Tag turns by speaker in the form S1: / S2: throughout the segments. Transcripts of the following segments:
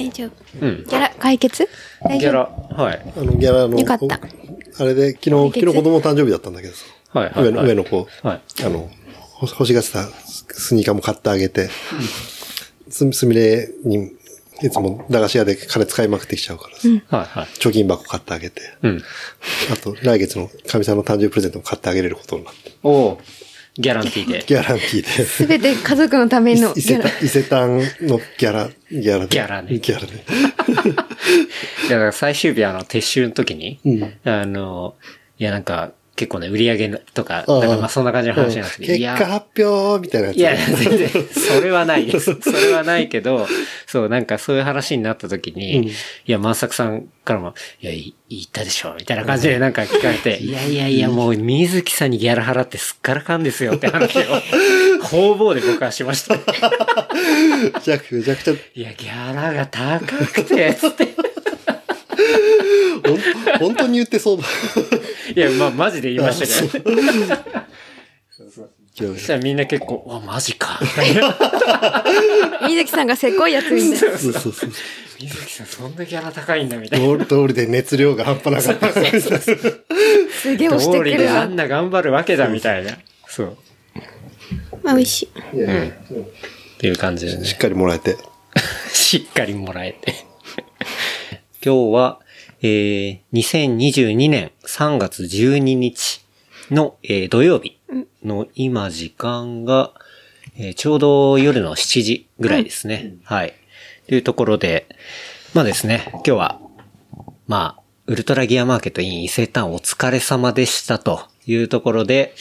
S1: 大丈夫。
S2: 夫。う
S1: ギ
S2: ん。
S1: ャラ、解決大
S2: ギャ
S1: 丈夫
S2: ラ、はい。
S3: あの、ギャラの。
S1: よかった
S3: あれで、昨日、昨日子供誕生日だったんだけどさ。
S2: はい、はい。
S3: 上の、上の子。
S2: はい。
S3: あの、ほ欲しがってたスニーカーも買ってあげて。す、すみれに、いつも駄菓子屋で金使いまくってきちゃうからさ。
S2: はい、はい。
S3: 貯金箱買ってあげて。
S2: うん。
S3: あと、来月の神さんの誕生日プレゼントも買ってあげれることになって。
S2: おおギャランティーで。
S3: ギャランティーで。
S1: すべて家族のための
S3: 伊
S1: ギ
S3: 勢
S1: ャ
S3: 丹
S1: ラ。、
S3: 伊勢丹のギャラ、ギャラで。
S2: ギャラね
S3: ギャラね。
S2: だから最終日、あの、撤収の時に、
S3: うん
S2: あの、いや、なんか、結構ね、売り上げとか、
S3: あ
S2: な
S3: あ
S2: んかまあ、そんな感じの話なんですけど、
S3: 結果
S2: いや、
S3: 発表みたいなやつ。
S2: いや、 全然、それはないです。 それはないけど、そう、なんかそういう話になった時に、いや、万作さんからも、いや、い言ったでしょ、みたいな感じでなんか聞かれて、 いやいやいや、もう、水木さんにギャラ払ってすっからかんですよって 話を、方々で僕はしました。
S3: じゃくめちゃくちゃ、
S2: いや、ギャラが高くて、つって。
S3: ほん本当に言ってそうだ。
S2: いや、まあ、マジで言いました けどね。
S3: ギャ
S2: そ
S3: ラ
S2: したらみんな結構、うわ、マジか。
S1: 水木さんがせこいやつ みたいな。
S3: そうそうそう。
S2: 水木さん、そんなギャラ高いんだ、みたい
S3: 通
S2: な。
S3: り通りで熱量が半端なかった。
S1: すげえ押して
S2: 通
S1: く
S2: り
S1: る
S2: であ
S1: わ。
S2: んな頑張るわけだ、みたいな。そう。
S1: まあ、美味しい。
S2: うん。っていう感じで
S3: しっ
S2: ね。
S3: かりもらえて。
S2: しっかりもらえて。今日は、えー、2022年3月12日の、えー土曜日の今時間が、えーちょうど夜の7時ぐらいですね。はい。というところで、まあですね、今日は、まあ、ウルトラギアマーケット in 伊勢丹お疲れ様でしたというところで、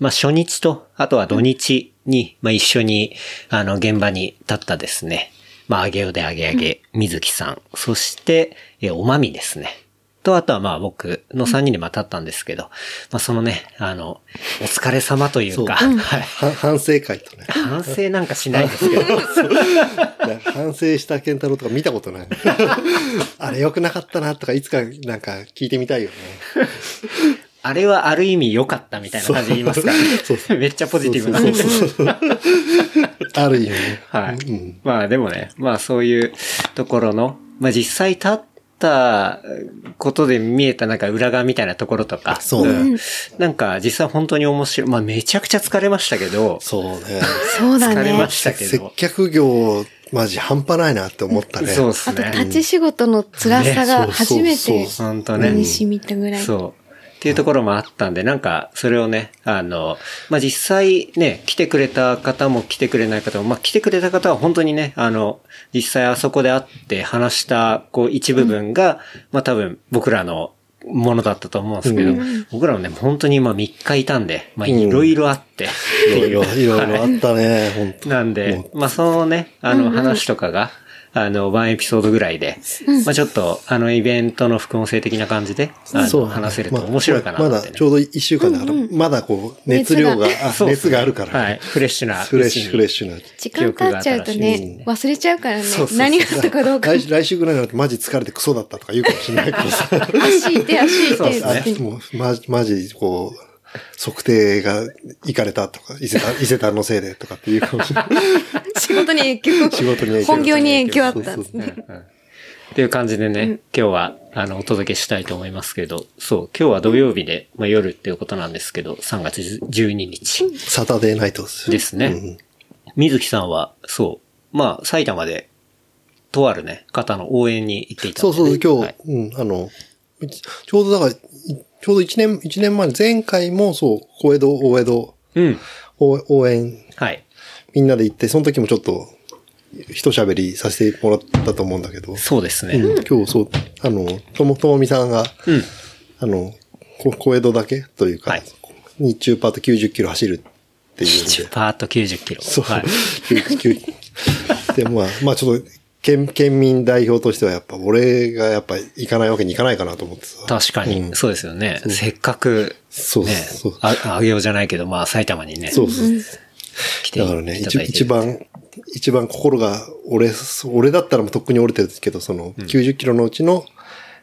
S2: まあ初日と、あとは土日に、まあ一緒に、あの、現場に立ったですね。まあ、あげおであげあげ、水木さん、そして、えおまみですね。と、あとはまあ僕の3人でまあ立ったんですけど、まあそのね、あの、お疲れ様というか、はい。
S3: は反省会とね。
S2: 反省なんかしないんですけど、
S3: なんか反省した健太郎とか見たことない。あれ良くなかったなとか、いつかなんか聞いてみたいよね。
S2: あれはある意味良かったみたいな感じで言いますからね
S3: そうそ
S2: めっちゃポジティブな。
S3: そうそうそうそう。ある意味ね。
S2: はい。
S3: うん
S2: まあでもね、まあそういうところの、まあ実際立ったことで見えたなんか裏側みたいなところとか、
S3: そうね
S2: んなんか実際本当に面白い。まあめちゃくちゃ疲れましたけど、
S3: そうね。
S1: そうだ
S2: 疲れ
S1: ね
S2: ま。したけ
S3: 接
S2: ど。
S3: 客業、マジ半端ないなって思ったね。
S2: そうです
S1: あと、
S2: ね。
S1: 立ち仕事の辛さが
S3: ねそう
S1: 初
S3: そう
S1: め
S3: そう
S1: て
S2: 本当
S1: 身
S2: ね。
S1: に染みたぐらい。
S2: そう。っていうところもあったんで、なんか、それをね、あの、まあ、実際ね、来てくれた方も来てくれない方も、まあ、来てくれた方は本当にね、あの、実際あそこで会って話した、こう、一部分が、まあ、多分、僕らのものだったと思うんですけど、僕らもね、本当に今3日いたんで、まあ、いろいろあって、
S3: いろいろ、いろいろあったね、本当
S2: なんで、まあ、そのね、あの話とかが、あの、ワンエピソードぐらいで、まあ、ちょっと、あの、イベントの副音声的な感じで、あの、話せると面白いかなって
S3: ま
S2: ね、
S3: あまだちょうど一週間だから、まだこう、熱量が、あ
S2: そうです
S3: 熱
S2: ね
S3: があるから。
S2: はい。フレッシュな。
S3: フレッシュ、フレッ
S2: シ
S3: シュな。
S1: 時間経っちゃうとね、忘れちゃうからね
S2: そうそう。そう
S1: 何があったか どうか。
S3: 来週、来週ぐらいになるとマジ疲れてクソだったとか言うかもしれないけどさ。
S1: 足いて、足い
S2: そうで
S1: て
S2: すね
S1: って。
S3: もう、マジ、マジ、こう、測定がいかれたとか、伊勢 丹、伊勢丹のせいでとかっていうかもしれない。
S1: 仕事に影響。
S3: 仕事に影響
S1: 本業に影響あっ
S3: そうそう
S1: た。
S2: っていう感じでね、今日は、あの、お届けしたいと思いますけど、そう、今日は土曜日で、まあ、夜っていうことなんですけど、3月12日
S3: サタデーナイトですよ
S2: ですね。水木さんは、そう、まあ、埼玉で、とあるね、方の応援に行っていた
S3: そ
S2: ん
S3: う
S2: でね、
S3: そう、今日、
S2: はい
S3: うん、あの、いちちょうどだから、いちょうど1年、一年前、前回もそう、小江戸、大江戸、
S2: うん。
S3: 応応援、
S2: はい。
S3: みんなで行って、その時もちょっと、一喋りさせてもらったと思うんだけど、
S2: そうですね。
S3: うん今日そう、あの、とも、ともみさんが、
S2: うん。
S3: あの、こ小江戸だけというか、
S2: はい
S3: 日中パート90キロ走るっていう
S2: 10
S3: んで。
S2: パーッと90キロ。
S3: そう、
S2: はい。
S3: 99で、まあ、まあちょっと、県、県民代表としてはやっぱ、俺がやっぱ行かないわけにいかないかなと思ってさ。
S2: 確かに、
S3: うん
S2: そうですよね。せっかく、
S3: そう
S2: ね
S3: そう、
S2: あ、あげようじゃないけど、まあ、埼玉にね、
S3: そうそう。
S2: 来てい
S3: だ
S2: た
S3: か
S2: だ
S3: ら
S2: いて
S3: ね、
S2: る
S3: 一一番、一番心が、俺、俺だったらもうとっくに折れてるけど、その90キロのうちの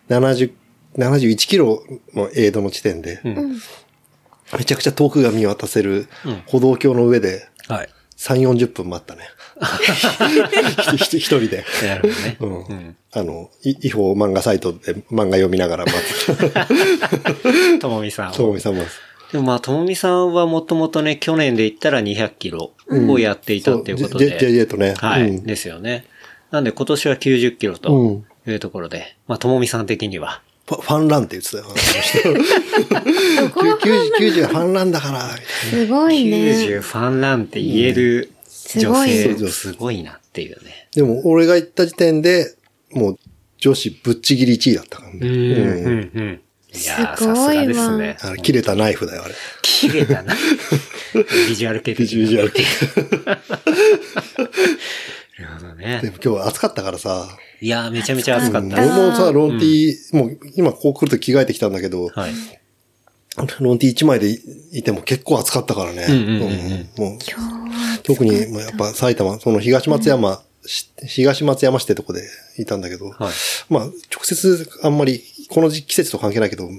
S3: 70、71キロのエイドの地点で、
S2: ん
S3: めちゃくちゃ遠くが見渡せる歩道橋の上で
S2: はい。
S3: 3、40分待った ね。ひひ一人で。
S2: なるほどね。
S3: うん。あの、い違法漫画サイトで漫画読みながら待 ってた。
S2: ともみさん。
S3: そうみさんも。
S2: でもまあ、ともみさんはもともとね、去年で言ったら200キロをやっていたっていうことで。
S3: そうジェジェジェとね
S2: はい、
S3: うん
S2: ですよね。なんで今年は90キロ
S3: う
S2: と
S3: ん
S2: いうところで、まあ、ともみさん的には。
S3: ファファンランって言ってたよ。90ファンランだから、みたいな
S1: すごいね。
S2: 90ファンランって言える
S1: ん
S2: 女性、
S3: すごい
S2: すごいなっていうね。
S3: でも、俺が行った時点で、もう、女子ぶっちぎり1位だったからね。
S2: うん、
S3: うん
S2: うん、うん。いやー、
S1: すご
S2: さ
S1: いわ
S2: すがですね。
S3: あの切れたナイフだよ、あれ。
S2: 綺麗だな。ビジュアル系
S3: ビ
S2: 的
S3: ジュアル系。
S2: な。なるほど
S3: で
S2: ね。
S3: も 今日暑かったからさ、
S2: いやー、めちゃめちゃ暑か
S3: 俺
S2: った。は
S3: もさ、ロンティー、もう今こう来ると着替えてきたんだけど、
S2: い。
S3: ロンティー1枚でいても結構暑かったからね。
S2: うんうんうん
S3: うんもう特に、まあやっぱ埼玉、その東松山、し東松山市ってとこでいたんだけど、
S2: はい
S3: まあ、直接あんまり、この時季節と関係ないけど、ん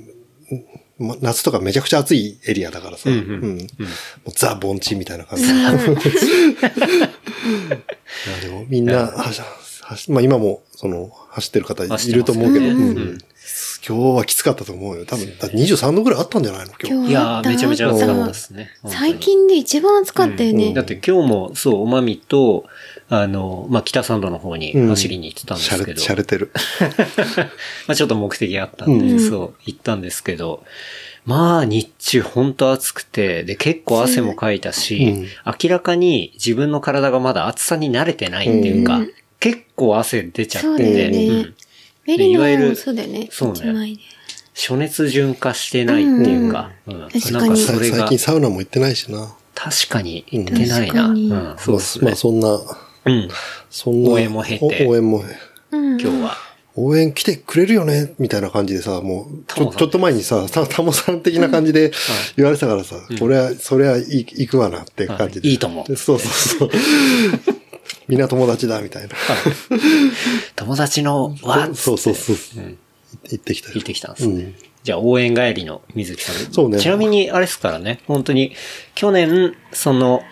S3: ま夏とかめちゃくちゃ暑いエリアだからさ、
S2: うんうん
S3: もうザ盆地 みたいな感じ。いやでもみんな、はしはしまあ今も、その、走ってる方いると思うけど、
S2: 走ってますよね
S3: うん
S2: うん
S3: 今日はきつかったと思うよ。多分、だって23度ぐらいあったんじゃないの今日。
S1: 今日
S2: いやー、めちゃめちゃ暑かったで
S1: です
S2: ね。
S1: 最近で一番暑かったよ
S2: うん
S1: ね
S2: だっ。て今日も、そう、おまみと、あの、まあ、北参道の方に
S3: うん
S2: 走りに行ってたんで
S3: しゃ
S2: すけ
S3: れ、
S2: ど、
S3: しゃれてる。
S2: まあ、ちょっと目的があったんで、
S3: うん
S2: そう、行ったんですけど、まあ、日中ほんと暑くて、で、結構汗もかいたし、明らかに自分の体がまだ暑さに慣れてないっていうか、
S1: うん
S2: 結構汗出ちゃ
S1: そう
S2: っ
S1: だ
S2: てて、
S1: よね
S2: うん
S1: メリ
S2: いわゆ
S1: ノ
S2: る
S1: もそうだよね。
S2: そうね
S1: 一枚で。
S2: 暑熱順化してないっていうか、うん
S1: 確かに
S2: なんかそれ
S3: 最
S2: が
S3: 近サウナも行ってないしな。
S2: 確かに行ってないな。
S1: うん確かに
S2: うん、そうです
S3: ま
S2: ね
S3: あ。そんな、
S2: うん、
S3: そんな。
S2: 応援も経て
S3: お応援も、
S1: うん。
S2: 今日は。
S3: 応援来てくれるよねみたいな感じでさ、もう、ち
S2: タモ
S3: ょ
S2: さん
S3: ちょっと前にさ、たタモさん的な感じで言われてたからさ、これは、それはい行くわなって感じで。
S2: はいいいと思う
S3: そうそうそう。 みんな友達だ、みたいな。
S2: 友達の輪っつって、
S3: そうそうそう。
S2: ん
S3: 行ってきたよ。
S2: 行ってきたんですね。
S3: うん
S2: じゃあ応援帰りの水木さん。
S3: そうね
S2: ちなみに、あれですからね、本当に、去年、その、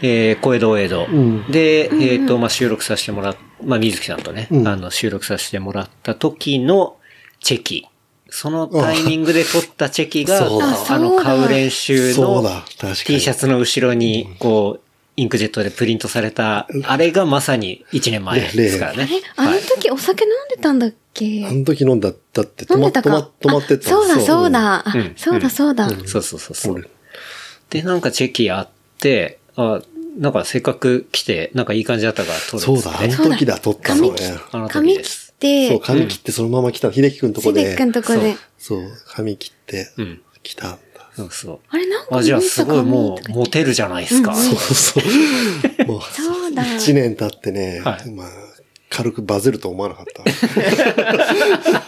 S2: えー、小江戸大江戸、
S3: ん
S2: で、えっ、と、まあ、収録させてもらっ、まあ、水木さんとね、
S3: うん
S2: あの、収録させてもらった時のチェキ。そのタイミングで撮ったチェキが、
S3: そう
S2: あ
S3: だ
S2: の、買う練習
S3: そ
S2: の
S3: うだ確かに
S2: T シャツの後ろに、こう、インクジェットでプリントされた、あれがまさに1年前ですからね
S1: え。、あの時お酒飲んでたんだっけ
S3: あの時飲んだ、だって、
S1: 飲
S3: 止
S1: ん
S3: ま
S1: で
S3: った止ま
S1: か
S3: 止まってった
S1: あそうだそう。
S3: ん
S1: だ。あ
S2: うん
S1: そうだそうだ。
S2: そうそうそうそう。で、なんかチェキあって、あ、なんかせっかく来て、なんかいい感じだったから撮る
S3: そう
S2: っつっ
S3: だ、
S2: て
S3: あの
S1: そうだ
S3: 時だ、撮ったの
S1: 髪
S3: ね
S1: 切。
S2: あの時
S1: 髪
S2: で
S1: 切
S2: す
S1: っ
S3: そ
S1: て
S3: う、、髪切ってそのまま来たの。秀樹くんとこ
S1: し
S3: で。
S1: でくんとこで。
S3: そう、髪切って
S2: うん、
S3: 来たんだ。
S2: そうそう。
S1: あれなんか
S2: あ、じゃあすごいもう、モテるじゃないですか。
S3: そうそう。もう、
S1: そうだ
S3: 一年経ってね、
S2: はい
S3: まあ、軽くバズると思わなかった。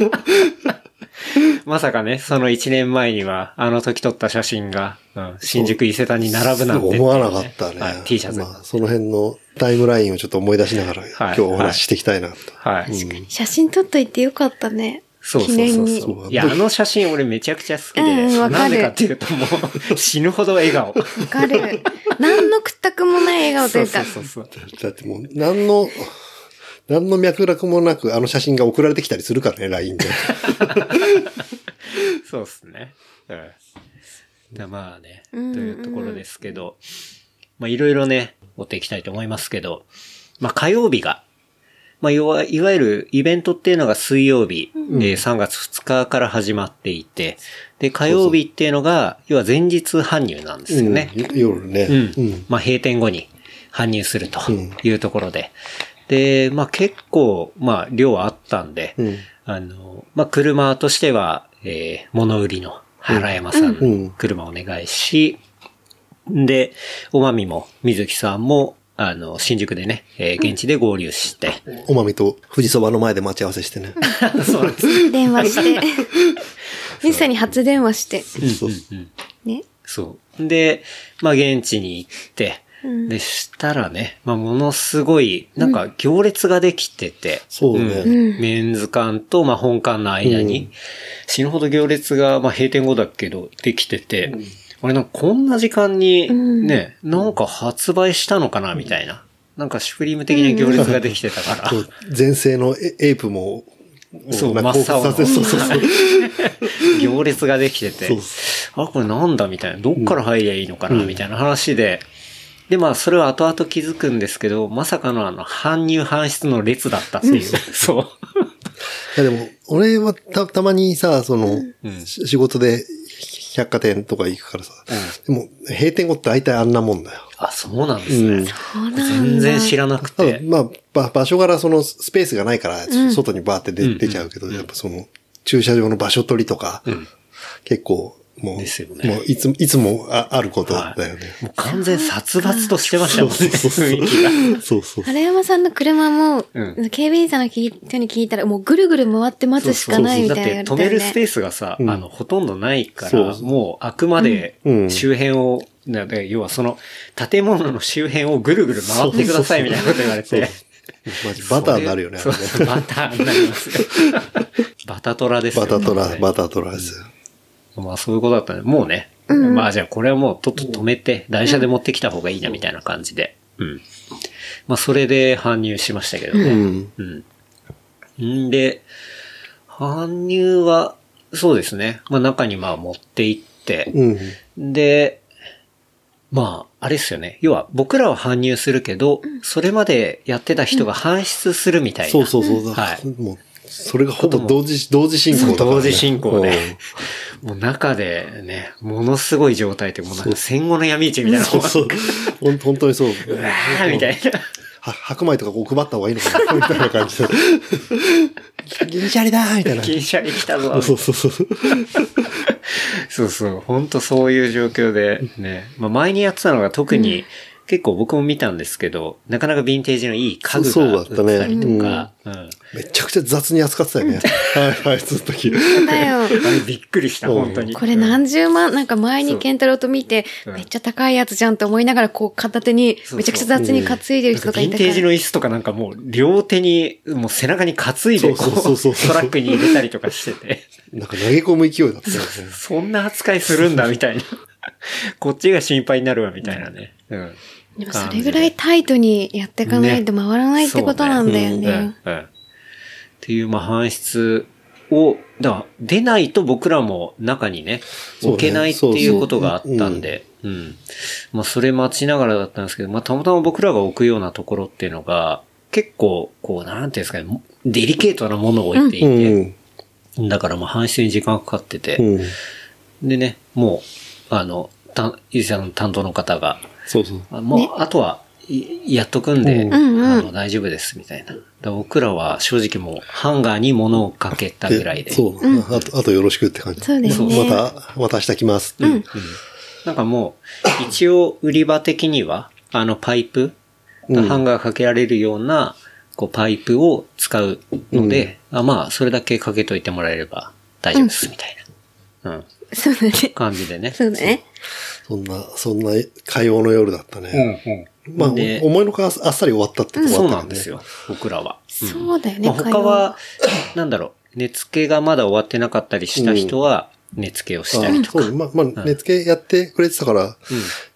S2: まさかね、その1年前には、あの時撮った写真が、うん新宿伊勢丹に並ぶなんて、
S3: そう思わなかったね。
S2: はい T シャツ。
S3: まあ、その辺のタイムラインをちょっと思い出しながら、今日お話ししていきたいなと。
S2: はい。
S1: 写真撮っといてよかったね。
S2: そうそう
S1: 記念
S2: そう
S1: に
S2: そうう。いや、あの写真俺めちゃくちゃ好きで、
S1: うんわ
S2: な
S1: かる
S2: んでかっていうともう、死ぬほど笑顔。
S1: わか る。何の屈託もない笑顔と
S2: そ
S1: いうう
S2: そう
S1: か。
S2: そうそう。
S3: だってもう、何の、 何の脈絡もなく、あの写真が送られてきたりするからね、LINE で。
S2: そうですね。うん。だまあね、というところですけど、まあいろいろね、追っていきたいと思いますけど、まあ火曜日が、まあ要はいわゆるイベントっていうのが水曜日、えー3月2日から始まっていて、で、火曜日っていうのが、要は前日搬入なんですよね。
S3: うん夜ね。
S2: う
S3: うんん。
S2: まあ、閉店後に搬入するというところで。で、まあ、結構、まあ、量はあったんで、
S3: うん
S2: あの、まあ、車としては、えー物売りの原山さん
S3: うんう
S2: に
S3: ん
S2: 車お願いし、で、おまみも、水木さんも、あの、新宿でね、えー現地で合流して、
S3: おまみと富士そばの前で待ち合わせしてね。
S2: そうです。
S1: 電話 して。ミサに初電話して。
S3: そうそう
S1: ね。
S2: そう。で、まあ、現地に行って、
S1: うん
S2: で、したらね、まあ、ものすごい、なんか、行列ができてて、
S3: そうね
S2: んメンズ館と、まあ、本館の間に、死ぬほど行列が、まあ、閉店後だけど、できてて、あれ、なんか、こんな時間に、
S1: ん
S2: ね、なんか発売したのかな、みたいな。なんか、シュプリーム的な行列ができてたから。
S3: そう前世のエエイプも、
S2: そう
S3: なんか
S2: 真っ青の
S3: 興奮させそうそうそう。
S2: 行列ができてて
S3: そう、
S2: あ、これなんだみたいな、どっから入りゃいいのかな、みたいな話で、で、まあ、それは後々気づくんですけど、まさかのあの、搬入搬出の列だったっていう、 そう。
S3: いやでも、俺はた、たまにさ、その、し仕事で百貨店とか行くからさ、でも、閉店後って大体あんなもんだよ。
S2: あ、そうなんですね。
S1: そうなん
S2: 全
S1: だ。
S2: 然知らなく
S3: ただ
S2: て、
S3: まあば、場所からそのスペースがないから、外にバーって出,、出ちゃうけど、やっぱその、駐車場の場所取りとか、結構、もう、
S2: ですよね
S3: もういつも、いつもああることだよね。
S2: もう完全殺伐としてましたもんね、
S3: そうそう
S2: 雰囲気が。
S3: そうそう。
S1: 原山さんの車も、
S2: うん
S1: 警備員さんの人に聞いたら、もうぐるぐる回って待つしかないみ
S2: だ
S1: た
S2: っ
S1: いな言われ
S2: て
S1: た
S2: 止
S1: よね。
S2: めるスペースがさ、
S3: うん
S2: あの、ほとんどないから、
S3: そうそう
S2: もうあくまで
S3: うん
S2: 周辺を、なで要はその建物の周辺をぐるぐる回ってくださいみたいなこと言われて。
S3: マジバターになるよね。
S2: そう
S3: あれね
S2: そうバターにな りますよ。バタトラですよ
S3: バタトラ、バ
S2: ま
S3: タトラですよ。
S2: あまあそういうことだったね。もうね。まあじゃあこれはもうとっとと止めて、台車で持ってきた方がいいなみたいな感じで。うん。まあそれで搬入しましたけど
S3: う
S2: ね。
S3: ん。
S2: うん。んで、搬入は、そうですね。まあ中にまあ持って行って、
S3: うん。
S2: で、まあ、あれですよね。要は、僕らは搬入するけど、それまでやってた人が搬出するみたいな。
S3: そうそうそう。だ
S2: はい
S3: もう、それがほぼ同時、同時進行だからね
S2: 同時進行で。もう中でね、ものすごい状態って、もうなんか戦後の闇市みたいな。
S3: うん そうそう。ほん 本当にそう。
S2: あーみたいな。
S3: は白米とかこう配った方がいいのかなみ たいな感じで。銀シャリだーみたいな。
S2: 金車に来たぞ。
S3: そうそうそう。
S2: そうそう。ほんとそういう状況でね。まあ前にやってたのが特に、結構僕も見たんですけど、なかなかヴィンテージのいい家具
S3: そう
S2: が
S3: だ
S2: 売
S3: っ
S2: って
S3: たね
S2: たりとか。うん
S3: めちゃくちゃ雑に扱ってたよね。はいはい、ずっと聞
S1: だよ。
S2: あれびっくりした、本当に。
S1: これ何十万、なんか前にケンタロウと見て、
S2: そう
S1: めっちゃ高いやつじゃんって思いながら、こう片手に、
S2: そう
S1: めちゃくちゃ雑に担いでる人
S2: ヴ
S1: とかい
S2: ィン
S1: たか
S2: テージ
S1: ら。
S2: の椅子とかなんかもう両手に、もう背中に担いでこ
S3: そうそうそうそう
S2: う、トラックに入れたりとかしてて、
S3: なんか投げ込む勢いだったよね。
S2: そんな扱いするんだみたいな。 こっちが心配になるわみたいなね。うん。
S1: でもそれぐらいタイトにやっていかないと回らないってことなんだよ
S2: うん
S1: ね。
S2: うんっていう、まあ、搬出を、だから出ないと僕らも中にね、
S3: そうね
S2: 置けないっていうことがあったんで、うん。まあ、それ待ちながらだったんですけど、まあ、たまたま僕らが置くようなところっていうのが、結構、こう、なんていうんですかね、デリケートなものを置いていて、
S3: ん。
S2: だからまあ、搬出に時間かかってて、
S3: うん。
S2: でね、もう、あの、た、ゆうさんの担当の方が、
S3: そうそう。
S2: あもう、あとは、いやっとくんで、
S3: うん
S1: うん
S2: あの、大丈夫です、みたいな。だから僕らは正直もう、ハンガーに物をかけたぐらいで。
S3: そう。あと、あとよろしくって感じ。
S1: そうですね
S3: また、また明日来ます。うん。
S2: なんかもう、一応、売り場的には、あの、パイプ、
S3: うん
S2: ハンガーかけられるような、こう、パイプを使うので、あまあ、それだけかけといてもらえれば大丈夫です、みたいな。うん。
S1: そうだね。
S2: 感じでね。
S1: そうだね。
S3: そんな、そんな火曜の夜だったね。まあ、
S2: で
S3: お思いのほかあっさり終わったってとこ
S2: そ
S3: だ
S2: うな
S3: った
S2: んですよ、僕らは。
S1: そうだよね。
S2: まあ、他は、 なんだろう、寝付けがまだ終わってなかったりした人は、寝付けをしたりとか。
S3: あそうまあ、まあ、寝付けやってくれてたから、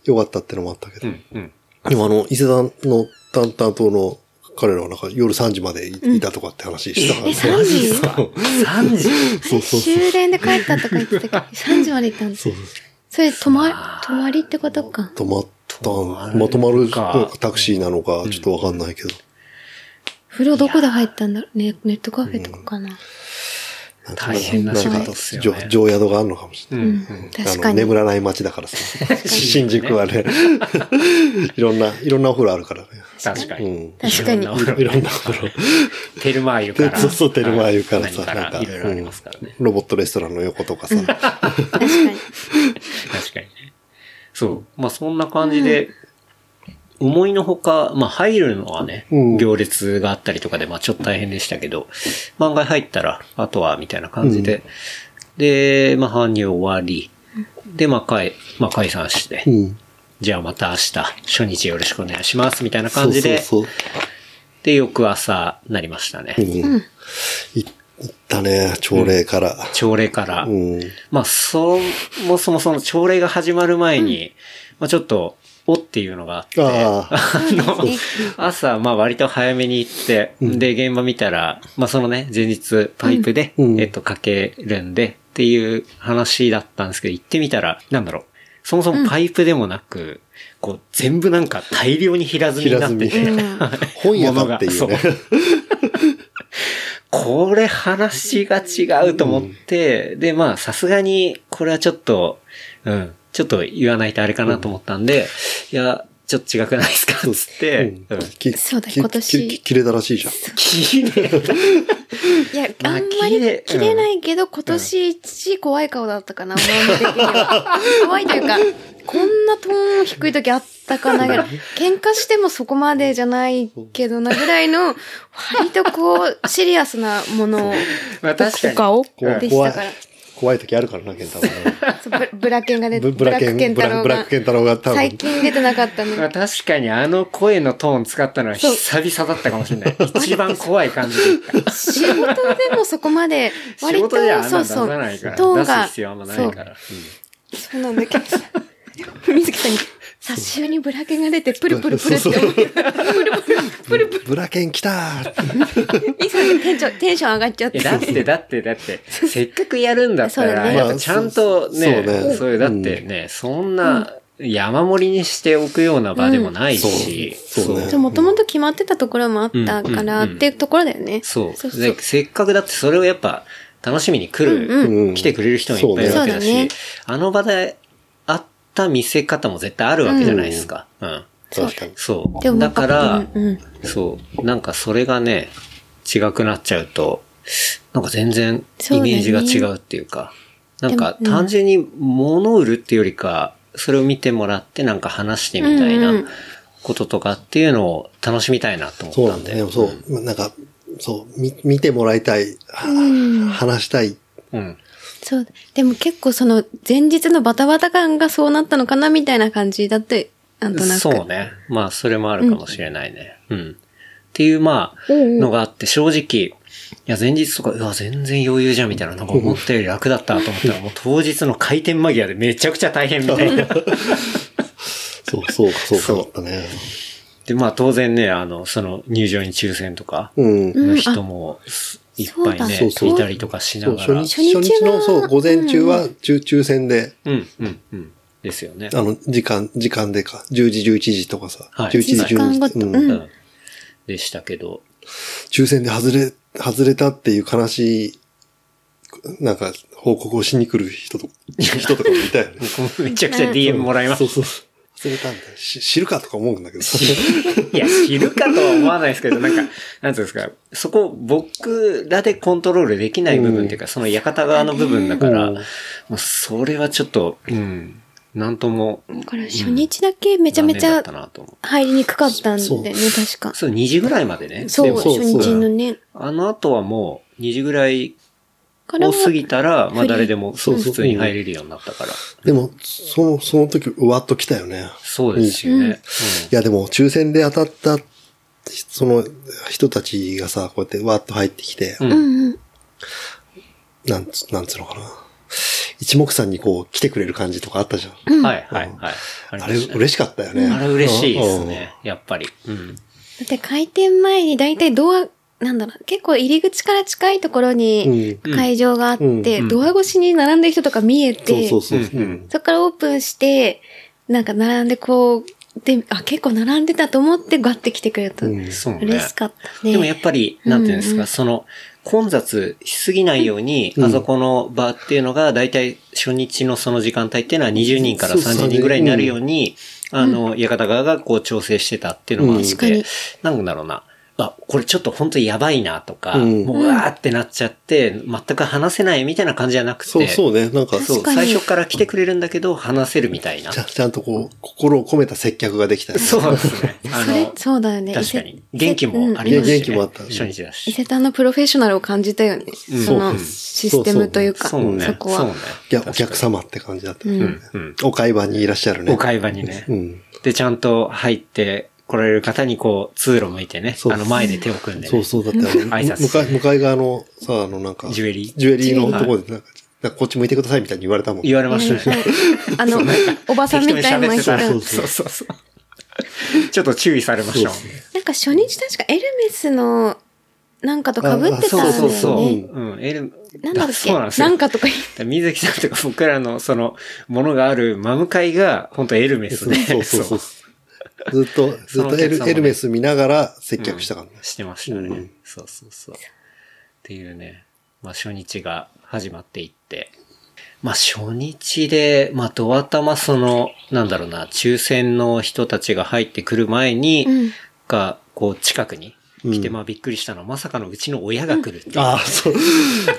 S3: よかったってのもあったけど。
S2: うんうん
S3: でもあの、伊勢丹の担担当の彼らはなんか夜3時までいいたとかって話したから、
S1: え、3時あ
S2: 3時
S1: れ終電で帰ったとか言ってたけど、3時まで行ったんです
S3: そう
S1: それ、泊ま、泊まりってことか。
S3: 止まったん、ま
S2: ま
S3: あ
S2: る
S3: 止まる
S2: か
S3: なんかタクシーなのか、ちょっとわかんないけど。
S1: 風呂どこで入ったんだろうね、ネットカフェとかかな。
S3: なんか
S2: 大変な仕事っすよね
S3: なんか上上宿があるのかもしれない。あ
S1: 確か
S3: の、
S1: に
S3: 眠。らない街だからさ。新宿はね、 いろんな、いろんなお風呂あるからね。
S2: 確かに。
S1: 確かに
S2: いろんなお
S3: い
S2: 風呂
S3: ろんなお風呂。
S2: テルマーユか ら。
S3: そうそう、テルマー言うからさ、
S2: 何
S3: なんか、
S2: いろいろありますから
S3: う
S2: ね
S3: ん。ロボットレストランの横とかさ。
S1: 確かに。
S2: 確かにね。そう。まあそんな感じで、思いのほか、まあ入るのはね
S3: うん、
S2: 行列があったりとかで、まあちょっと大変でしたけど、漫画入ったら、あとは、みたいな感じで、で、まあ搬入終わり、で、まあ解、まあ解散して、
S3: うん。
S2: じゃあまた明日、初日よろしくお願いします、みたいな感じで、
S3: そうそう
S2: で、翌朝、なりましたね。
S3: そう。うん。いったね、朝礼から。
S2: 朝礼から、
S3: うん。
S2: まあ、そもそもその朝礼が始まる前に、まあちょっと、おっていうのがあって、
S3: ああ、
S2: あの、朝、まあ割と早めに行って、で、現場見たら、まあそのね、前日パイプで、
S3: うん
S2: えっと、かけるんで、っていう話だったんですけど、行ってみたら、なんだろう、そもそもパイプでもなく、こう、全部なんか大量に平積みになってて、
S3: 平
S1: 積み
S3: 本屋だっていう
S2: 物
S3: ね
S2: が。そうこれ話が違うと思って、で、まあ、さすがに、これはちょっと、うん、ちょっと言わないとあれかなと思ったんで、いや、ちょっと違くないですかっ つって、うん、
S3: き
S1: そうだ
S3: き
S1: 今年
S3: き切れたらしいじゃん。
S2: 綺麗だ
S1: いや、
S2: まあ
S1: あんま
S2: 切れ
S1: り切れないけど、今年一怖い顔だったかな、思い的には。 怖いというか、こんなトーン低い時あったかなぐらい、喧嘩してもそこまでじゃないけどなぐらいの、割とこう、シリアスなものを、
S2: まあ確かに
S1: お顔
S3: 怖い
S1: でしたから。
S3: 怖い時あるからな、ケンタロ ウ
S1: そうブブラケンが出
S3: ブ
S1: て、
S3: ブ
S1: ブ
S3: ラ
S1: ラ
S3: ケン
S1: ックケン太郎
S3: ブラブラッ
S1: が
S3: クケン太郎が多分
S1: 最近出てなかったの
S2: まあ
S1: で。
S2: 確かにあの声のトーン使ったのは
S1: そう
S2: 久々だったかもし れない。一番怖い感じで言った。
S1: 仕事でもそこまで、
S2: 仕
S1: 割と、
S2: 事ではあんな
S1: そ
S2: の
S1: う
S2: 出
S1: そ
S2: さ
S1: う、ト
S2: ないから。
S1: ーン
S2: 出す
S1: が、
S2: 必要あんまないから。
S1: そうなんだけど。水木さんに、差しにブラケンが出て、プルプルプルって思う。
S3: の。ブラケン来たー
S1: いつもテンション、テンション上がっちゃっ
S2: い
S1: て。
S2: や、だって、だって、だって、せっかくやるんだった
S1: そうだ
S2: ら、
S1: ね
S2: やっぱちゃんとね、
S3: まあそうそうね
S2: そういう、だってね、そんな山盛りにしておくような場でもないし、
S3: うんそうそうね
S1: そう、もともと決まってたところもあったか
S2: う
S1: ら、
S2: んうんうん
S1: っていうところだよね。
S2: そう
S1: そうそう
S2: で、せっかくだってそれをやっぱ楽しみに来る、
S1: うん
S3: うん
S2: 来てくれる人もいっぱいいるわけだし、
S1: そうね
S2: あの場であった見せ方も絶対あるわけじゃないですか。うん。
S3: 確かに。
S2: そ
S1: で
S2: う。
S1: も
S2: だから、
S1: うんうん
S2: そう。なんかそれがね、違くなっちゃうと、なんか全然
S1: そう
S2: イ
S1: だね
S2: メージが違うっていうか、なんか
S1: でもうん
S2: 単純に物売るっていうよりか、それを見てもらってなんか話してみたい
S1: うんう
S2: なんこととかっていうのを楽しみたいなと
S3: そ
S2: 思
S3: うなん
S2: ったん
S3: だ
S2: で。
S3: よ。そう。なんか、そう、み見てもらいたい。
S1: ん
S3: は話したい。
S2: うん。
S1: そう。でも結構その、前日のバタバタ感がそうなったのかな、みたいな感じだって、なんとなく。
S2: そうね。まあ、それもあるかもしれないね。うん。っていう、ま
S1: う
S2: あ、
S1: んうん
S2: のがあって、正直、いや、前日とか、うわ、全然余裕じゃん、みたいな、なんか思ったより楽だったと思ったら、もう当日の開店間際でめちゃくちゃ大変みたいな。
S3: そう、そうか、そうか、
S2: そう
S3: だったね。
S2: で、まあ、当然ね、あの、その、入場に抽選とか
S3: うん。
S2: の人も、いっぱいね
S1: そう、だ
S2: いたりとかしな
S3: そう
S2: が
S3: 初
S2: ら。
S3: 日、初
S1: 初日は
S3: 日の、そう、午前中は、中、抽選で、
S2: うん、うん、うん。ですよね。
S3: あの、時間、時間でか、10時、11時とかさ、
S2: はい
S3: 11時、
S2: 時
S1: 間ご
S3: 12
S1: と
S3: 時、う
S1: うんん
S2: うん。でしたけど、
S3: 抽選で外れ、外れたっていう悲しい、なんか、報告をしに来る人 と、人とかもいたよね。
S2: 僕もめちゃくちゃ DM もらいました
S3: そうそう。忘れたんだよ。し知るかとか思うんだけど。
S2: いや、知るかとは思わないですけど、なんか、なんていうんですか、そこ僕らでコントロールできない部分っていうか、その館側の部分だから、
S3: うん
S2: もうそれはちょっと、うん、なんとも、
S1: だから初日だけめちゃめち
S2: 残念だ
S1: ゃ
S2: ったなと思
S1: 入りにくかったんだよね、確
S2: う。
S1: か。
S2: そう、2時ぐらいまでね。
S1: そ
S2: で
S1: う、
S2: も
S3: そう
S1: 初日のね。
S2: あの後はもう、2時ぐらい
S1: から
S2: を
S1: は
S2: 過ぎたら、まあ
S1: フリー
S2: 誰でも、そう、
S3: そうそう
S2: 普通に入れるようになったから。
S3: でも、その、その時、うわっと来たよね。
S2: そうですよね。うん
S3: いや、でも、抽選で当たった、その人たちがさ、こうやってわっと入ってきて、
S2: うん
S1: うんうん。
S3: なんつ、なんつうのかな。一目散にこう、来てくれる感じとかあったじゃん。
S2: はい、はい、はい。あ
S3: あ
S2: り
S3: れ、
S2: ましたね
S3: 嬉しかったよね。
S2: あれ嬉しいですね。やっぱり。うん。
S1: だって開店前に大体ドア、なんだろう、結構入り口から近いところに
S2: うん
S1: 会場があって、
S3: うん
S1: ドア越しに並んでる人とか見え
S3: うん。
S1: て、
S3: そうそうそう。
S2: う
S3: うんん。
S1: そこからオープンして、なんか並んでこう、で、あ、結構並んでたと思ってガッて来てくれると、
S3: うん
S2: そうね。
S1: 嬉しかったね。
S2: でもやっぱり、なんていうんですか、
S1: うんうん
S2: その、混雑しすぎないように、
S3: うん
S2: あそこの場っていうのが、だいたい初日のその時間帯っていうのは20人から
S3: そう
S2: 30人ぐらいになるように、あの、館側がこう調整してたっていうのもあっ
S3: うん
S1: 確か
S2: て
S1: に、
S2: なんだろうな、あ、これちょっと本当にやばいなとか、
S3: うん
S2: もううわーってなっちゃって、全く話せないみたいな感じじゃなくて、
S3: そうそうね。なんか、
S1: 確
S3: そ
S2: そうう、
S1: かに
S2: 最初から来てくれるんだけど、話せるみたいな
S3: ち。ゃん。ちゃんとこう、心を込めた接客ができた、ね。
S2: そうですね。あ
S1: それ
S2: の、、
S1: そうだよね。
S2: 確かに。
S1: 伊勢
S2: 元気もありま
S1: うん
S2: すし、ね。
S3: 元気もあった
S2: 初日だし
S1: 伊。勢丹のプロフェッショナルを感じたよね。
S2: うん
S1: そ
S3: そう
S1: のシステムというか、
S2: そうね。
S1: そこ
S2: そうね
S1: は。。
S3: いや、お客様って感じだった、ね
S1: うん
S2: うん
S3: お買い場にいらっしゃるね。
S2: お会話にね
S3: う。ん。
S2: で、ちゃんと入って来られる方にこう、通路向いてね、
S3: そう
S2: あの前で手を組んでね。
S3: そうそう、だってあ の、
S2: 挨拶
S3: 向かい、向かい側の、さ、あの、なんか、
S2: ジュエリー
S3: ジュエリーのところで、なんか、なんかこっち向いてくださいみたいに言われたもん。
S2: 言われましたね。
S1: あ の、おばさんみたいな人。
S2: 適当に
S1: な
S2: 喋
S1: ん
S2: ってたそうそうそう。ちょっと注意されましたもんね。
S1: か初日確かエルメスのなんかと被ってたんだ
S2: そ
S1: よ
S2: う
S1: ね。
S2: そうそう。
S3: ね
S2: うん。エル、
S1: なんだっ
S2: あ
S1: け
S2: そうなん
S1: な
S2: ですよ。
S1: んかとか言って
S2: で水木さんとか僕らのその、ものがあるマム会が、本当エルメスで。
S3: そうそうそうそう。ずっと、ずっとエ
S2: そのお客様
S3: ル
S2: ね
S3: エルメス見ながら接客したからね。
S2: してましたね。
S3: うん
S2: そうそうそう。っていうね、まあ初日が始まっていって、まあ初日で、まあドア玉その、なんだろうな、抽選の人たちが入ってくる前に、
S1: うん
S2: が、こう近くに来て、
S3: うん
S2: まあびっくりしたのは、まさかのうちの親が来るっていう。
S3: ああ、そう。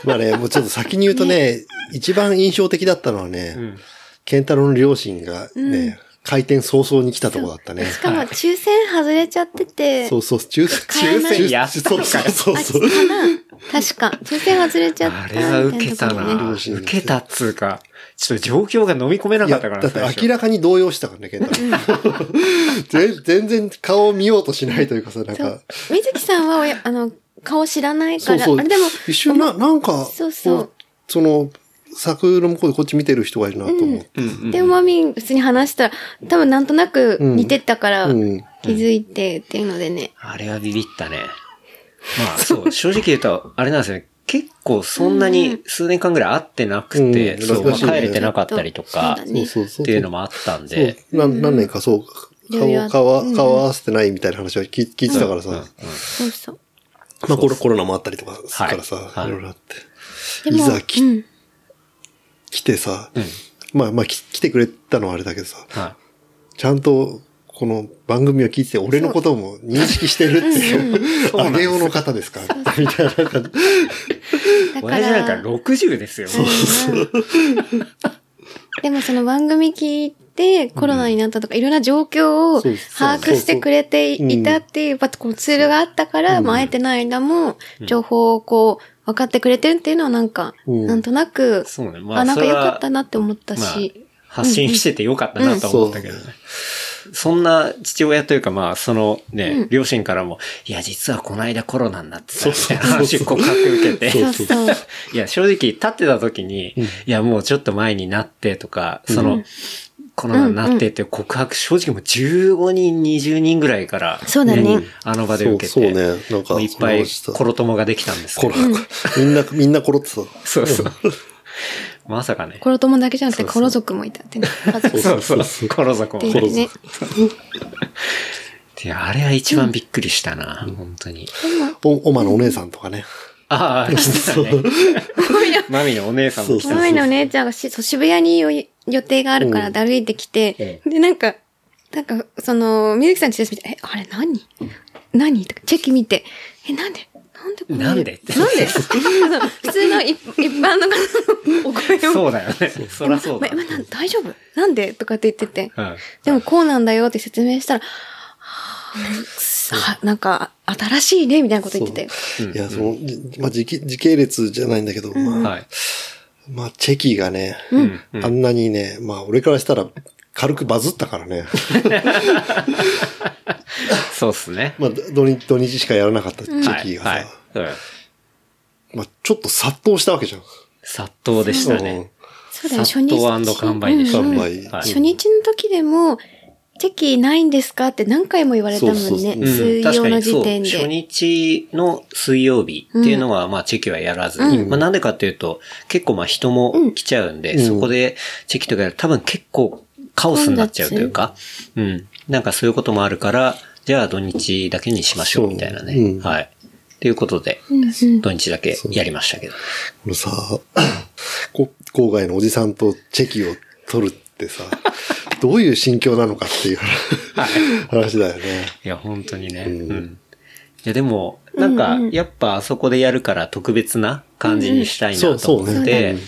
S3: まあね、もうちょっと先に言うとね、一番印象的だったのはね、
S2: うん。
S3: ケンタロウの両親がね、
S1: うん
S3: 開店早々に来たとこだったね。
S1: しかも抽選外れちゃってて、
S3: そうそう、抽選、
S1: 買えない
S3: 抽
S2: やっ
S3: 選
S2: たの
S3: そう
S2: か
S3: そう
S2: よ
S3: そう
S1: あ、
S3: そ
S1: か
S3: う。
S1: な確か。抽選外れちゃった
S2: あ
S1: み
S2: れ
S1: たいな
S2: は
S1: ところね。
S2: 受けたな。
S3: 両親が来
S2: 受
S3: て
S2: けたっつうか、ちょっと状況が飲み込めないか
S3: や、
S2: ったから
S3: だって
S2: 最初
S3: 明らかに動揺してたからね、ケンタロ ウ全全然顔を見ようとしないというかさ、なん
S1: そ
S3: か
S1: う。。水木さんはおや、あの、顔知らない
S3: そ
S1: か
S3: う
S1: ら。
S3: そう。
S1: あれでも、
S3: 一瞬な、なんか、
S1: そうそう
S3: こその、柵の向こうでこっち見てる人がいるなと思って。
S2: うんうん
S1: で、おまみん普通に話したら、多分なんとなく似てったから、
S3: うん。
S1: 気づいてっていうのでね。
S2: あれはビ ビったね。まあそう、正直言うと、あれなんですよね。結構そんなに数年間ぐらい会ってなくて、
S3: うん
S2: そう
S3: 懐
S2: まあ
S3: かしいね
S2: 帰れてなかったりとか、
S1: そうだ
S3: そう
S1: ね
S3: そうそう。
S2: っていうのもあったん
S3: そう
S2: で、。
S3: な何年かそう、
S1: いろいろあ
S3: 顔、顔
S1: っ
S3: は
S1: うん
S3: 顔合わせてないみたいな話は聞い聞いてたからさ。
S1: そうそう。
S3: まあコロコロナもあったりとかするから
S2: はい
S3: さ、
S2: はい
S3: いろいろあって。
S1: で
S3: い
S1: も、
S3: ざき
S1: うん。
S3: 来てさ、
S2: うん
S3: まあまあき来てくれたのはあれだけどさ、
S2: は
S3: ちゃんとこの番組を聞いてて俺のことも認識してるっていう、
S2: そう
S3: あげようの方ですかみたいな感じ。
S1: だ
S2: い。
S1: か、
S2: 親父なんから60ですよ。
S1: うんでもその番組聞いて、コロナになったとか、いろんな状況を
S3: そう
S1: 把
S3: そう
S1: 握してくれていたっていう、やっぱこうツールがあったから、まあ会えてない間も、情報をこう、分かってくれてるっていうのはなんか、
S3: うん
S1: なんとなく、
S2: そうね。ま
S1: あ、
S2: あ
S1: なん
S2: そ
S1: か
S2: れ
S1: 良
S2: は
S1: かったなって思った
S2: まあ
S1: し、、
S2: 発信しててよかったなと思ったけどね。そんな父親というかまあ、そのね、両親からも、いや、実はこの間コロナになってたみたいな話を告白受けて、
S1: そうそう。
S2: いや、正直、立ってた時に、いや、もうちょっと前になってとか、その、コロナになってっていう告白、正直もう15人、20人ぐらいから、
S1: そうだね
S2: あの場で
S3: そう
S2: 受けて、
S3: そうね。なん
S2: も
S3: か、
S2: ういっぱい
S3: その
S2: コロ友ができたんですけ
S3: コ
S2: ど
S3: ロ、みんな、みんなコロってさ、
S2: そう そう。まさかね。
S1: コロ友だけじゃなくて、
S2: そう
S1: コ
S2: そう
S1: ロ族もいたってね。家族っ
S2: そうそう、コロ族も
S1: て
S2: ね。
S1: いうね。
S2: いや、あれは一番びっくりしたな、本当に。
S3: お、おまのお姉さんとかね。
S2: ああ、来たね。マミのお姉さんも来た
S3: そう
S1: マミのお姉ちゃんがしそう渋谷によ予定があるからで歩いてきて、で、なんか、なんか、その、みずきさんちですみて、え、あれ何何とか、チェキ見て、え、なんでなんでこれ
S2: なんでって
S1: なんで普通の一一般の方 のお声を。
S2: そうだよね。そりゃそうだ。
S1: えままな大丈夫なんでとかって言ってて。
S2: うん
S1: でもこうなんだよって説明したら、はあ、なんか、新しいね、みたいなこと言ってたよ。
S3: いや、その、じまあ、時系時系列じゃないんだけど、まあ、
S2: はい。
S3: まあ、チェキがね、
S2: うん
S3: あんなにね、まあ、俺からしたら、軽くバズったからね。
S2: そうっすね。
S3: まあ、土日、土日しかやらなかったチェキがさ、
S2: はいはいうん
S3: まあ、ちょっと殺到したわけじゃん。
S2: 殺到でしたね。
S1: そうだよ、初
S2: 殺
S1: 日。
S2: 到完売でした
S3: うん
S2: ね。
S3: 完売
S2: はい
S1: 初日の時でも、チェキないんですかって何回も言われたもんね。
S3: そうそうそう
S1: 水曜の時点
S2: 確か
S1: で。
S2: にそう初日の水曜日っていうのは、まあ、チェキはやらずに、まあ、なんでかっていうと、結構まあ、人も来ちゃうんで、そこでチェキとかやると多分結構カオスになっちゃうというか、うん。なんかそういうこともあるから、じゃあ土日だけにしましょうみたいなね。
S3: そううん
S2: はい。ということで、
S1: うん
S2: 土日だけやりましたけど。
S3: このさ、 こ郊外のおじさんとチェキを取るって さ、どういう心境なのかっていう話話だよね。
S2: いや、本当にね。うん。いやでも、なんか
S1: うんう、ん
S2: やっぱあそこでやるから特別な感じにしたい
S3: うんう
S2: なんと思
S3: そう
S2: っ
S3: そう
S2: て、
S3: ね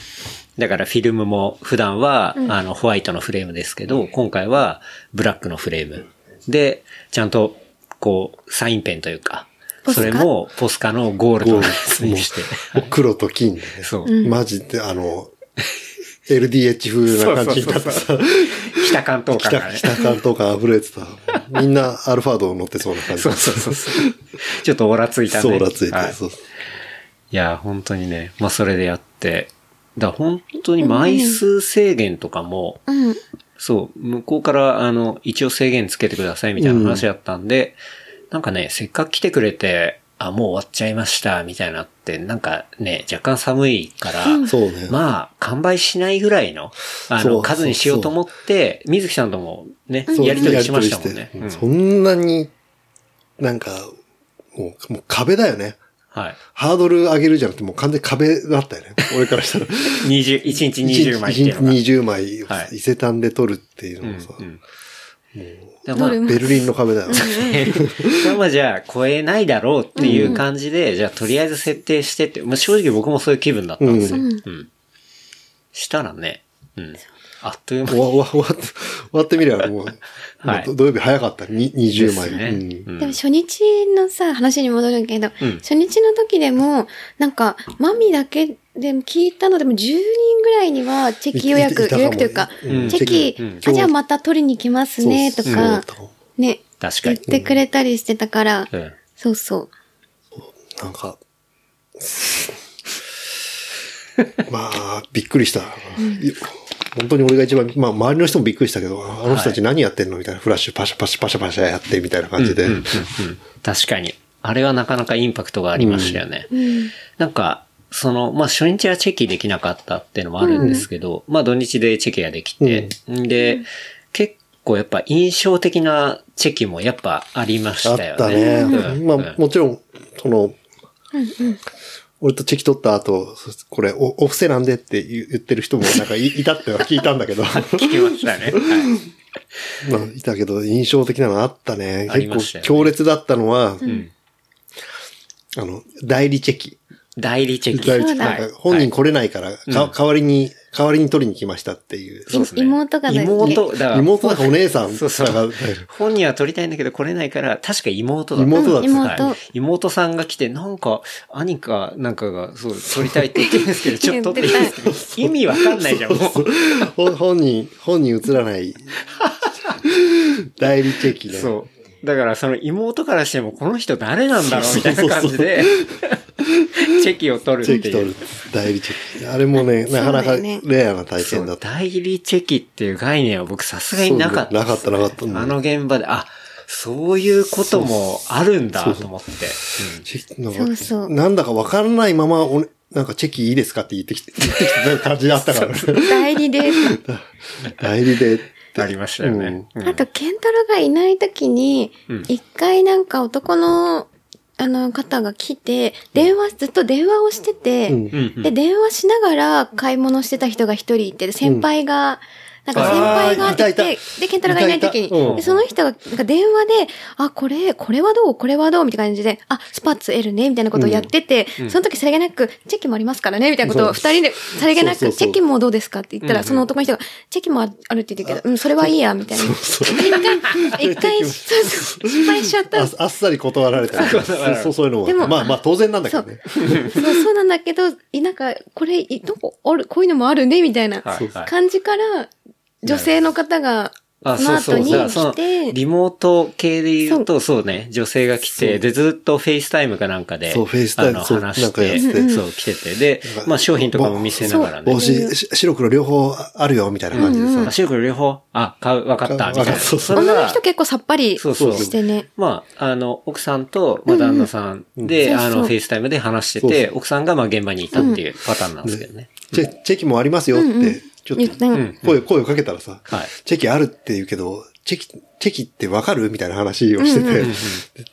S2: だからフィルムも普段は、
S1: うん
S2: あの、ホワイトのフレームですけど、今回はブラックのフレーム。で、ちゃんと、こう、サインペンというか、
S1: ポス
S2: そ
S1: カ
S2: れもポスカのゴールドのやつにして。
S3: もう黒と金でね。
S2: そう。
S1: うん
S3: マジで、あの、LDH 風な感じになってさ、
S2: 北関東から
S3: 北
S2: ね。
S3: 北関東感溢れてた。みんなアルファード乗ってそうな感じ。
S2: そうそうそうそう。ちょっとオラついたね。
S3: そうらついて
S2: は
S3: そう
S2: いや、本当にね。まあ、それでやって。だから本当に枚数制限とかも、
S1: うん。
S2: そう、向こうから、あの、一応制限つけてくださいみたいな話だったんで、なんかね、せっかく来てくれて、あ、もう終わっちゃいました、みたいなって、なんかね、若干寒いから、
S3: そうね。
S2: まあ、完売しないぐらいの、あ
S3: そ
S2: の、
S3: う
S2: 数にしようと思って、水木さんともね、
S3: そう
S2: やりとりしましたもん
S3: や
S2: ね
S3: り。と
S2: う
S3: り
S2: ん
S3: してそんなに、なんか、もう、もう壁だよね。
S2: はい。
S3: ハードル上げるじゃなくて、もう完全に壁だった よね。俺からしたら。
S2: 20、1日20枚っていうのが。
S3: 一日20枚
S2: は、い
S3: 伊勢丹で撮るっていう
S2: うん
S3: の
S2: う
S3: もさ、
S2: んだか
S1: ノ
S2: らまあ
S1: ルマ
S3: ベルリンの壁 だよね。
S2: それはじゃあ超えないだろうっていう感じで、じゃあとりあえず設定してって、まあ、正直僕もそういう気分だったんですよ。
S1: う
S2: うんん。したらね、うん。あっという間
S3: 終
S2: に
S3: わ終わ終わって、終わってみればもう、
S2: はい
S3: もう土土曜日早かった。に
S2: で
S3: 20枚。
S2: すね。
S3: うん
S2: うん
S1: でも初日のさ、話に戻るけど、
S2: うん
S1: 初日の時でも、なんか、マミだけでも聞いたのでも10人ぐらいにはチェキ予約、
S3: いいた
S1: 予約というか、
S2: うん
S1: チェキ、
S2: うん
S1: あ、じゃあまた取りに来ますね、と
S3: そうそうだ
S1: か
S3: っ、たかも
S1: ね、
S2: 確か
S1: 言っ
S2: に。
S1: てくれたりしてたから、
S2: うん。
S1: そうそう。
S3: なんか、 まあ、びっくりした。本当に俺が一番、まあ、周りの人もびっくりしたけど、あの人たち何やってんのみたいな、フラッシュパシャパシャパシャパシャやってみたいな感じで。
S2: うんうんうん確かに。あれはなかなかインパクトがありましたよね。
S1: うん。
S2: なんか、その、まあ、初日はチェキできなかったっていうのもあるんですけど、まあ、土日でチェキができて、ん、で、結構やっぱ印象的なチェキもやっぱありまし
S3: あ
S2: た
S3: っ
S2: よ
S3: た
S2: ね。
S3: ね。
S2: うん
S3: ま
S2: う
S3: あ、
S2: ん
S3: もちろん、その、俺とチェキ取った後、これお、お布施なんでって言言ってる人もなん かいいたっては聞いたんだけど、
S2: 聞きまし たね。はい
S3: まあ、いたけど、印象的なのあったね。
S2: あり
S3: 結
S2: ました
S3: 構強
S2: よね
S3: 烈だったのは、
S2: ん
S3: あの、代理チェキ。
S2: 代理チェキ。
S3: 代理チ
S1: そ
S3: ェ
S1: う
S3: キ。
S1: だ
S3: なんか本人来れないから、か代わりに、代わりに取りに来ましたっていう。
S2: そうですね。
S1: 妹がだよね
S2: 妹、だから
S3: 妹なんかお姉さん
S2: そうそう
S3: だから
S2: 本人は撮りたいんだけど来れないから、確か妹だった。
S3: 妹だった
S1: 妹
S2: はい妹さんが来て、なんか、兄か、なんかが、そう、撮りたいって言ってるんですけど、ちょっと撮っていいですか意味わかんないじゃん、もう。
S3: ほ本人、本人映らない。代理チェキね。
S2: そう。だからその妹からしてもこの人誰なんだろうみたいな感じで、チェキを取るっ
S3: チ
S2: て
S3: ェキ取
S2: い
S3: る
S2: う。。
S3: 代理チェキ。あれも ね、なかなか
S1: そうだよね
S3: レアな体
S2: そ
S3: 験だ
S2: う、
S3: った。
S2: 代理チェキっていう概念は僕さすがになかった。
S3: なかった、なかった。うん
S2: あの現場で、あ、そういうこともあるんだと思って。うん
S3: チェキなんか
S1: そうそう
S3: なんだかわからないまま、おねなんかチェキいいですかって言ってきて、 言ってきた感じだったからね。
S1: 代理で、
S3: 代理で。
S2: ありましたよね。うん
S1: あと、ケンタロがいない時に
S2: うん、
S1: 一回なんか男の、あの方が来て、電話、ずっと電話をしてて、
S3: うん
S2: うんうん
S1: で、電話しながら買い物してた人が一人いて、先輩が、なんか先輩が
S3: あーいたいた
S1: で、で、ケンタロウがいない時
S3: いたいたう
S1: に、
S3: ん
S1: でその人が、なんか電話で、あ、これ、これはどうこれはどうみたいな感じで、あ、スパッツ L ねみたいなことをやってて、その時さりげなく、チェキもありますからねみたいなこと
S3: そ
S1: を
S3: う
S1: 二人で、さりげな
S3: そうそう
S1: く、
S3: そう
S1: チェキもどうですかって言ったら、その男の人が、チェキもあるって言ってるけど、うん、それはいいや、みたいな。一回、一回、そうそう失敗しちゃった
S3: ああっさり断られたりとか。そうそうそういうの
S1: で
S3: も。
S1: も
S3: まあまあ当然なんだけどね。
S1: そう、そうなんだけど、いなんか、これ、いどこ、ある、こういうのもあるね、みたいな
S2: はいはい
S1: 感じから、女性の方が、
S2: あ、
S1: その
S2: そ
S1: 後
S2: うそう。
S1: に
S2: だからその
S1: 来て、
S2: リモート系で言うと、そうね、女性が来て、で、ずっとフェイスタイムかなんかで、
S3: そうフェイスタイム
S2: あの
S3: そう
S2: 話
S3: なん
S2: し
S3: かや
S2: て、
S3: ってて
S2: そう、来てて、で、まあ、商品とかも見せながらね
S3: 帽。子、し白黒両方あるよ、みたいな感じでさ。
S2: あシルク両方、あ、買う、わかった、み
S3: わ
S2: た
S3: か
S2: い
S3: った
S2: な。
S3: そう
S2: それ
S1: 女の
S2: は
S1: 人結構さっぱり
S2: そうそう
S1: してね。
S2: まあ、あの、奥さんと、まあ、旦那さんで、
S1: うんうん
S2: あ
S1: そう
S2: の、
S1: そう
S2: フェイスタイムで話して
S3: そう
S2: て、
S3: そ
S2: 奥さんが、まあ、現場にいたっていうパターンなんですけどね。
S3: チェチェキもありますよって、ちょっ
S1: 言って
S3: と
S1: ね
S3: 声、声をかけたらさ
S2: はい、
S3: チェキあるって言うけど、チェキ、チェキってわかるみたいな話をしてて、で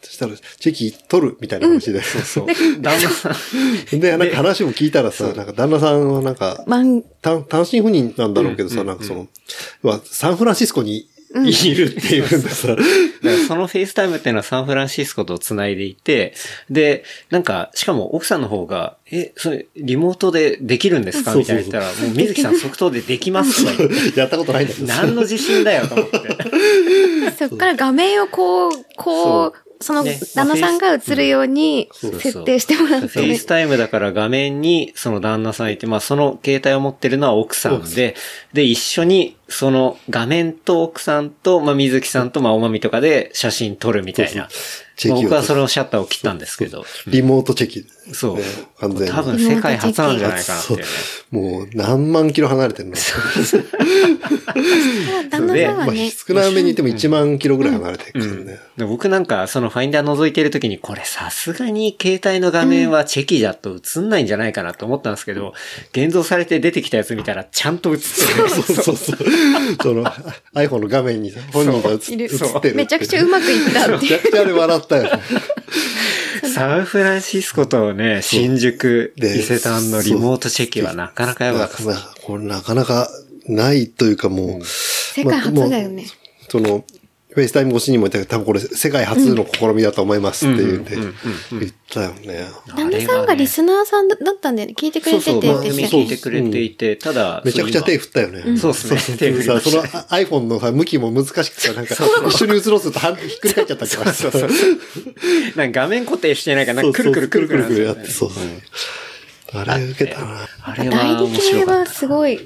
S3: そしたら、チェキ取るみたいな話で。
S2: そう。 旦那さん、
S3: で、なんか話も聞いたらさ、なんか旦那さんはなんか、
S1: まん、
S3: 単単身赴任なんだろうけどさ、なんかその、まあサンフランシスコにいるっていうんださ。
S2: だからそのフェイスタイムっていうのはサンフランシスコと繋いでいて、で、なんか、しかも奥さんの方が、え、それ、リモートでできるんですか
S3: そう
S2: み
S3: そ
S2: た
S3: う
S2: い
S3: そう
S2: な言ったら、もう水木さん即答でできますとか言って。
S3: やったことないんだけど。
S2: 何の自信だよと思 って。
S1: そっから画面をこう、こう、その、
S2: ね
S1: 旦那さんが映るように
S2: そうそう
S1: 設定してもらっ
S2: フ
S1: て
S2: ェイ
S1: ね
S2: ス。タイムだから画面にその旦那さんいて、まあその携帯を持ってるのは奥さんで、で、一緒にその画面と奥さんと、まあ水木さんと、まあおまみとかで写真撮るみたいな。
S3: チェ
S2: まあ
S3: キを
S2: 僕はそれをシャッターを切ったんですけど。
S3: リモートチェキ。
S2: そう
S3: ね完全に。
S2: 多分世界初なんじゃないかなっていうね。
S3: もう何万キロ離れてるの。
S1: 旦那さんは
S3: まあ、
S1: ね、
S3: 少なめに言っても1万キロぐらい離れてるからね。
S2: で僕なんか、そのファインダー覗いてる時に、これさすがに携帯の画面はチェキだと映んないんじゃないかなと思ったんですけど、現像されて出てきたやつ見たらちゃんと映ってる。
S3: そうそうそう。その iPhone の画面に本人が映
S1: い
S3: っ
S1: る
S3: 映ってる。
S1: めちゃくちゃう
S3: め。
S1: まくいったって
S3: め
S1: い
S3: ち
S1: う。
S3: ゃくちゃあれ笑ったよ。
S2: サンフランシスコとね、新宿、
S3: で
S2: 伊勢丹のリモートチェキはなかなかやば
S3: な
S2: かっ
S3: かなか、これなかなかないというかもう、
S1: 世界初だよね。
S3: その、フェイスタイム越しにも言ったけど、多分これ世界初の試みだと思いますって言うんで、言ったよね。
S2: た。
S1: 旦那さんがリスナーさんだったんだよね。聞いてく
S2: そ
S1: れ
S2: う
S1: ててっ
S2: そう、
S1: て言
S2: 番
S1: って
S2: 組
S1: た
S2: 聞
S1: よ
S2: いて
S1: ね。
S2: くれていて、ただ、
S3: めちゃくちゃ手振ったよね。
S2: そうですね。手振り
S3: さ
S2: ま
S3: そ
S2: し
S3: の
S2: たね
S3: iPhone のさ向きも難しくて、なんか、一緒に映ろうとするとはんひっくり返っちゃったりとか
S2: そうそうなんか画面固定してないから、なんかくるくるくるくる
S3: くるくるや
S2: な
S3: っ
S2: ん
S3: て、
S2: ですよね
S3: そうそう。あれ受けたな。
S2: あれ
S1: 代
S2: は
S1: 理
S2: 面白
S1: 系
S2: かっ
S1: はすごい、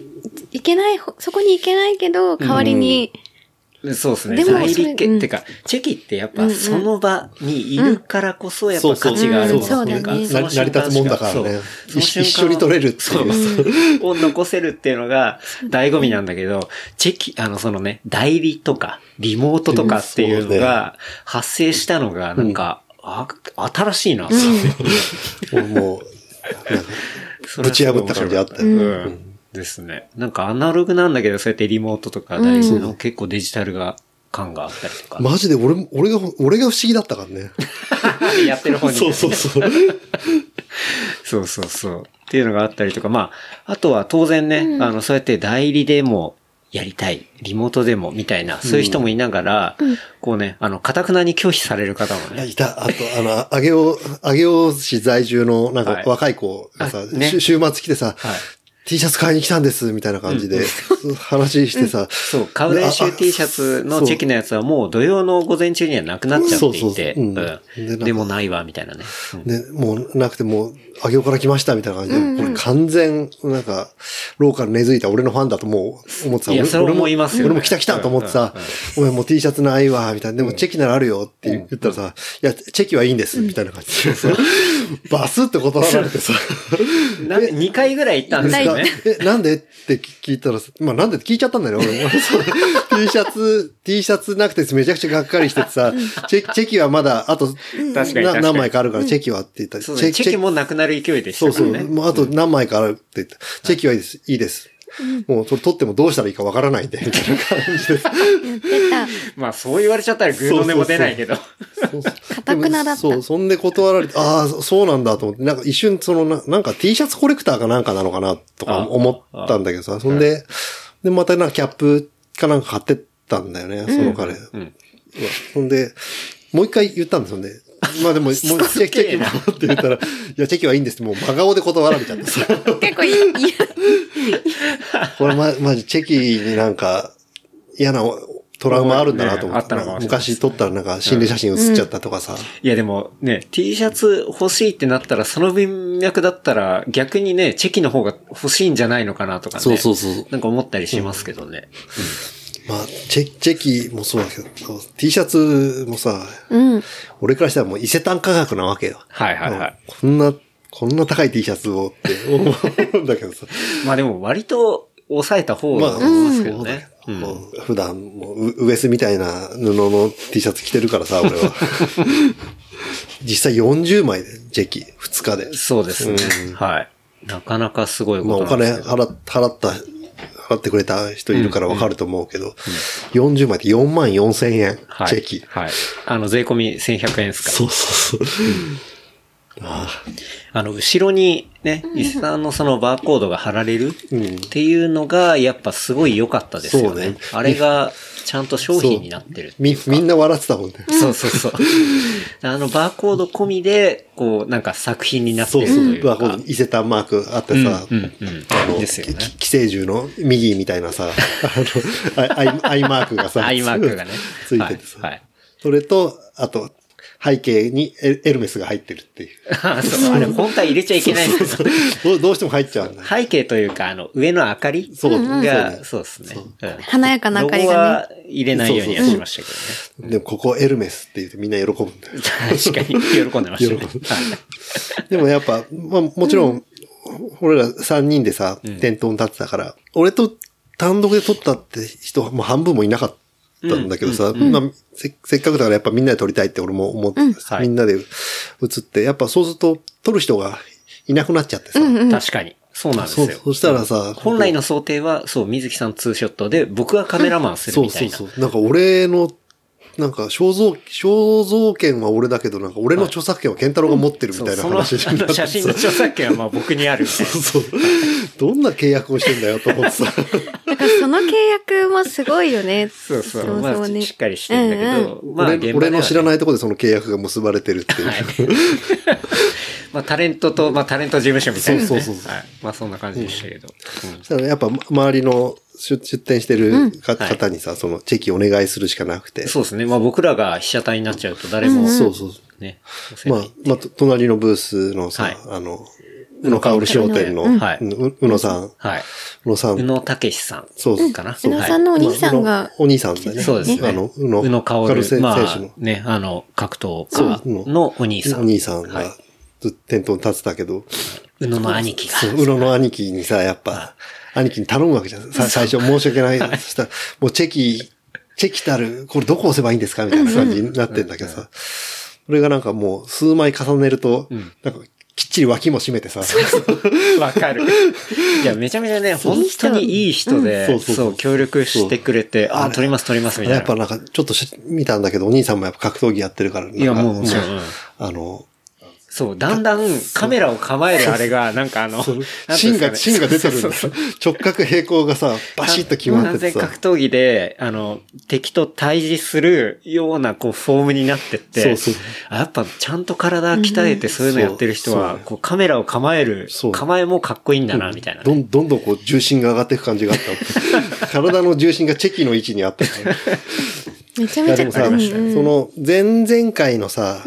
S1: いけない、そこに行けないけど、代わりに、
S2: た。そうですね。
S1: でも
S2: 代理
S1: それう
S2: 系
S1: ん
S2: ってか、チェキってやっ
S1: うん
S2: ぱ
S1: うん
S2: その場にいるからこそやっぱ価値がある
S1: そうそう
S2: っていうか
S1: うんうん
S2: その
S3: 成り
S2: 瞬間
S3: 立つもんだから
S2: し
S3: ね
S2: か。そう
S3: 一
S2: そ
S3: 一緒
S2: の瞬間
S3: に撮れるって
S2: そう
S3: いう。
S2: を残せるっていうのが醍醐味なんだけど、チェキ、あの、そのね、代理とか、リモートとかっていうのが、発生したのが、なんか、あ新しいな、
S3: も、ぶ
S2: そうれは
S3: ち
S2: すごい
S3: 破った感じあったよ
S2: う
S3: ね。
S2: ん。ですね。なんかアナログなんだけど、そうやってリモートとか大事の結構デジタルが、感があったりとか。
S3: マジで俺も、俺が、俺が不思議だったからね。
S2: やってる方に。
S3: そうそうそう。
S2: そうそうそう。っていうのがあったりとか、まあ、あとは当然ね、あの、そうやって代理でもやりたい、リモートでもみたいな、そういう人もいながら、こうね、あの、かたくなに拒否される方も
S3: いや
S2: ね。
S3: いた。あと、あの、あげお、あげお市在住の、なんか
S2: はい、
S3: 若い子がさ、
S2: あね
S3: 週週末来てさ、
S2: はい。
S3: T シャツ買いに来たんです、みたいな感じで、話してさ、
S2: そう、買う練習 T シャツのチェキのやつはもう土曜の午前中にはなくなっちゃって
S3: そう
S2: い
S3: そう
S2: て、
S3: そうう
S2: う
S3: んんでなんか
S2: でもないわ、みたいなね。うん
S3: ね、もうなくてもう、あげおから来ましたみたいな感じで、これ完全、なんか、ローカル根付いた俺のファンだともう思ってた。
S2: いや
S3: 俺
S2: それは
S3: 俺も
S2: 思いますよね
S3: 俺も来た来たと思ってさ、お前もう T シャツないわ、みたいな。でもチェキならあるよって言ったらさ、いや、チェキはいいんです、みたいな感じでさ、バスって断られてさ、
S2: なんか2回ぐらい行ったんですよね。
S3: え、なんでって聞いたらさ、まあなんでって聞いちゃったんだよね、 俺も。そう T シャツ、T シャツなくてめちゃくちゃがっかりしててさ、チェチェキはまだ、あと、
S2: 確かに確か
S3: な
S2: に
S3: 何枚かあるからチェキはって言ったら、
S2: そうねチェキもなくなる勢いでしたから
S3: そう
S2: ね。
S3: そう。もうあと何枚かあるって言って、チェキはいいです。いいです。もう、それ取ってもどうしたらいいかわからないんで、みたいな感じで。
S1: 出た。
S2: まあ、そう言われちゃったらグーの音も出ないけど。
S3: か
S1: たくなだった
S3: そう、そんで断られて、ああ、そうなんだと思って、なんか一瞬、そのな、なんか T シャツコレクターかなんかなのかな、とか
S2: あ
S3: 思ったんだけどさ、そんで、で、またなんかキャップかなんか買ってったんだよね、その彼。うんそんで、もう一回言ったんですよね。まあでも、もうチェキ、チェキもって言ったら、いや、チェキはいいんですって、もう真顔で断られちゃってさ。
S1: 結構いい。いや
S3: これま、まじチェキになんか嫌なトラウマあるんだなと思
S2: ねあ
S3: っ、
S2: ってたのかもしれない
S3: 昔撮ったらなんか心霊写真写っちゃったとかさ。
S2: いやでもね、T シャツ欲しいってなったら、その文脈だったら、逆にね、チェキの方が欲しいんじゃないのかなとかね。
S3: そうそうそう。
S2: なんか思ったりしますけどね。
S3: まあ、チェチェキもそうだけど、T シャツもさ、
S1: うん。
S3: 俺からしたらもう伊勢丹価格なわけよ。
S2: はいはいはい。
S3: こんな、こんな高い T シャツをって 思うんだけどさ。
S2: まあでも割と抑えた方
S3: ま
S2: だ
S3: あ、
S2: と思いますけど
S3: そうだ
S2: ね
S3: け。ど
S2: うん
S3: もう普段もうウ、ウエスみたいな布の T シャツ着てるからさ、俺 は。実際40枚で、チェキ、2日で。
S2: そうですね。はい。なかなかすごいこ
S3: まあお
S2: となん
S3: 金
S2: ですけど。
S3: 払っ払った、払ってくれた人いるからわかると思うけど、40枚で4万4千円、
S2: はい。
S3: チェキ。
S2: はい。あの、税込み1100円ですから。
S3: そうそうそう。ああ
S2: あの、後ろにね、伊勢丹のそのバーコードが貼られるっていうのが、やっぱすごい良かったですよ
S3: そうね
S2: ね。あれが、ちゃんと商品になってるってい
S3: み
S2: うか、
S3: みんな笑ってたもんね。
S2: そうそうそう。 あの、バーコード込みで、こう、なんか作品になって
S3: そう
S2: る
S3: そ。
S2: といううか。
S3: まあ、この伊勢丹マークあってさ、
S2: うんうん
S3: あ
S2: う
S3: の
S2: ん。ですよね。
S3: き寄生獣の右みたいな さ、あの、アイアイマークがさ、。
S2: アイマークがね
S3: ついててさ、
S2: はい。はい
S3: それと、あと、背景にエルエルメスが入ってるっていう。
S2: あそう、あれ本体入れちゃいけないんですよ。
S3: どうどうしても入っちゃうんだよ。
S2: 背景というか、あの、上の明かり
S3: そううんうん
S2: が、そうですね。うん
S1: 華やかな明かり
S2: ロゴ
S1: がね。
S2: は入れないようにはしましたけどね。
S3: でもここエルメスって言うとみんな喜ぶんだよ。
S2: 確かに、喜んでましたね
S3: 喜。
S2: はい
S3: でもやっぱ、まあもちろん、俺ら3人でさ、店頭に立ってたから、俺と単独で撮ったって人もう半分もいなかったんだけどさ、まあせせっかくだからやっぱみんなで撮りたいって俺も思って、
S2: はい
S3: みんなで写って、やっぱそうすると撮る人がいなくなっちゃってさ、
S2: 確かに。そうなんです
S3: そ
S2: よ
S3: う。そしたらさ、
S2: 本来の想定は、そう、水木さんツーショットで、僕がカメラマンする
S3: そう
S2: みた
S3: そう
S2: いな
S3: そ。う。なんか俺の、なんか肖像、肖像権は俺だけど、なんか俺の著作権は健太郎が持ってるみ
S2: そ
S3: た
S2: う
S3: いな
S2: その
S3: 話にな
S2: あ
S3: っ
S2: の
S3: て
S2: 写
S3: さ
S2: 真の著作権はまあ僕にあるみたいな。
S3: そう。どんな契約をしてんだよと思ってさ。
S1: だからその契約もすごいよね。
S2: そうそう。
S1: そも
S2: ま
S1: そも
S2: あ、
S1: ね。
S2: しっかりしてんだけど、まあ、
S3: 俺
S2: 現場では
S3: 俺の知ら
S2: い。
S3: ないところでその契約が結ばれてるっていう。
S2: まあ、タレントと、まあ、タレント事務所みたいな、ね。
S3: そうそうそうそう
S2: はい。まあ、そんな感じでしたけど。うん
S3: そしたらやっぱ周りの出出店してるか
S2: はい
S3: 方にさ、そのチェキお願いするしかなくて。
S2: そうですね。まあ、僕らが被写体になっちゃうと、誰も、
S3: そうそう。
S2: ね。お世
S3: ま
S2: 話
S3: あ
S2: に、
S3: まあ、と隣のブースの
S2: は
S3: さ
S2: い、
S3: あの、宇野薫商店の、
S2: うんはいう
S3: 宇野さん、
S2: はい。
S3: 宇野さ
S2: 宇
S3: ん
S2: 野武さん。
S3: そう
S2: かな。
S1: 宇野さんのお兄さん
S3: まあ
S1: が、
S3: 宇野お兄さんだね。
S2: そうですね。
S3: あの、宇野、
S2: 宇野薫
S3: 選手
S2: ま
S3: の
S2: あ、ね、あの、格闘家のお兄さん。
S3: お兄さん
S2: はい
S3: が、ずっと店頭に立ってたけど、
S2: 宇野の兄貴が。
S3: そう、宇野の兄貴にさ、やっぱ、兄貴に頼むわけじゃん。さ最初申し訳ない。そしたら、もうチェキ、チェキたる、これどこ押せばいいんですかみたいな感じになってんだけどさ。それがなんかもう数枚重ねると、なんかきっちり脇も締めてさ、
S2: わかる。いや、めちゃめちゃね、本当にいい人
S3: う
S2: で、
S3: んそうそう
S2: そう、協力してくれて、あ、撮ります撮りますみたい
S3: やっ
S2: な
S3: ぱ。なんかちょっとし見たんだけど、お兄さんもやっぱ格闘技やってるから、なんか
S2: いや、もう、もちろんうん
S3: あの、
S2: そう、だんだんカメラを構えるあれが、なんかあの、なんてい
S3: 芯
S2: うん
S3: が、
S2: です
S3: 芯
S2: かね
S3: が出てるんだ
S2: そう
S3: よ
S2: そうそう。
S3: 直角平行がさ、バシッと決まって
S2: 完
S3: て
S2: 全
S3: さ
S2: 格。闘技で、あの、敵と対峙するような、こう、フォームになってって、
S3: そうそう
S2: あやっぱ、ちゃんと体鍛えて、そういうのやってる人
S3: そう
S2: は
S3: そ、う
S2: こう、カメラを構える
S3: そう、
S2: 構えもかっこいいんだな、みたいなね、
S3: どんどんどんこう重心が上がっていく感じがあ った。体の重心がチェキの位置にあった。い
S1: めちゃめ
S3: や
S1: ち
S3: で
S1: ゃ、
S3: もさ、
S1: う
S3: そ
S1: んうん
S3: の前々回のさ、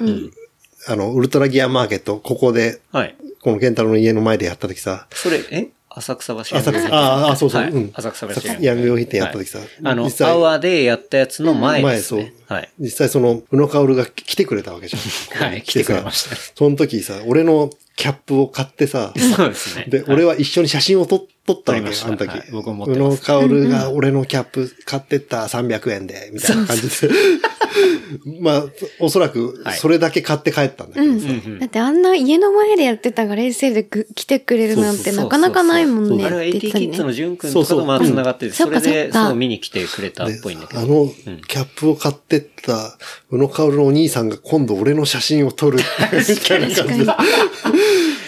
S3: あの、ウルトラギアマーケット、ここで、
S2: はい。
S3: このケンタロウの家の前でやった時さ、
S2: それ、え浅草橋
S3: 浅草、ああ、そうそう、
S2: はい
S3: うん。
S2: 浅草橋
S3: ヤング用品店やった時さ、
S2: あの
S3: 実、際
S2: アワーでやったやつの前ですね。
S3: 前
S2: はい。
S3: 実際その、宇野薫が来てくれたわけじゃん。
S2: はい
S3: さ
S2: 来てくれました
S3: その時さ、俺のキャップを買って さ、
S2: そうですね。
S3: で、俺は一緒に写真を撮撮ったわけ
S2: 撮りま
S3: よ、
S2: した
S3: あの時
S2: はい。僕も持っ
S3: 宇
S2: てま
S3: 野
S2: す
S3: 薫が俺のキャップ買ってった300円で、みたいな感じで。 まあ、おそらく
S2: はい、
S3: それだけ買って帰ったんだけどさ。
S1: だってあんな家の前でやってたが冷静でぐ来てくれるなんてなかなかないもんね。
S2: あれは
S1: って
S2: AT
S1: 言
S2: キ
S1: ってた
S2: ッズの
S1: ね。
S2: 淳君とかとまあ繋がってて、
S1: そ
S2: そう
S1: か
S2: れ
S1: そっ
S2: で、
S1: か
S2: そう見に来てくれたっぽいんだけ
S3: あ
S2: ど。
S3: の、キャップを買ってった、宇野薫のお兄さんが今度俺の写真を撮るっていう。みたいな感じで。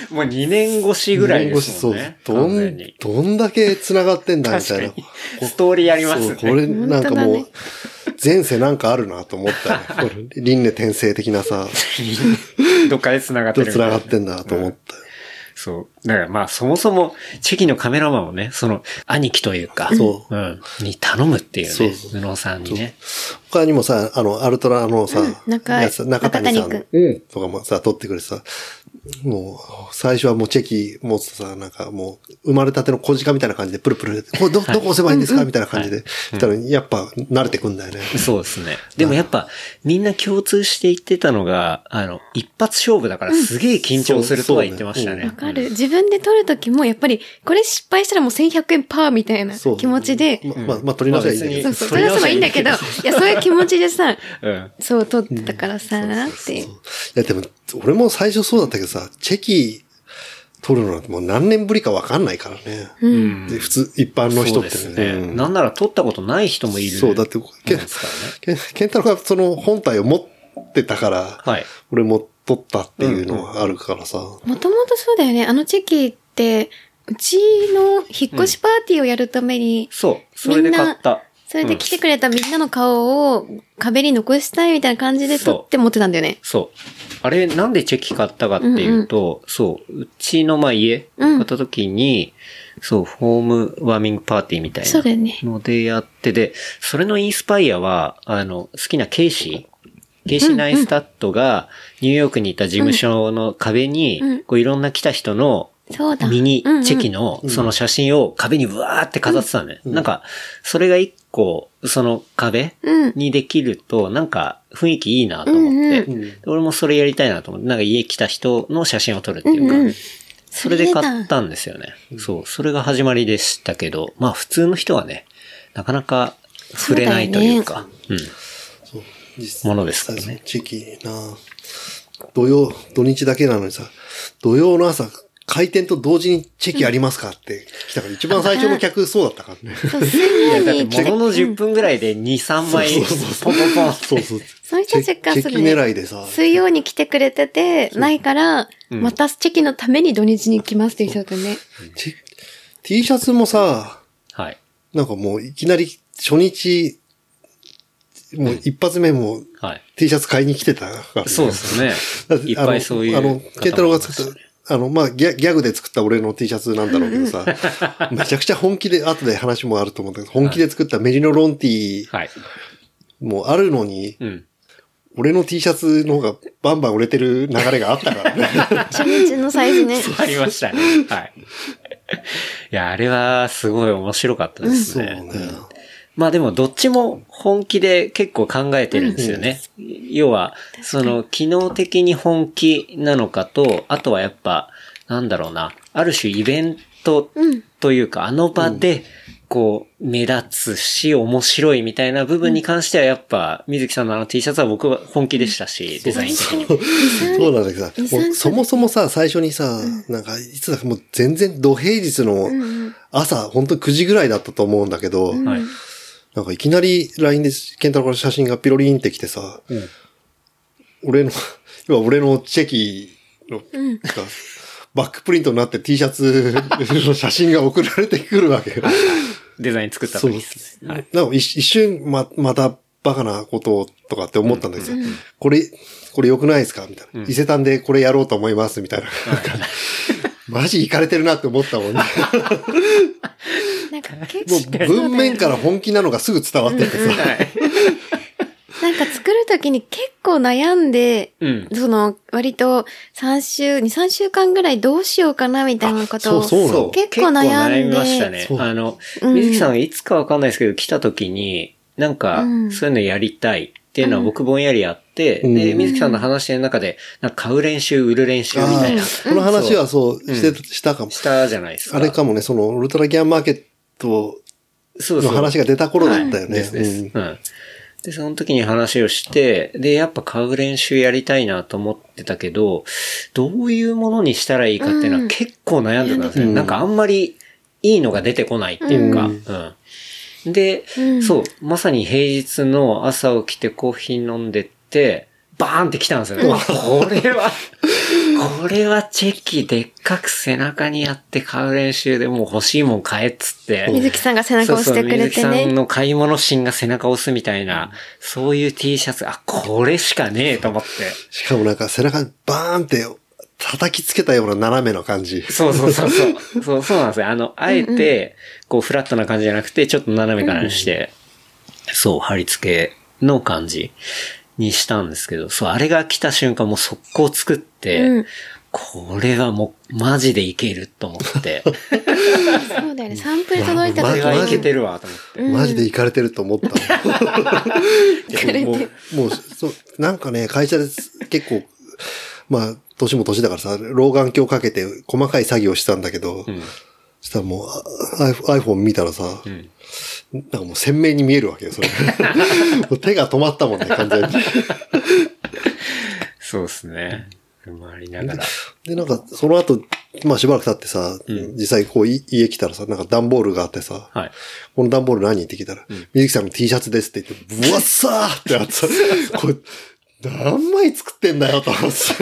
S2: もう2年越しぐらいですもんね。
S3: そうど
S2: 完全
S3: ん
S2: に、。
S3: どんだけ繋がってんだみ
S2: 確
S3: た
S2: か
S3: いな
S2: に。。ストーリーありま
S3: そ
S2: す
S3: う、これ
S2: ね。
S3: なんか
S1: 本当
S3: も
S1: だ
S3: う
S1: ね、
S3: 前世なんかあるなと思ったよ。 これ輪廻転生的なさ、
S2: どっかで繋がって
S3: と
S2: るみた
S3: 繋
S2: い
S3: が
S2: な
S3: っ。てんだと思ったよ。
S2: そう。だからまあそもそも、チェキのカメラマンをね、その、兄貴というか、
S3: そ
S2: うん。に頼むっていう
S3: そう
S2: ね
S3: そ、
S2: 布野さんにね。
S3: 他にもさ、あの、アルトラのさ、
S1: うん中
S3: やつ中谷さ
S1: 中谷
S3: んとかもさ、撮ってくれてさ、もう、最初はもうチェキ持つとさ、なんかもう、生まれたての小鹿みたいな感じで、プルプ ル、これど、どこ押せばいいんですかみたいな感じで、したら、やっぱ慣れてくんだよね。
S2: そうですね。でもやっぱ、みんな共通して言ってたのが、あの、一発勝負だからすげえ緊張するとは言ってましたね。
S1: わかる。自分で撮るときもやっぱり、これ失敗したらもう1100円パーみたいな
S3: そう
S1: 気持ちで、
S3: ま、まあ、まあ、撮り直しゃいいんだけ
S1: そ
S3: ど
S1: う。そう、
S2: 撮
S1: 撮
S2: り
S1: ら
S2: 直
S1: せ
S2: せば
S1: ば
S2: い
S1: いい
S2: いん
S1: ん
S2: だ
S1: だ
S2: け
S1: け
S2: ど
S1: ど、いや、そういう気持ちでさ、
S2: うん。
S1: そう撮ってたからさ、って。
S3: いや、でも、俺も最初そうだったけどさ、チェキ取るのなんてもう何年ぶりかわかんないからね。で普通、一般の人
S2: そ
S3: っ
S2: うで
S3: て
S2: す
S3: ね。
S2: ね。
S3: うん
S2: なんなら撮ったことない人もいる。
S3: そう、だって、け
S2: ですからね
S3: けケンタロウがその本体を持ってたから、
S2: はい
S3: 俺も取ったっていうのはあるからさ。
S1: もともとそうだよね。あのチェキって、うちの引っ越しパーティーをやるために、
S2: そう。それで買った。
S1: それで来てくれたみんなの顔を壁に残したいみたいな感じで撮って持ってたんだよね。
S2: そう。あれ、なんでチェキ買ったかっていうと、そう、うちのまあ家、
S1: うん
S2: 買った時に、そう、ホームワーミングパーティーみたい
S1: そうだよ
S2: な
S1: ね
S2: のでやって、で、それのインスパイアは、あの、好きなケイシー、ケイシー・ナイスタットが、ニューヨークにいた事務所の壁に、
S1: うん
S2: こういろんな来た人の、
S1: そうだ。
S2: ミニチェキ
S1: の。
S2: のその写真を壁にブワーって飾ってたのね。なんか、それが一個、その壁
S1: うんうん。
S2: にできると、なんか雰囲気いいなと思っ
S1: う
S2: て、
S1: ん
S3: うん
S2: で俺もそれやりたいなと思って、なんか家来た人の写真を撮るっていうか、
S1: うんうん
S2: それで買ったんですよね。そう、それが始まりでしたけど、まあ普通の人はね、なかなか触れないというか、う
S3: そう
S2: ものですからね
S3: 実際地域な土曜、土日だけなのにさ、土曜の朝、開店と同時にチェキありますかって来たから、一番最初の客そうだった からね。
S1: そう、水曜
S2: ん。だっ
S1: に
S2: て、
S1: 来て
S2: ものの10分ぐらいで2、3枚、ポンポンポンって
S3: そうそう。
S1: その人たちから
S3: チェ
S1: す
S3: キ
S1: るね
S3: 狙いでさ、
S1: 水曜に来てくれてて、ないから、またチェキのために土日に来ますっていう人だったよね。
S3: チェ T シャツもさ、
S2: はい。
S3: なんかもういきなり初日、もう一発目も
S2: はい。
S3: T シャツ買いに来てたから、
S2: そうですね
S3: だて。
S2: いっぱいそういう。
S3: あの、あのケンタロウが作った、あの、まあギャ、ギャグで作った俺の T シャツなんだろうけど さ、めちゃくちゃ本気で、後で話もあると思うんだけど、本気で作ったメリノロンティー
S2: はい。
S3: もあるのに、
S2: うん。
S3: 俺の T シャツの方がバンバン売れてる流れがあったから ね。
S1: 初日のサイズね。
S2: ありましたね。はい。いや、あれはすごい面白かったです
S3: そう
S2: ね。
S3: ね。
S2: まあでもどっちも本気で結構考えてるんですよね。要は、その機能的に本気なのかと、あとはやっぱ、なんだろうな、ある種イベント
S1: うん。
S2: というか、あの場で、こう、目立つし、面白いみたいな部分に関しては、やっぱ、水木さんのあの T シャツは僕は本気でしたし、デザイン的にも。
S3: そうなんだけどさも
S1: 二、三
S3: うそもそもさ、最初にさ、なんか、いつだかもう全然土平日の
S1: うん
S3: 朝、本当に9時ぐらいだったと思うんだけど、
S2: はい。
S3: なんかいきなり LINE でケンタロウから写真がピロリンってきてさ、俺の、 今俺のチェキの、なんかバックプリントになって T シャツの写真が送られてくるわけよ。
S2: デザイン作った
S3: そう
S2: 時
S3: で
S2: です
S3: す。なんか一一瞬ま、またバカなこととかって思ったんだけど、これ、これ良くないですかみたいな。伊勢丹でこれやろうと思います、みたいな。なんか マジ行かれてるなって思ったもんね。
S1: なんか結
S3: も
S1: 構
S3: う文面から本気なのがすぐ伝わっててさ。
S1: なんか作るときに結構悩んで、
S2: うん
S1: その、割と3週、2、3週間ぐらいどうしようかなみたいなことを。
S3: あそう
S2: そう
S1: 結構悩んで
S2: 結構みましたね
S3: そ。う
S2: あの、
S1: うん
S2: 水木さんがいつかわかんないですけど、来た時に、なんか
S1: う、ん
S2: そういうのやりたいっていうのは僕ぼんやりあって、
S3: うん
S2: で、
S3: うん
S2: 水木さんの話の中で、なんか買う練習、売る練習みたいな、
S3: あーこの話はそう、して、したかも。
S2: したじゃないですか。
S3: あれかもね、その、ウルトラギアンマーケット
S2: そうそ
S3: の
S2: う。
S3: 話が出た頃だったよね。
S2: ですです。
S3: うん
S2: うん。で、その時に話をして、で、やっぱ買う練習やりたいなと思ってたけど、どういうものにしたらいいかっていうの
S1: う
S2: は
S1: ん
S2: 結構悩んでたんですね。
S3: うん
S2: なんかあんまりいいのが出てこないっていうか、
S3: う
S2: うんん。で、
S1: うん
S2: そう、まさに平日の朝起きてコーヒー飲んでって、バーンって来たんですよ。うわ、これは、これはチェキでっかく背中にやって買う練習でもう欲しいもん買えっつって。
S1: 水木さんが背中を押してくれて
S2: そうそう水木さん
S1: ね。
S2: の買い物心が背中を押すみたいな、そういう T シャツ、あ、これしかねえと思って。
S3: しかもなんか背中にバーンって叩きつけたような斜めの感じ。
S2: そうそうそうそう。そう、そうなんですよ。あの、あえて、こう、フラットな感じじゃなくて、ちょっと斜めからにして、そう、貼り付けの感じにしたんですけど、そう、あれが来た瞬間、もう速攻作って、
S1: うん
S2: これはもう、マジでいけると思 って、
S1: そうだよね。サンプル届いた
S2: こ
S3: マ
S2: れ
S3: ジ
S1: 時
S2: はいけ
S1: に。
S2: てるわ、と思って。
S3: マジで行かれてると思った。
S1: くれて
S3: もう、もうそう、なんかね、会社です結構、まあ、年も年だからさ、老眼鏡かけて細かい作業してたんだけど、
S2: ん
S3: そしたらもうあ iPhone iPhone 見たらさ、
S2: ん
S3: なんかもう鮮明に見えるわけ よ、それ。もう手が止まったもんね、完全に。
S2: そうですね。回りながら。
S3: で、なんか、その後、まあしばらく経ってさ、実際こうい家来たらさ、なんか段ボールがあってさ、
S2: はい。
S3: この段ボール何って聞いたら、水木さんの T シャツですって言って、ぶわっさーってあ ってさ、これ、何枚作ってんだよと思ってさ。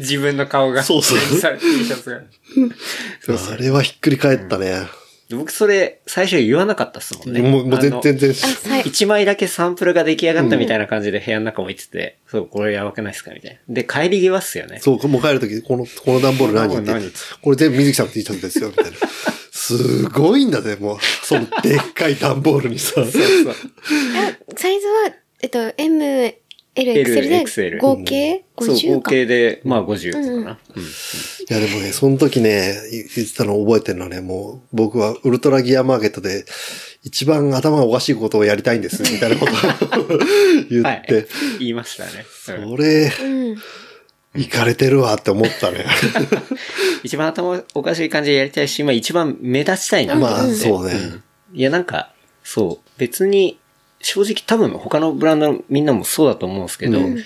S2: 自分の顔が。
S3: そうそう
S2: 展示されて T シャツが。
S3: あれはひっくり返ったね。
S2: 僕それ最初言わなかったっすもんね。
S3: もう、もう
S2: あの
S3: 全全然、
S1: あ、はい。
S2: 一枚だけサンプルが出来上がったみたいな感じで部屋の中置いてて、そう、これやばくないですかみたいな。で、帰り際っすよね。
S3: そう、もう帰るとき、この、この段ボール何って
S2: 何
S3: これ全部水木さんの T シャツですよ、みたいな。すごいんだぜ、もう。そのでっかい段ボールにさ。
S2: そう
S1: サイズは、えっと、M、L、XL で
S2: XL
S1: 合計
S2: そう。そう、
S1: 50
S2: 合
S1: か。
S2: 計で、まあ50かな。
S1: うん
S2: うん
S3: いやでもね、その時ね、い言ってたの覚えてるのはね、もう僕はウルトラギアマーケットで一番頭がおかしいことをやりたいんです、みたいなことを 言って、
S2: はい。言いましたね。う
S3: そ
S2: ん
S3: れ、
S1: うん。
S3: 行かれてるわって思ったね。
S2: 一番頭おかしい感じでやりたいし、まあ一番目立ちたいなって
S3: まあ
S2: 思って
S3: そうね
S2: んいや、なんか、そう、別に、正直多分他のブランドのみんなもそうだと思うんですけど、
S3: うん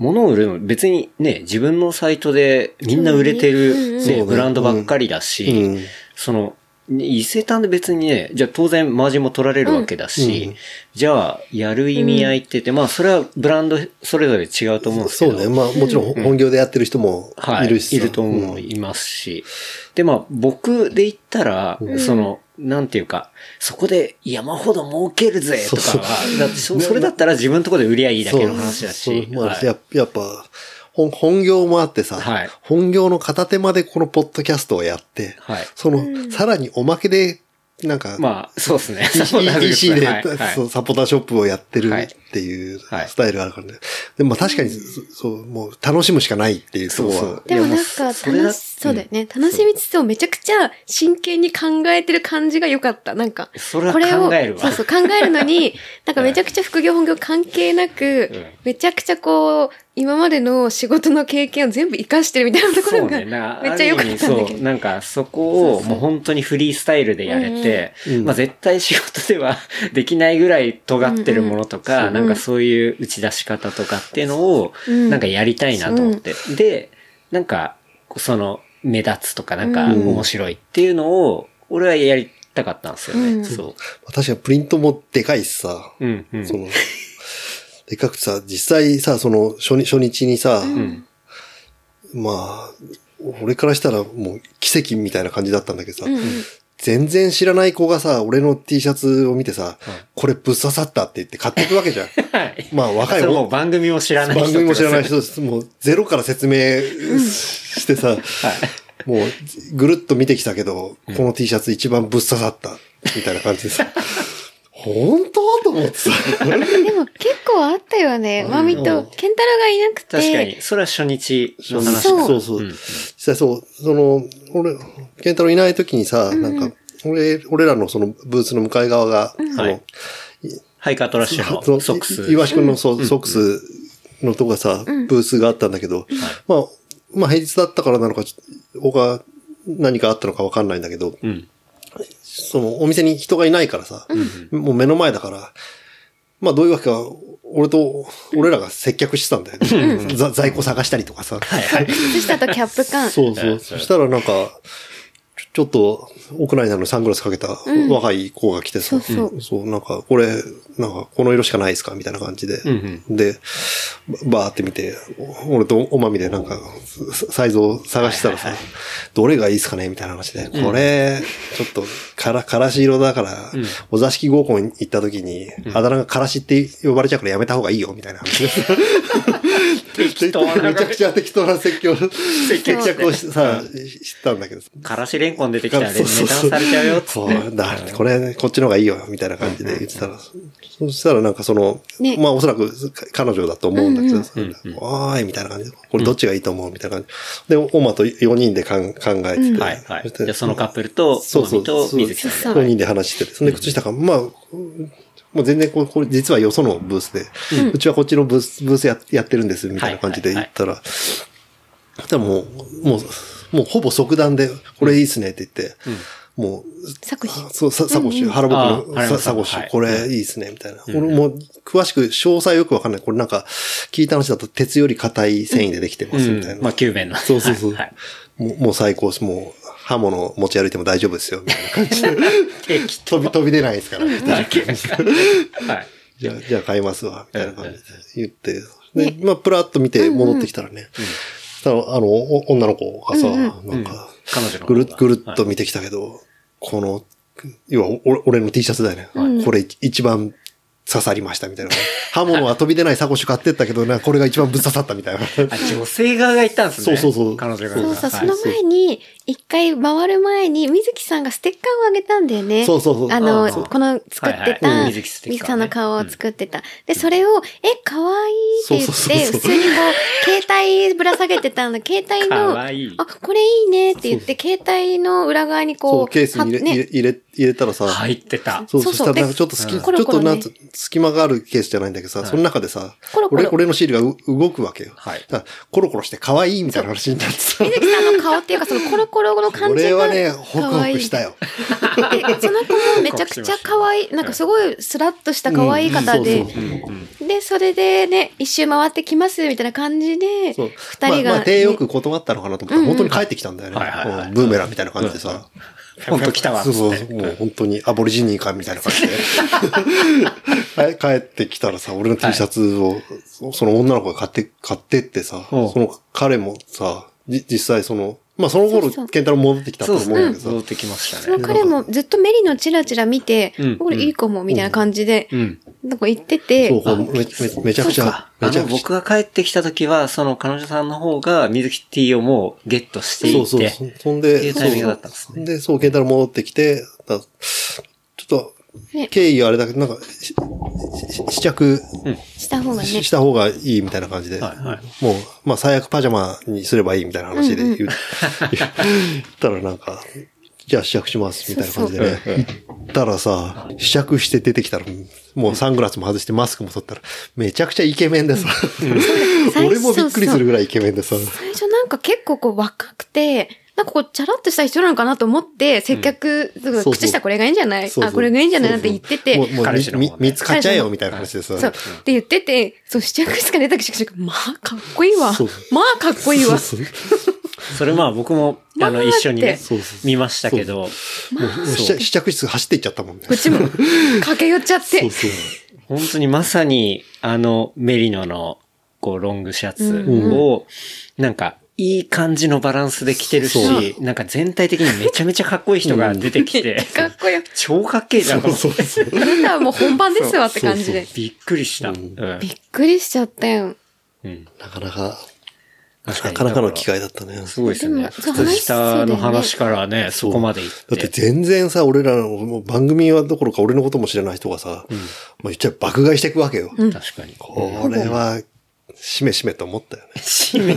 S2: 物を売るの別にね、自分のサイトでみんな売れてる、ね
S3: そうね
S2: ブランドばっかりだし、
S3: うん
S2: その、伊勢丹で別にね、じゃあ当然マージンも取られるわけだ
S3: う
S2: し、
S3: ん
S2: じゃあやる意味合いって言って、まあそれはブランドそれぞれ違うと思うんですけ
S3: そ
S2: ど、
S3: うね。まあもちろん本業でやってる人も
S2: はい。
S3: いるしさ、
S2: と思
S3: うん
S2: いますし。で、まあ、僕で言ったら、その、なんていうか、そこで山ほど儲けるぜとか
S3: そう
S2: は、だってそそれだったら自分のところで売りゃいいだけの話だ
S3: そう
S2: し。
S3: そうまあ
S2: はい
S3: ややっぱ、本本業もあってさ、
S2: はい
S3: 本業の片手までこのポッドキャストをやって、
S2: はい
S3: その、さらにおまけで、なんか、
S2: まあ、そうですね。
S3: EC で、
S2: はいはい
S3: そうサポーターショップをやってる
S2: はい
S3: っていう
S2: はい
S3: スタイルがあるからね。でもまあ確かに、そう、もう楽しむしかないっていうところは。
S2: そうそう
S1: でも
S2: いや
S1: なん
S2: もう
S1: か、楽
S2: それだ
S1: し、そうだよね。楽しみつつもめちゃくちゃ真剣に考えてる感じが良かった。なんか、
S2: それは考えるわ
S1: そうそう、考えるの に、なんかめちゃくちゃ副業本業関係なく、
S2: うん
S1: めちゃくちゃこう、今までの仕事の経験を全部活かしてるみたいなとこ
S2: そ
S1: ろ
S2: う
S1: が、
S2: ね。な
S1: めっちゃ良かったんだけ
S2: ある
S1: ど
S2: 意味そう、なんか、そこをもう本当にフリースタイルでやれて、
S3: うん
S2: まあ絶対仕事では できないぐらい尖ってるものとか、
S3: うん
S2: なんかそういう打ち出し方とかっていうのを、
S1: うん
S2: なんかやりたいなと思って。で、なんか、その、目立つとか、なんか
S3: うん
S2: 面白いっていうのを、俺はやりたかったんですよね。
S1: うん
S2: そ
S3: 確かにプリントもでかいしさ、
S2: う。うん、うん。
S3: そ の、でかくてさ、実際さ、その初日初日にさ、
S2: うん。
S3: まあ、俺からしたらもう奇跡みたいな感じだったんだけどさ、
S1: うんうん
S3: 全然知らない子がさ、俺の T シャツを見てさ、これぶっ刺さったって言って買っていくわけじゃん。
S2: はい。
S3: まあ若い
S2: それも
S3: も
S2: う番組も知らない人
S3: 番組も知らない
S2: 人。
S3: 人です。もうゼロから説明してさ、もうぐるっと見てきたけど、この T シャツ一番ぶっ刺さった、みたいな感じ でさ、本当と思ってさ、
S1: でも結構あったよね。マミと、ケンタロウがいなくて。
S2: 確かに。それは初日の話
S1: そう
S3: そうそう。
S2: うん
S3: 実際そう、その、俺、ケンタロウいない時にさ、なんか、俺、俺らのそのブーツの向かい側が、あ
S2: は
S3: の
S2: い、ハイカートラッシュ
S3: そ
S2: の
S3: う
S2: ソックス。
S3: いわしくんのそうソックスのとこがさ、ブースがあったんだけど、まあ、まあ平日だったからなのか、他何かあったのかわかんないんだけど、
S2: うん。
S3: そのお店に人がいないからさ、もう目の前だから、まあどういうわけか、俺と、俺らが接客してたんだよね。ざ在庫探したりとかさ。
S1: 靴下とキャップ感。
S3: そうそう。そしたらなんか、ちょちょっと、屋内なのにサングラスかけた若い子が来てさ、
S1: そうそう
S3: なんか、これ、なんか、この色しかないですかみたいな感じで。
S2: ん
S3: で、ばバーって見て、お俺とおまみでなんか、さサイズを探してたらさ、どれがいいですかねみたいな話で、これ、ちょっと、から、からし色だから、お座敷合コン行った時に、あだ名がからしって呼ばれちゃうからやめた方がいいよ、みたいな話で。
S2: 適当な
S3: めちゃくちゃ適当な説教、接客をしさ、知ったんだけど。
S2: からしれんこん出てきたらね、
S3: そう
S2: 値
S3: そうそう
S2: 段されちゃうよっつっ
S3: こ
S2: て。
S3: うだ、これ、こっちの方がいいよ、みたいな感じで言ってたら、そしたらなんかその、
S1: ね
S3: まあおそらくか彼女だと思うんだけど、
S2: んうん
S3: おーい、みたいな感じで、これどっちがいいと思うみたいな感じで。で、オマと4人でかん考えてて、
S2: はいはい。
S3: して
S2: じゃあそのカップルと、
S3: そうそう
S2: みと
S3: そう
S2: 水木さんで。
S3: 4人で話してて、そんで靴下が、まあ、もう全然これ、これ実はよそのブースで、うちはこっちのブース、ブースややってるんです、みたいな感じで言ったら、そしたらもう、もう、もうほぼ即断で、これいいっすねって言って、もう、
S1: 作品。
S3: あそう、さ、サコッシュ、原僕
S2: あ原
S3: のさ
S2: 山さん
S3: サコッシ
S2: は
S3: ュ、
S2: い
S3: これいいですね、みたいな。俺もう、詳しく、詳細よくわかんない。これなんか、聞いた話だと鉄より硬い繊維でできてます、みたい
S2: うん
S3: な。
S2: まあ、キューベンの。
S3: そうそうそう。
S2: はいはい
S3: もうもう最高です。もう、刃物持ち歩いても大丈夫ですよ、みたいな感じで。
S2: 適
S3: 飛び、飛び出ないですから、みたいな。
S2: 当。はい。
S3: じゃあ、じゃあ買いますわ、みたいな感じで言って。で、まあ、プラッと見て戻ってきたらね。そしたらあの、お女の子がさ、なんか、
S2: 彼女の方が
S3: ぐる、ぐるっと見てきたけど、この要はお俺の T シャツだよね。
S1: うん
S3: これ一番刺さりましたみたいな。刃物は飛び出ないサコッシュ買ってったけどな、これが一番ぶっ刺さったみたいな。
S2: あ、女性側が行ったんですね。
S3: そうそうそう
S2: 彼女が。
S1: そう
S2: は
S1: さ、
S2: い
S1: その前に、一回回る前に、水木さんがステッカーをあげたんだよね。
S3: そうそうそう。
S1: あ
S2: う
S1: の、
S2: んそう
S1: この作ってた、
S2: はいはいうん
S1: 水木
S2: 水木
S1: さん
S2: ステッカーね
S1: の顔を作ってた。で、それを、え、かわいいって言って、
S3: そうそうそうそう
S1: 普通にこう、携帯ぶら下げてたんだ。携帯
S2: か
S1: の、
S2: わいい。
S1: あ、これいいねって言って、携帯の裏側にこう、
S3: そう、ケースに入れ、
S1: はね
S3: 入れ、入れ、入れたらさ、
S2: 入ってた。
S3: そう、そ
S1: そ
S3: う
S1: そう
S3: したらなん
S1: で
S3: かちょっと隙、ち
S2: うん
S3: ょっ
S1: コロ
S3: と
S1: コロ
S3: な
S1: ね、
S3: 隙間があるケースじゃないんだけどさ、
S2: はい
S3: その中でさ、
S1: コロコロ
S3: 俺、俺のシールがう動くわけよ。
S2: はい
S3: だからコロコロして可愛いみたいな話になってさ、
S1: 水木さんの顔っていうか、そのコロコロの感じ
S3: 俺
S1: が。
S3: はね、ホクホクしたよ。
S1: 可愛い。 で、その子もめちゃくちゃ可愛い、なんかすごいスラッとした可愛い方で、
S3: うんそう
S2: うんうん
S1: で、それでね、一周回ってきます、みたいな感じで、二
S3: そう。
S1: 人が、ね
S3: まあ、まあ、手よく断ったのかなと思った
S1: う
S3: ら、
S1: んうん
S3: 本当に帰ってきたんだよね。
S2: はいはいはい
S3: うんブーメランみたいな感じでさ。
S2: 本当来たわ。
S3: そうそう
S2: つって
S3: もう本当にアボリジニーかみたいな感じ で。はい帰ってきたらさ、俺の T シャツを、そその女の子が買って、買ってってさ、
S2: おう
S3: その彼もさ、じ実際その、まあその
S1: そ
S3: 頃、
S1: うそう
S3: ケンタロウ戻ってきたと
S2: そう
S3: 思
S2: で
S3: うん
S2: す
S3: だけどさ、
S2: ね。戻ってきました
S1: その
S2: ね。
S1: 彼もずっとメリのチラチラ見て、
S2: うん
S1: これいいかも、みたいな感じで、
S2: うん。
S1: なんか言ってて、
S3: そうめめめちゃくち
S1: そう
S3: ゃ
S1: か、
S3: め
S2: あ
S3: ちゃ
S2: の、
S3: くち
S2: 僕が帰ってきた時は、その彼女さんの方が、水木 T をもうゲットしてい
S3: そ
S2: て。
S3: うそうそう。そん
S2: ってい
S3: で、
S2: うタイミングだったんですね
S3: そうそうで、そう、ケンタロウ戻ってきて、だちょっと
S1: ね、
S3: 経緯はあれだけど、なんか、ししし試着
S1: した方がね
S3: し、した方がいいみたいな感じで、
S2: はいはい
S3: もう、まあ最悪パジャマにすればいいみたいな話で
S1: うん
S3: 言う
S1: う
S3: 言ったらなんか、じゃあ試着しますみたいな感じでね。行ったらさ、試着して出てきたら、もうサングラスも外してマスクも取ったら、めちゃくちゃイケメンでさ、
S1: 最初
S3: 俺もびっくりするぐらいイケメンでさ、
S1: 最初なんか結構こう若くて、なんかこうチャラっとした人なのかなと思って、接客、
S3: そうそう
S1: 靴下これがいいんじゃない
S3: そうそう
S1: あ、これがいいんじゃないなんて言ってて、
S3: もう、もう
S2: 彼氏の方
S3: み
S2: ね
S3: み見つかっちゃえよみたいな話でさ、
S1: そう。って言ってて、そう、試着室から出た時、まあ、かっこいいわ
S3: そう。
S1: まあ、かっこいいわ。
S3: そうそう
S2: それまあ僕も、あ
S1: まあ
S2: の、一緒にね
S3: そうそうそう、
S2: 見ましたけど、
S3: もう試試着室走っていっちゃったもんね。
S1: こっちも、駆け寄っちゃって。
S3: そうそう。
S2: 本当にまさに、あの、メリノの、こう、ロングシャツ
S1: うん
S2: を、なんか、いい感じのバランスで着てるし、なんか全体的にめちゃめちゃかっこいい人が出てきて、
S1: かっこよ。
S2: 超かっけえじゃん。と思って
S3: そうそう。
S1: あなたはもう本番ですわって感じで。
S2: びっくりした。うん
S1: びっくりしちゃったよ。
S2: うん
S3: なかなか、
S2: 確
S3: なかなかの機
S2: 会。
S3: 会だったね。
S2: すごいですよ
S1: で
S2: ね
S1: も。そう
S2: 靴下の
S1: 話
S2: 話
S1: し
S2: からね、そこまで行
S3: だ
S2: っ
S3: って
S2: て。
S3: 全然さ、俺らのもう番組はどころか俺のことも知らない人がさ、もう言っちゃえば爆買いしていくわけよ。
S1: うん
S2: 確 かに。
S3: これは、しめしめと思ったよね。
S2: しめ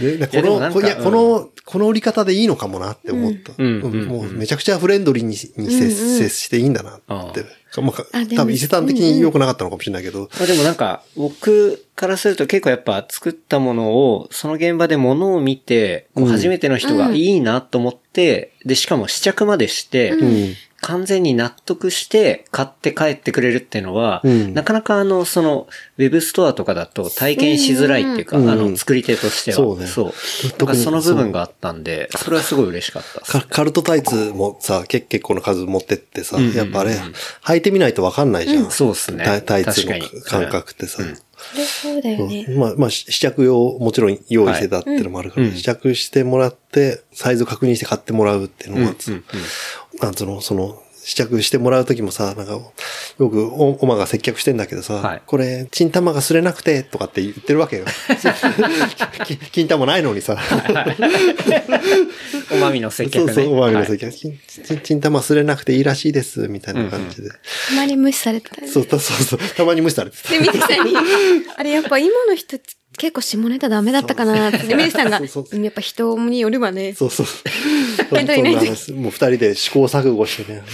S3: でで
S2: いやで
S3: こ
S2: もな
S3: の、
S2: ん
S3: こ
S2: か
S3: いや、この、この売り方でいいのかもなって思った。
S2: うん
S3: うん
S2: うん
S3: もうめちゃくちゃフレンドリーにに接,、接していいんだなって。ま
S1: あ
S3: あ
S1: でも
S3: 多分伊勢丹的に良くなかったのかもしれないけど、
S2: まあでもなんか、僕からすると結構やっぱ作ったものを、その現場でものを見て、こう
S3: うん
S2: 初めての人がいいなと思って、で、しかも試着までして、
S1: うん
S3: うん
S2: 完全に納得して買って帰ってくれるっていうのは、
S3: うん
S2: なかなかあの、その、ウェブストアとかだと体験しづらいっていうか、
S3: うん
S2: あの、作り手としては。
S3: そうね
S2: そう。だ
S3: 特
S2: か
S3: に
S2: らその部分があったんで、それはすごい嬉しかったです。
S3: カカルトタイツもさ、結結構な数持ってってさ、
S2: うんうんうん
S3: やっぱあれ、履いてみないとわかんないじゃん。
S2: そうっすね
S3: タイタイツ
S2: 確かに
S3: の感覚ってさ。
S1: それそうだよね。
S3: まあ、まあ、し試着用、もちろん用意してたっていうのもあるから、
S2: はいうん
S3: 試着してもらって、サイズ確認して買ってもらうっていうのも、つ
S2: うんうん
S3: なんつうの、その、試着してもらうときもさ、なんか、よくお、おまが接客してんだけどさ、
S2: はい
S3: これ、金玉がすれなくて、とかって言ってるわ けよ。き金玉ないのにさ、
S2: おまみの接
S3: そ
S2: 客
S3: う
S2: ね。
S3: そう、おまが接
S2: はい
S3: 客、金金金玉すれなくていいらしいです、みたいな感じで。
S1: あまり無視されてたよね。
S3: そう、たそうそう、たまに無視されてた。
S1: で、水木さんに、 あれやっぱ今の人結構下ネタダメだったかなって。で、水木さんが、
S3: そうそう
S1: うんやっぱ人によるわね。
S3: そう そう。
S1: 本当にね
S3: そんな話もう二人で試行錯誤してね。なんか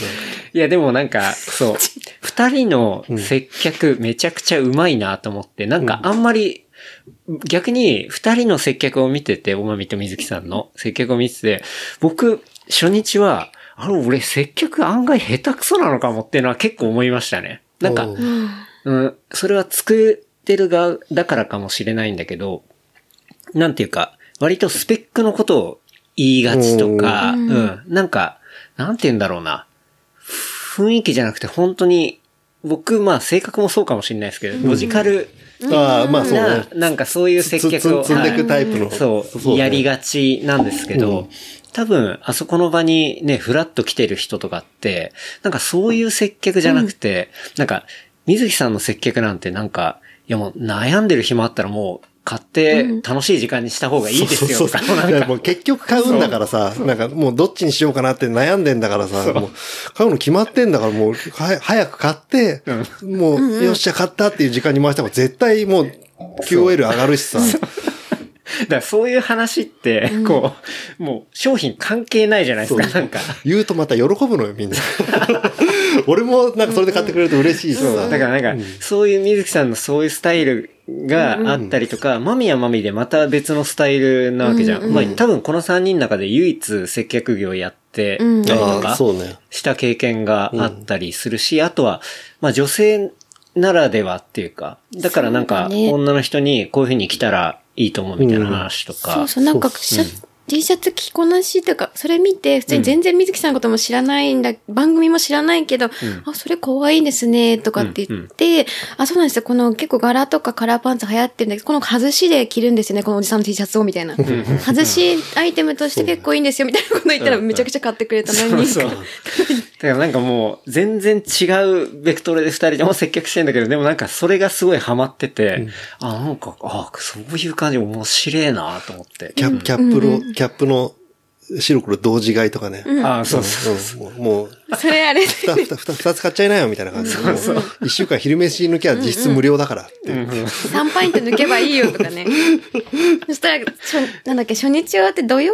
S2: いや、でもなんか、そう、 二人の接客めちゃくちゃうまいなと思って、なんかあんまり、逆に二人の接客を見てて、おまみと水木さんの接客を見てて、僕、初日は、あの、俺接客案外下手くそなのかもっていうのは結構思いましたね。なんか
S3: う、
S1: うん
S2: うん、それは作ってる側だからかもしれないんだけど、なんていうか、割とスペックのことを言いがちとか、
S1: う
S2: うんん、なんか、なんて言うんだろうな。雰囲気じゃなくて本当に僕、まあ、性格もそうかもしれないですけど、ロジカル
S3: ああ、まあそう
S2: な
S3: ね、。
S2: なんかそういう接
S3: つつ
S2: 客を、
S3: 積んでい
S2: はい
S3: くタイプの。
S2: そう、やり
S3: が。
S2: がちなんですけど、
S3: うん
S2: 多分、あそこの場にね、フラッと来てる人とかって、なんかそういう接客じゃなくて、なんか、水木さんの接客なんてなんか、いやもう悩んでる暇あったらもう、買って楽しい時間にした方がいいですよ
S3: そうそ
S2: とか、
S3: うそう。
S2: ないん
S3: や
S2: か
S3: もう結局買うんだからさ、なんかもうどっちにしようかなって悩んでんだからさ、もう買うの決まってんだからもうは早く買って、もうよっしゃ買ったっていう時間に回した方が絶対もう QOL 上がるしさ。
S2: だからそういう話って、こう、もう商品関係ないじゃないですか、なんか。
S3: 言うとまた喜ぶのよ、 みんな。俺もなんかそれで買ってくれると嬉しいしさ。
S2: だからなんか、そういう水木さんのそういうスタイルがあったりとか、マミはマミでまた別のスタイルなわけじゃん。まあ多分この3人の中で唯一接客業やってたりと
S3: ああ、
S2: か
S3: そうね。
S2: した経験があったりするし、あとは、まあ女性ならではっていうか、だからなんか
S1: そうだね
S2: 女の人にこういう風に来たらいいと思うみたいな話と
S1: そ
S2: か
S1: う、そう、なんかシャ、T シャツ着こなしとか、それ見て、普通に全然水木さんのことも知らないんだ、番組も知らないけど、あ、それ可愛いですね、とかって言って、あ、そうなんですよ、この結構柄とかカラーパンツ流行ってるんだけど、この外しで着るんですよね、このおじさんの T シャツを、みたいな。外しアイテムとして結構いいんですよ、みたいなこと言ったらめちゃくちゃ買ってくれた何人
S2: そ
S1: か
S2: うそう。だからなんかもう、全然違うベクトルで二人とも接客してんだけど、でもなんかそれがすごいハマってて、あ、なんか、あ、そういう感じ面白いなと思って。
S3: キャップ、キャップの、キャップの白黒同時買いとかね。
S2: あ、そうそう。
S3: うんもう、
S1: それあれで。
S3: 二つ二つ二つ買っちゃいなよみたいな感じで。もう一週間昼飯抜きは実質無料だからっていう。
S1: 3パイント抜けばいいよと かね。そしたら、初なんだっけ、初日終わって土曜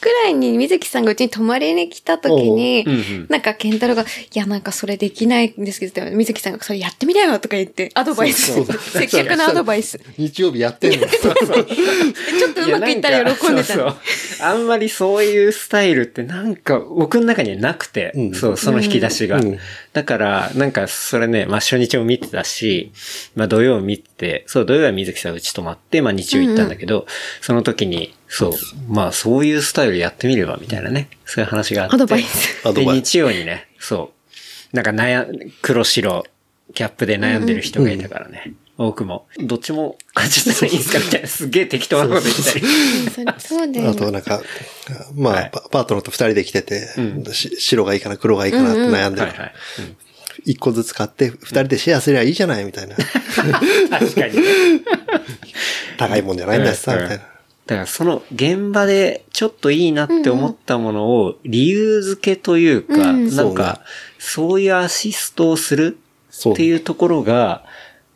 S1: くらいに水木さんがうちに泊まりに来た時に、なんか健太郎が、いやなんかそれできないんですけどって言ったら、水木さんがそれやってみなよとか言って、アドバイス
S3: そうそう。
S1: 接客のアドバイス。ち
S3: 日曜日やってんの。
S1: ょっとうまくいったら喜んでた
S2: いやな
S1: の
S2: か。そうそうあんまりそういうスタイルってなんか僕の中にはなくて、
S3: うん
S2: そう、その引き出しが。
S3: うん
S2: だから、なんかそれね、まあ初日も見てたし、まあ土曜見てて、そう、土曜は水木さんうち泊まって、まあ日曜行ったんだけど、その時に、そう、まあそういうスタイルやってみればみたいなね、そういう話があって。
S1: アドバイス
S3: アド
S2: で、
S3: バイス
S2: 日曜にね、そう、なんか悩ん、黒白、キャップで悩んでる人がいたからね。僕も、どっちも感じたらいいんですかみたいな、すげえ適当なこと言ったり。
S1: うんそそうだよ
S3: あ
S1: ね
S3: と。なんか、まあ、
S2: はい
S3: パパートナーと二人で来てて、し白がいいかな、黒がいいかなって悩んで
S2: は
S3: る
S2: い。はい。
S3: 一個ずつ買って、二人でシェアすりゃいいじゃないみたいな。
S2: 確かにね。
S3: 高いもんじゃないんだしさ、
S2: うん
S3: みたいな。
S2: だからその現場でちょっといいなって思ったものを理由付けというか、
S1: うんうん
S2: なんか、そういうアシストをする
S3: そう
S2: っていうところが、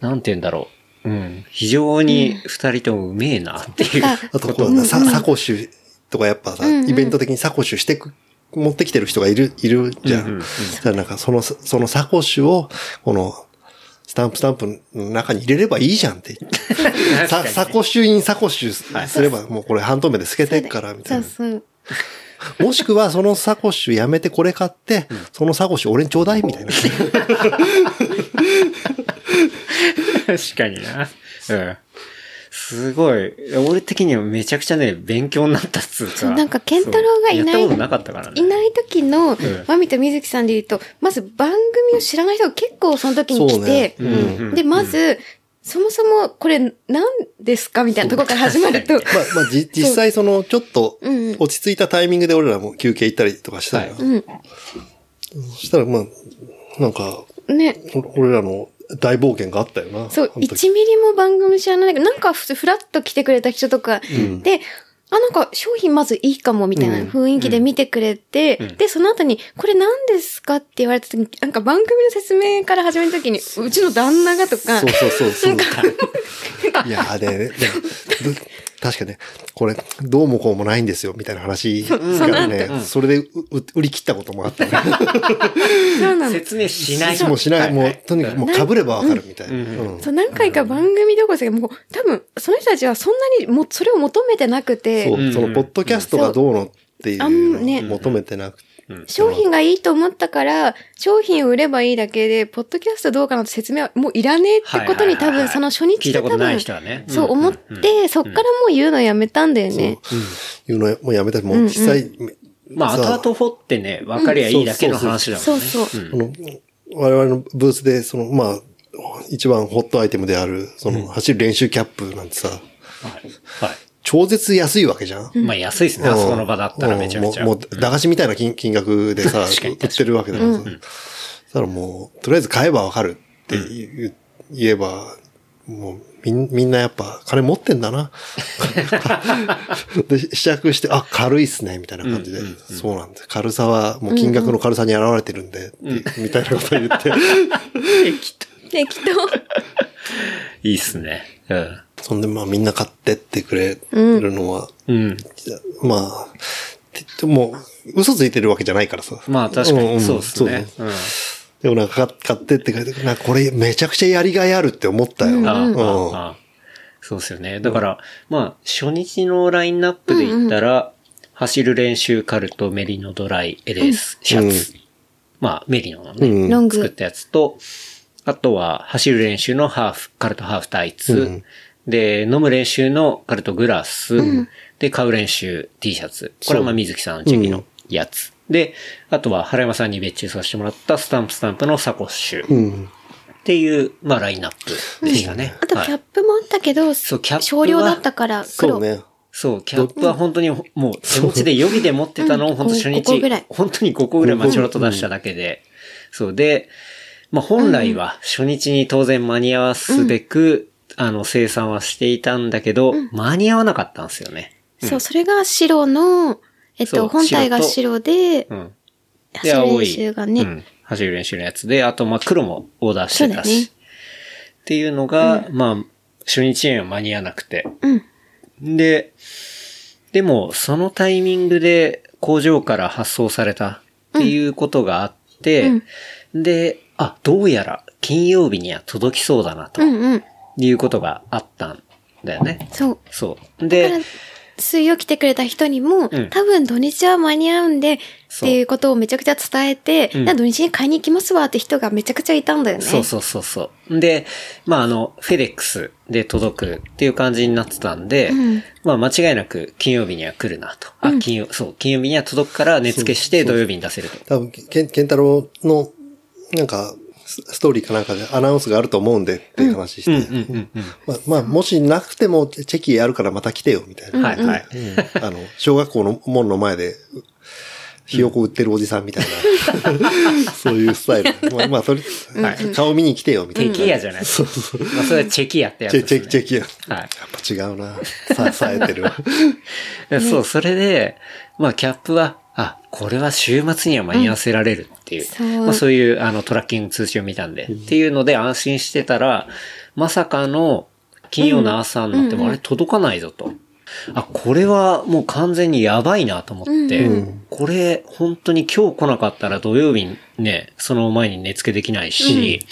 S2: なんて言うんだろう。うん。非常に二人ともうめえなっていう。
S3: あとこう、さ、サコッシュとかやっぱさ、イベント的にサコッシュしてく、持ってきてる人がいる、いるじゃん。だからなんかその、そのサコッシュを、この、スタンプスタンプの中に入れればいいじゃんって。さサコッシュインサコッシュすれば、もうこれ半透明で透けてっから、みた
S1: そ
S3: いうな。
S1: そう。
S3: もしくは、そのサコッシュやめてこれ買って、そのサコッシュ俺にちょうだい、みたい な。
S2: 確かにな。うん。すごい。俺的にはめちゃくちゃね、勉強になったっつう
S1: そ
S2: か。
S1: うなんか健太郎がいない
S2: そうやったことなかったからね。
S1: いない時の
S2: ん、
S1: まみとみずきさんで言うと、まず番組を知らない人が結構その時に
S3: そうね
S1: 来て、
S3: うん
S1: で、まず、そもそもこれ何ですかみたいなところから始まると、
S3: まあ、まあ、じ、実際その、ちょっと
S1: うんうん、
S3: 落ち着いたタイミングで俺らも休憩行ったりとかしたよ。
S2: はい
S1: うん
S3: そしたら、まあ、なんか、
S1: ね、
S3: お俺らの大冒険があったよな。
S1: そう、
S3: あの時
S1: 1ミリも番組知らないけど、なんかふつふらっと来てくれた人とか、で、あ、なんか商品まずいいかもみたいな雰囲気で見てくれて、で、その後に、これ何ですかって言われた時に、なんか番組の説明から始める時に、うちの旦那がとか、
S3: そうそうそうそう。
S1: なんか
S3: いやーね、でも、ど確かね、これ、どうもこうもないんですよ、みたいな話がね、それでうう売り切ったこともあったね。
S1: そうなの。
S2: 説明しない。
S3: もうしない、も
S2: は
S3: う、とにかくもう被ればわかるみたいな。うん
S1: そう、何回か番組どころですけど、もう、多分、その人たちはそんなにもう、それを求めてなく
S3: そ
S1: て、
S3: う、その、ポッドキャストがどうのっていう
S1: あん
S3: の
S1: ね
S3: を求めてなくて。
S1: 商品がいいと思ったから、商品を売ればいいだけで、ポッドキャストどうかなって説明はもういらねえってことに多
S2: はいはいはい
S1: 分、
S2: はい
S1: その初日
S2: 聞い
S1: で
S2: た
S1: 多
S2: ことない
S1: 分、
S2: 人はね。
S1: そう思って、そっからもう言うのやめたんだよね。
S3: いうのもうやめたり、もう実際、
S2: まあ、
S3: さ
S2: 後々掘ってね、分かりゃいいだけの話だも
S1: そ
S2: ん
S1: う
S2: ね。
S1: そう。
S3: あの、我々のブースで、その、まあ、一番ホットアイテムである、その、走る練習キャップなんてさ、
S2: はい。は
S3: 超絶安いわけじゃん
S2: い。まあ安いですね。あそこの場だったらめちゃめちゃ。
S3: うんもう、もう駄菓子みたいな金金額でさ、
S2: 確かに
S3: 売ってるわけだからさ。だからもう、とりあえず買えばわかるって言,、言えば、もう、みん、みんなやっぱ、金持ってんだ な。で、試着して、あ、軽いっすね、みたいな感じで。そうなんです。軽さは、もう金額の軽さに現れてるんで、ってみたいなことを言って、
S1: 適当。
S2: いいっすね。うん。
S3: そんで、まあみんな買ってってくれるのは、
S2: うん。
S3: まあ、ててもう、嘘ついてるわけじゃないからさ。
S2: まあ確
S3: ん
S2: かに
S3: ん
S2: そうですね。
S3: そう
S2: うん。
S3: でもなんかか買ってって書いてなんかこれめちゃくちゃやりがいあるって思ったよ。うん。
S2: ああああそうですよね。だから、まあ、初日のラインナップで言ったら、走る練習カルト、メリノドライ、エレース、シャツ。まあ、メリノのね、
S3: うん
S1: ロン
S2: 作っ
S1: グ。
S2: たやつと、あとは、走る練習のハーフ、カルトハーフタイツ。
S3: うん
S2: で、飲む練習のカルトグラス。で、買う練習 T シャツ。これはまあ、水木さんのチェキのやつ。で、あとは、原山さんに別注させてもらったスタンプスタンプのサコッシュ。
S3: うん。
S2: っていう、まあ、ラインナップでしたね。
S1: あとキ
S2: はい
S1: ャップもあったけど、
S2: そうキャップ
S1: 少
S2: は
S1: 量だったから黒。
S3: そうね。
S2: そう、キャップは本当にもう手持ちで予備で持ってたのを
S1: うん
S2: 本当初
S1: ここ
S2: 日
S1: ぐらい、
S2: 本当に5個ぐらいまあちょろっと出しただけで、そうで、まあ本来は初日に当然間に合わすべく、あの生産はしていたんだけど、間に合わなかったんですよね。
S1: そう、それが白の、えっ
S2: そう
S1: と、本体が白で、
S2: うん。
S1: 走る練習がね、
S2: うん。走る練習のやつで、あとまあ黒もオーダーしてた
S1: そうだね
S2: し、っていうのが、まあ初日には間に合わなくて、
S1: うん。
S2: で、でも、そのタイミングで工場から発送されたっていうことがあって、で、あ、どうやら金曜日には届きそうだなと
S1: うんうん。
S2: いうことがあったんだよね。
S1: そう。
S2: そう。
S1: だから
S2: で、、
S1: 水曜来てくれた人にも、
S2: うん
S1: 多分土日は間に合うんで、っ
S2: そう
S1: ていうことをめちゃくちゃ伝えて、
S2: うん
S1: じゃあ土日に買いに行きますわって人がめちゃくちゃいたんだよね。
S2: そうそうそうそう。で、まあ、あの、フェデックスで届くっていう感じになってたんで、
S1: ん
S2: まあ、間違いなく金曜日には来るなと。あ、金曜、そう、金曜日には届くから熱付けして土曜日に出せると。
S3: 多分、ケンケンタロウの、なんか、スストーリーかなんかでアナウンスがあると思うんでっていう話して、
S2: うんうんうん。
S3: まあ、まあ、もしなくてもチェキやるからまた来てよ、みたいな。
S2: はいはい。
S3: うんあの、小学校の門の前で、ひよこ売ってるおじさんみたい な、そういうスタイル。まあ、まあ、それ、顔見に来てよ、みたい
S2: チェ
S3: な。
S2: キヤじゃないですか。まあ、それはチェキヤってやつ
S3: チェ
S2: です、ね。
S3: チェチェキや。
S2: はい
S3: やっぱ違うな。さ、冴えてる。
S2: でそう、それで、まあ、キャップは、あ、これは週末には間に合わせられるっていう、
S1: うんそう
S2: まあ、そういう、あの、トラッキング通信を見たんで、っていうので安心してたら、まさかの金曜の朝になっても、あれ届かないぞと。あ、これはもう完全にやばいなと思って、これ本当に今日来なかったら土曜日にね、その前に寝付けできないし、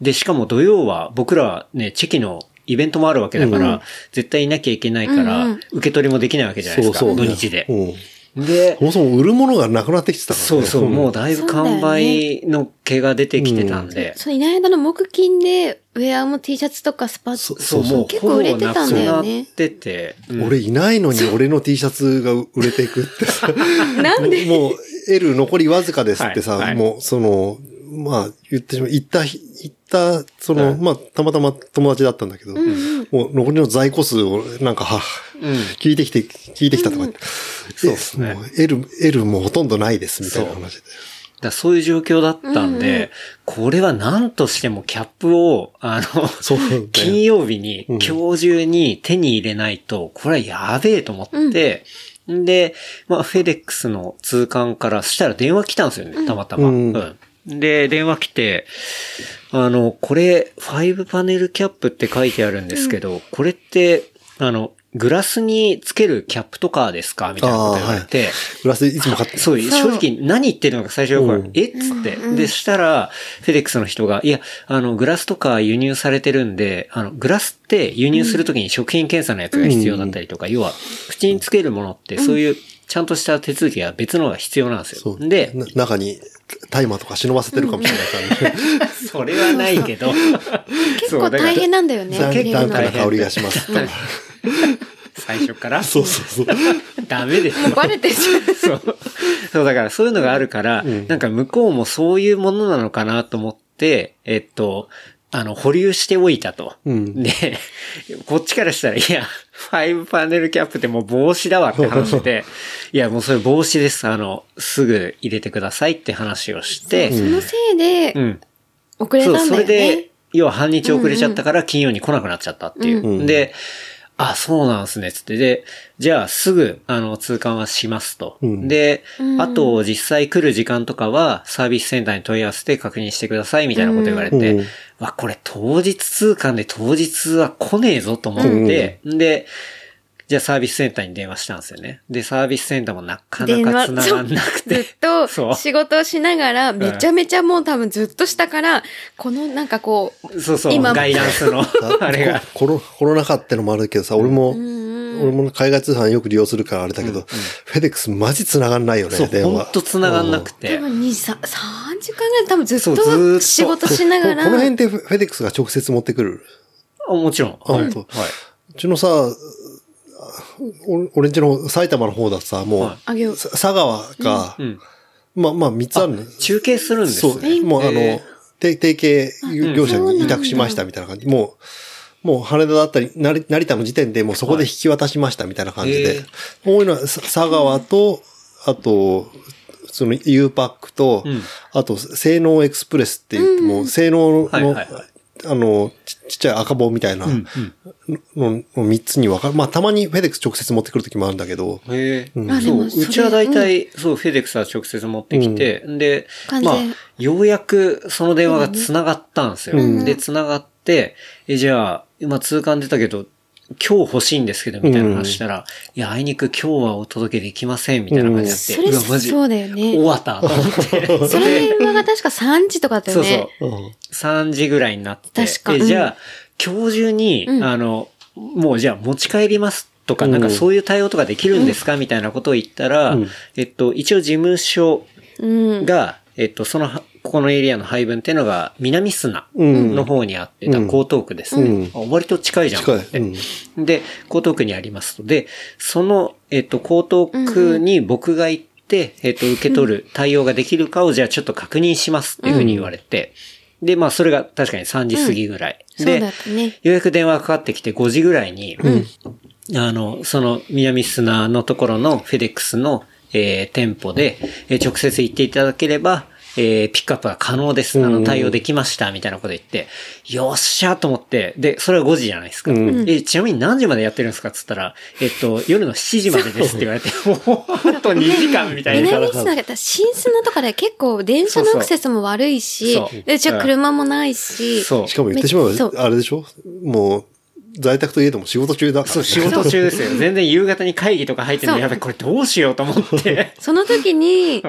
S2: で、しかも土曜は僕らはね、チェキのイベントもあるわけだから、絶対いなきゃいけないから、
S1: うんうん
S2: 受け取りもできないわけじゃないですか、土日で。
S3: うん。
S2: で
S3: そ、もそも売るものがなくなってきてたからね。
S2: そうそう、
S3: ん
S2: もうだいぶ完売の毛が出てきてたんで、
S1: そのいない間の木金で、ウェアも T シャツとかスパッツ
S3: そ
S2: そう、もう
S1: 結構売れてたんだよね
S2: ほぼなくなってて、うん
S3: 俺いないのに俺の T シャツが売れていくってさ。
S1: なんで
S3: もう L 残りわずかですってさ、
S2: はいはい
S3: もうその、まあ言ってしまう、行った日、行った、その、
S2: はい
S3: まあたまたま友達だったんだけど、もう残りの在庫数をなんか、は、聞いてきて、聞いてきたとか言って、そうです
S2: ね
S3: L、L もうほとんどないですみたいな話で。
S2: だからそういう状況だったんで、これは何としてもキャップを、あの、
S3: そうなんだよ
S2: 金曜日に、今日中に手に入れないと、これはやべえと思って、ん、で、まあ、フェデックスの通関から、そしたら電話来たんですよね、たまたま。
S3: うん
S2: うんで、電話来て、あの、これ、ファイブパネルキャップって書いてあるんですけど、これって、あの、グラスにつけるキャップとかですかみたいなこと言われて、
S3: グラスいつも買って、
S2: そう、正直何言ってるのか最初よくわかんないえっつって。で、したら、フェデックスの人が、いや、あの、グラスとか輸入されてるんで、あの、グラスって輸入するときに食品検査のやつが必要だったりとか、要は、口につけるものって、そういう、ちゃんとした手続きが別のが必要なんです
S3: そ
S2: よ。
S3: う。
S2: で、
S3: な中にタイマーとか忍ばせてるかもしれない からね。
S2: それはないけ ど。
S1: 結構大変なんだよね。
S3: ダン
S1: 入れる
S3: ダン
S1: の
S3: クな香りがしますと。
S2: 最初から。
S3: そう そうそう。
S2: ダメで すよ。
S1: バレてる。
S2: そう。そう、だからそういうのがあるから、
S3: うん
S2: なんか向こうもそういうものなのかなと思って、えっと、あの、保留しておいたと。
S3: うん
S2: で、こっちからしたら、いや、ファイブパネルキャップってもう帽子だわって話して、いや、もうそれ帽子です。あの、すぐ入れてくださいって話をして、
S1: そのせいで
S2: う、ん。
S1: 遅れたんだ
S2: それ
S1: よね
S2: で。、要は半日遅れちゃったから金曜に来なくなっちゃったっていう。
S3: うん
S2: で、あ、そうなんですね、つって。で、じゃあすぐ、あの、通関はしますと。
S3: うん
S2: で
S1: う、ん
S2: あと、実際来る時間とかは、サービスセンターに問い合わせて確認してください、みたいなこと言われて、
S3: うん
S2: わ、これ当日通関で当日は来ねえぞと思って、で、じゃあサービスセンターに電話したんですよね。で、サービスセンターもなかな
S1: 電
S2: か
S1: 話
S2: 繋がんな
S1: ず
S2: く。
S1: って
S2: そう
S1: と仕事をしながら、めちゃめちゃもう多分ずっとしたから、このなんかこう、
S2: そうそう、
S1: 今も
S2: ガイダ ンスの、あれが。
S3: コロ、コロナ禍ってのもあるけどさ、俺も、俺も海外通販よく利用するからあれだけど、フェデックスマジ繋がんないよね、
S2: そう、
S3: 電
S2: ほ
S3: 話
S2: ん。と繋がんなくて。
S1: 多分2、3、3時間ぐらい多分ずっ
S2: そうずーっと
S1: と仕事しながら、
S3: この辺でフェデックスが直接持ってくる。
S2: あもちろん。
S3: あ
S2: はい。
S3: 本当
S2: はいう
S3: ちのさ、お俺んちの埼玉の方だとさ、もう、
S2: は
S1: あげよう。
S3: さ佐川か、
S2: うん。
S3: まあまあ3つあるのよ。
S2: 中継するんです
S3: そう、
S2: ね。
S3: もうあの、
S2: え
S3: て提携業者に委託しましたみたいな感じ。もう、もう羽田だったり、成成田の時点でもうそこで引き渡しましたみたいな感じ
S2: はい
S3: で。
S2: え
S3: 多いのはさ佐川と、あと、その U パックと、
S2: うん
S3: あと、性能エクスプレスって言っても、性能の、
S2: はいはいはい
S3: あの、ちちっちゃい赤棒みたいな
S2: うん
S3: の、の3つに分かる。まあ、たまにフェデックス直接持ってくる時もあるんだけど、
S2: へえ
S3: ん
S1: あで
S2: そう、
S1: も
S2: う
S1: それ
S2: ちは大体、そう、フェデックスは直接持ってきて、で、
S1: 完全
S2: まあ、ようやくその電話が繋がったんですよ。で、繋がって、え、じゃあ、今通関出たけど、今日欲しいんですけど、みたいな話したら、いや、あいにく今日はお届けできません、みたいな感じ
S1: そ
S2: に
S1: れ、
S2: なって、うわ、マジ、
S1: そうだよ
S2: 終
S1: ね。
S2: わった、と思って。
S1: その電話が確か3時とかだった
S2: そ
S1: よ
S2: うそう
S1: ね。。
S3: うん
S2: 3時ぐらいになって。
S1: 確か
S2: で
S1: うん
S2: じゃあ、今日中に、
S1: うん
S2: あの、もうじゃあ持ち帰りますとか、
S3: うん
S2: なんかそういう対応とかできるんですか、みたいなことを言ったら、
S3: うん
S2: えっと、一応事務所
S1: うん。
S2: が、えっと、その、ここのエリアの配分っていうのが、南砂
S3: うん
S2: の方にあって、
S3: うん
S2: だから江東区ですね、
S3: うん
S2: あ割と近いじゃん。
S3: 近い。うん
S2: で、江東区にありますので、その、えっと、江東区に僕が行って、えっと、受け取る対応ができるかを、じゃあちょっと確認しますっていうふうに言われて、で、まあ、それが確かに3時過ぎぐらい。
S1: そう
S2: で、
S1: だったね。
S2: ようやく電話がかかってきて5時ぐらいに、あの、その南砂のところのフェデックスの、えー店舗で、えー直接行っていただければ、えーピックアップが可能です。あの、対応できました、みたいなこと言って、よっしゃと思って、で、それは5時じゃないですか。え、ちなみに何時までやってるんですかっつったら、えっと、夜の7時までですって言われて、 もう、あと2時間みたいな。
S1: 南砂だったら新砂とかで結構電車のアクセスも悪いし
S2: そうそう、
S1: で、じゃあ車もないし、
S2: そう。
S3: しかも言ってしまえ
S1: めっちゃそ
S3: ば
S1: う、
S3: あれでしょもう、在宅といえども仕事中だからね、
S2: そう、仕事中ですよ。全然夕方に会議とか入ってるのやべ、これどうしようと思って。
S1: その時に、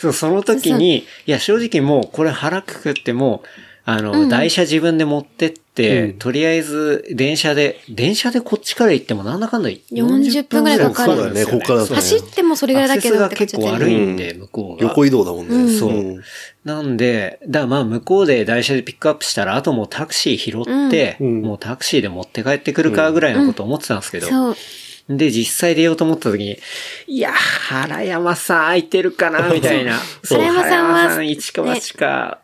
S2: そう、その時に、いや、正直もう、これ腹くくってもう、あの、
S1: うん
S2: 台車自分で持ってって、
S3: うん
S2: とりあえず、電車で、電車でこっちから行ってもなんだかんだ
S1: 40分ぐらいかかる
S2: そうなんですよ
S3: そうだよねこっからだとね
S1: 走ってもそれぐらいだけど
S2: ア
S1: っ
S2: ク
S1: て
S2: セ
S1: 感
S2: ス
S1: じ
S2: が
S1: だった
S2: 結構悪
S1: ね
S2: いんで、向こうが。
S3: 横移動だもんね。
S1: うん
S2: そうんなんで、だからまあ向こうで台車でピックアップしたら、あともうタクシー拾って、
S3: うんうん
S2: もうタクシーで持って帰ってくるかぐらいのこと思ってたんですけど、
S1: そう。
S2: で、実際出ようと思った時に、いや、原山さん空いてるかなみたいな。
S1: そう原山さんは
S2: 原山さん一か八か、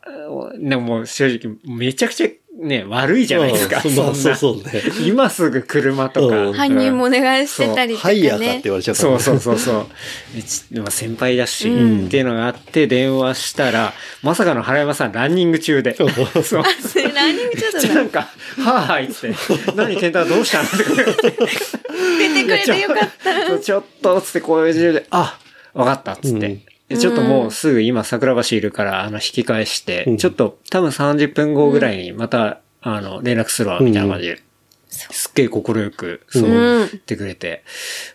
S2: ね、もう正直、めちゃくちゃね、悪いじゃないですか。
S3: うん
S2: そん
S3: ま
S2: な
S3: あそうそうね。
S2: 今すぐ車とか。
S3: うん
S1: 搬入もお願いしてたりとか
S3: ハイヤーかって
S1: ね。
S3: 言われちゃった
S2: そ
S3: か
S2: う
S3: ら。
S2: そうそうそう。でちまあ先輩だし、っていうのがあって電話したら、まさかの原山さんランニング中で。そう。
S1: それランニングちょっと
S2: じゃあなんか、はぁはいっつって、何健太どうしたのって言われて
S1: 出てくれてよかった。
S2: ちょっと、つって、こういうで、あ、わかった、つって。でちょっともうすぐ今桜橋いるから、あの、引き返して、
S3: うん
S2: ちょっと多分30分後ぐらいにまた、あの、連絡するわ、みたいな感じで。すっげえ心よく、そう、
S3: うん
S2: 言ってくれて、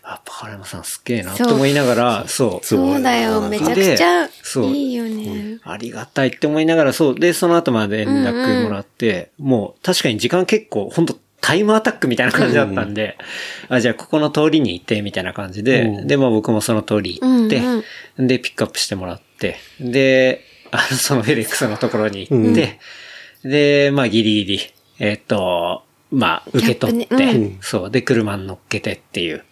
S2: あ、原山さんすっげえな、と思いながら、そう。
S3: すごい
S1: そうだよ、めちゃくちゃいいよね。
S2: ありがたいって思いながら、そう。で、その後まで連絡もらって、もう確かに時間結構、本当タイムアタックみたいな感じだったんで、あ、じゃあここの通りに行って、みたいな感じで、
S3: うん
S2: で、まあ僕もその通り行って、
S1: うん
S2: で、ピックアップしてもらって、で、あの、そのフェデックスのところに行って、で、まあギリギリ、えっと、まあ、受け取っ
S1: キャッ
S2: て、
S1: プ
S2: そう。で、車に乗っけてっていう。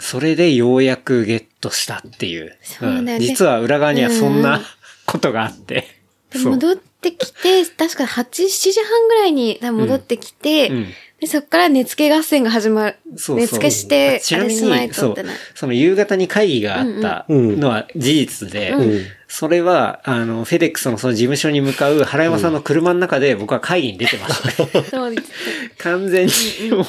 S2: それでようやくゲットしたっていう。
S1: そうだよね
S2: ん実は裏側にはそん
S1: う
S2: なんことがあって。
S1: で
S2: そう
S1: 戻ってきて、確か8、7時半ぐらいに多分戻ってきて、
S2: うん
S1: でそこから寝付け合戦が始まる。
S2: そうそう
S1: 寝付けして、
S2: ち
S1: あ
S2: な
S1: れ
S2: み
S1: しない
S2: に、そ
S1: と
S2: う
S1: ってない。、
S2: その夕方に会議があったのは事実で、それは、あの、フェデックスのその事務所に向かう原山さんの車の中で僕は会議に出てましたね。
S1: そうです。
S2: 完全にもう、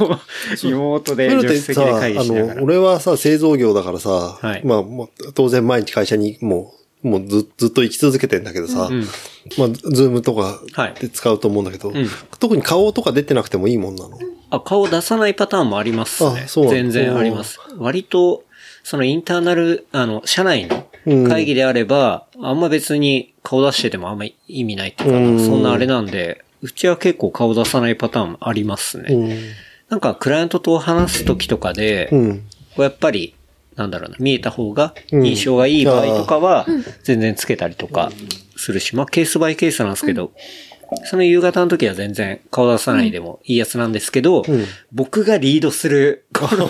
S2: リモートで
S3: それ
S2: 助
S3: って
S2: 手
S3: さ、
S2: 席で
S3: あ
S2: 会議しなが
S3: の、
S2: ら。
S3: 俺はさ、製造業だからさ、
S2: はい
S3: まあ、もう当然毎日会社にもう、もうずずっと生き続けてんだけどさ、
S2: ん
S3: まあ、ズームとか
S2: はい
S3: で使うと思うんだけど、
S2: ん
S3: 特に顔とか出てなくてもいいもんなの。
S2: あ、顔出さないパターンもありますね
S3: あ。そう
S2: 全然あります。割と、そのインターナル、あの、社内の
S3: うん
S2: 会議であれば、あんま別に顔出しててもあんま意味ないっていうか、
S3: うん
S2: そんなあれなんで、うちは結構顔出さないパターンありますね。
S3: うん。
S2: なんか、クライアントと話すときとかで、
S3: うん。
S2: こうやっぱり、なんだろうな、見えた方が印象がいい場合とかは、全然つけたりとかするし、まあケースバイケースなんですけど、その夕方の時は全然顔出さないでもいいやつなんですけど、僕がリードす る、この、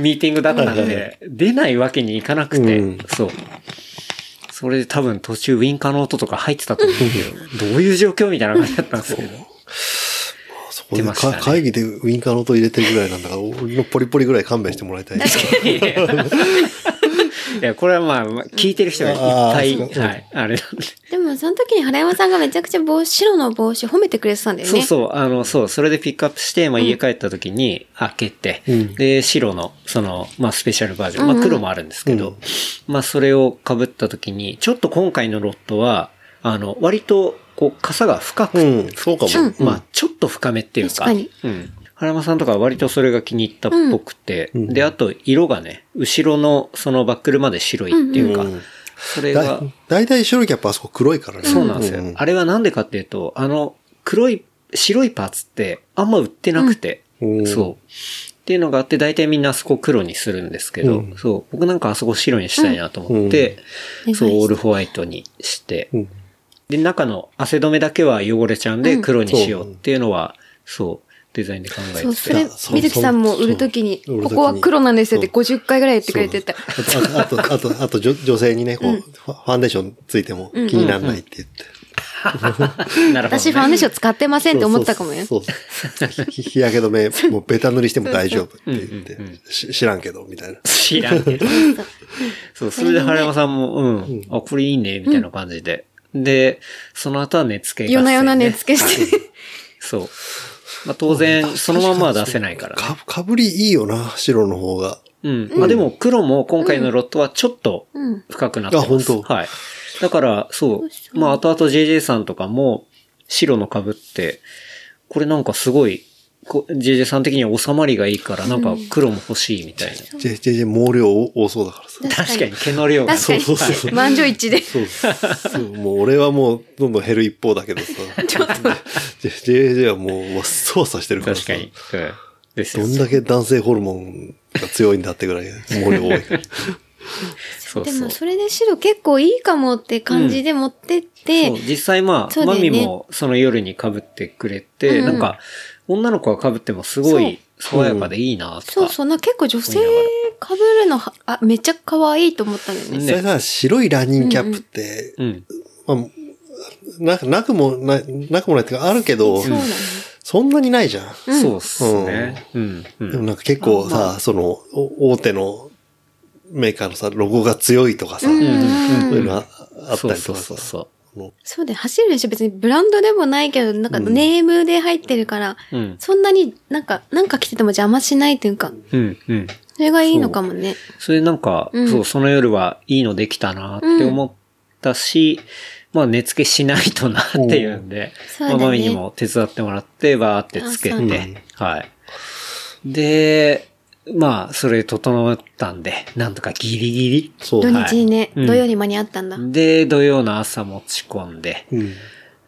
S2: ミーティングだったんで、出ないわけにいかなく
S3: うん
S2: て、そう。それで多分途中ウィンカーの音とか入ってたと思うんですけ ど、どういう状況みたいな感じだったんですけど。
S3: そこで
S2: 出ました
S3: か
S2: ね
S3: 会議でウィンカーの音入れてるぐらいなんだから、俺のポリポリぐらい勘弁してもらいたい。
S2: いや いや、これはまあ、まあ聞いてる人がいっぱい、
S3: あーそう
S2: はい、あれなんで。
S1: でもその時に原山さんがめちゃくちゃ帽子、白の帽子褒めてくれてたんだよね。
S2: そうそう、あの、そう、それでピックアップして、まあ家帰った時に開けて、
S3: うん
S2: で、白の、その、まあスペシャルバージョン、まあ
S1: うんうん
S2: 黒もあるんですけど、まあそれを被った時に、ちょっと今回のロットは、あの、割と、こう、傘が深く
S3: う
S2: て、
S3: ん、そうかも。
S1: う
S2: まあ、ちょっと深めっていうか。
S1: 確かに
S2: うん。原間さんとかは割とそれが気に入ったっぽくて、
S3: うん
S2: で、あと、色がね、後ろのそのバックルまで白いっていうか、
S3: うん
S2: それが
S3: だ、だいたい白いキャップあそこ黒いからね。
S2: そうなんですよ。
S3: うん
S2: あれはなんでかっていうと、あの、黒い、白いパーツってあんま売ってなくて、
S3: うん
S2: そう。っていうのがあって、大体みんなあそこ黒にするんですけ
S3: う
S2: ど、
S3: ん
S2: そう。僕なんかあそこ白にしたいなと思って、
S1: うん
S2: そう
S1: お願いし、ます
S2: オールホワイトにして、
S3: うん
S2: で、中の汗止めだけは汚れちゃうんで、
S1: うん
S2: 黒にしようっていうのは、そう、デザインで考えてて。
S1: そう、それ
S3: あ、そう
S1: 水木さんも売るときに、
S3: そう売る
S1: こ
S3: 時に
S1: こは黒なんですよって50回ぐらい言ってくれてた。
S3: あと、あと、あと、あと女女性にね、こう、ファファンデーションついても気にならないって言って。
S2: なるほど、ね。
S1: 私ファンデーション使ってませんって思ったかもよ。
S3: そうそうそうひ日焼け止め、もうベタ塗りしても大丈夫って言って、し知らんけど、みたいな。
S2: 知らんけど。そう、それで原山さんも、うん、あ、これいいね、みたいな感じで。で、その後は寝付け合戦
S1: 夜な夜な寝
S2: け。
S1: 付けして。
S2: そう。まあ当然、そのまんまは出せないからね。
S3: かかぶりいいよな、白の方が。
S2: うん。まあでも、黒も今回のロットはちょっと
S1: うん。
S2: 深くなってます。
S3: あ本当
S2: はい。だから、そう。まあ、後々 JJ さんとかも、白の被って、これなんかすごい、こ JJ さん的には収まりがいいから、なんか黒も欲しいみたいな。
S3: JJ 毛量多多そうだからさ。
S2: 確かに毛の量が。
S1: 確かに
S3: そうそうそ。う
S1: 満場一致で。
S3: そうそうもう俺はもうどんどん減る一方だけ どさ。JJ はもうわっそわさしてるから
S2: 確
S3: さ。
S2: かに。うん。です
S3: ど
S2: よ
S3: んだけ男性ホルモンが強いんだってぐらい毛 量多いから。
S2: そう
S1: で
S2: そ
S1: も
S2: う。
S1: それで白結構いいかもって感じで持ってって、
S2: そう実際まあ、
S1: そうだ
S2: マ
S1: よね
S2: ミもその夜に被ってくれて、
S1: うん
S2: なんか、女の子が被ってもすごい爽やかでいいなとか。
S1: そうそう、な結構女性被るのは、あ、めっちゃ可愛いと思ったんだよね。
S3: それさ、白いランニングキャップって、
S2: うん。
S3: まあ、ななくもない、なくもないっていうかあるけど、
S1: そうなの、ね。
S3: そんなにないじゃん。
S2: そうっすね。うん。うん
S3: でもなんか結構さ、その、お大手のメーカーのさ、ロゴが強いとかさ、
S1: うん
S3: そう
S1: うん
S3: いう
S1: うん。
S3: のああった
S2: そう
S3: り
S2: そ
S3: と
S2: う
S3: か
S2: そう
S3: さ。
S2: そ
S1: そうで、走る練習別にブランドでもないけど、なんかネームで入ってるから、
S2: う。うん。
S1: そんなになんか、なんか着てても邪魔しないというか、
S2: うん。うん。
S1: それがいいのかもね。
S2: それでなんか、
S1: うん
S2: そう、その夜はいいのできたなって思ったし、まあ、寝付けしないとなっていうんで、
S1: そうだ
S2: まあ、
S1: ね
S2: マミにも手伝ってもらって、バーってつけ
S1: あ
S2: て、
S1: そう
S3: ね
S2: はい。で、まあ、それ整ったんで、なんとかギリギリ。
S3: そう。
S1: 土
S3: う
S1: 日にね、
S2: はい
S1: 土曜に間に合ったんだ。
S2: で、土曜の朝持ち込んで、
S3: ん。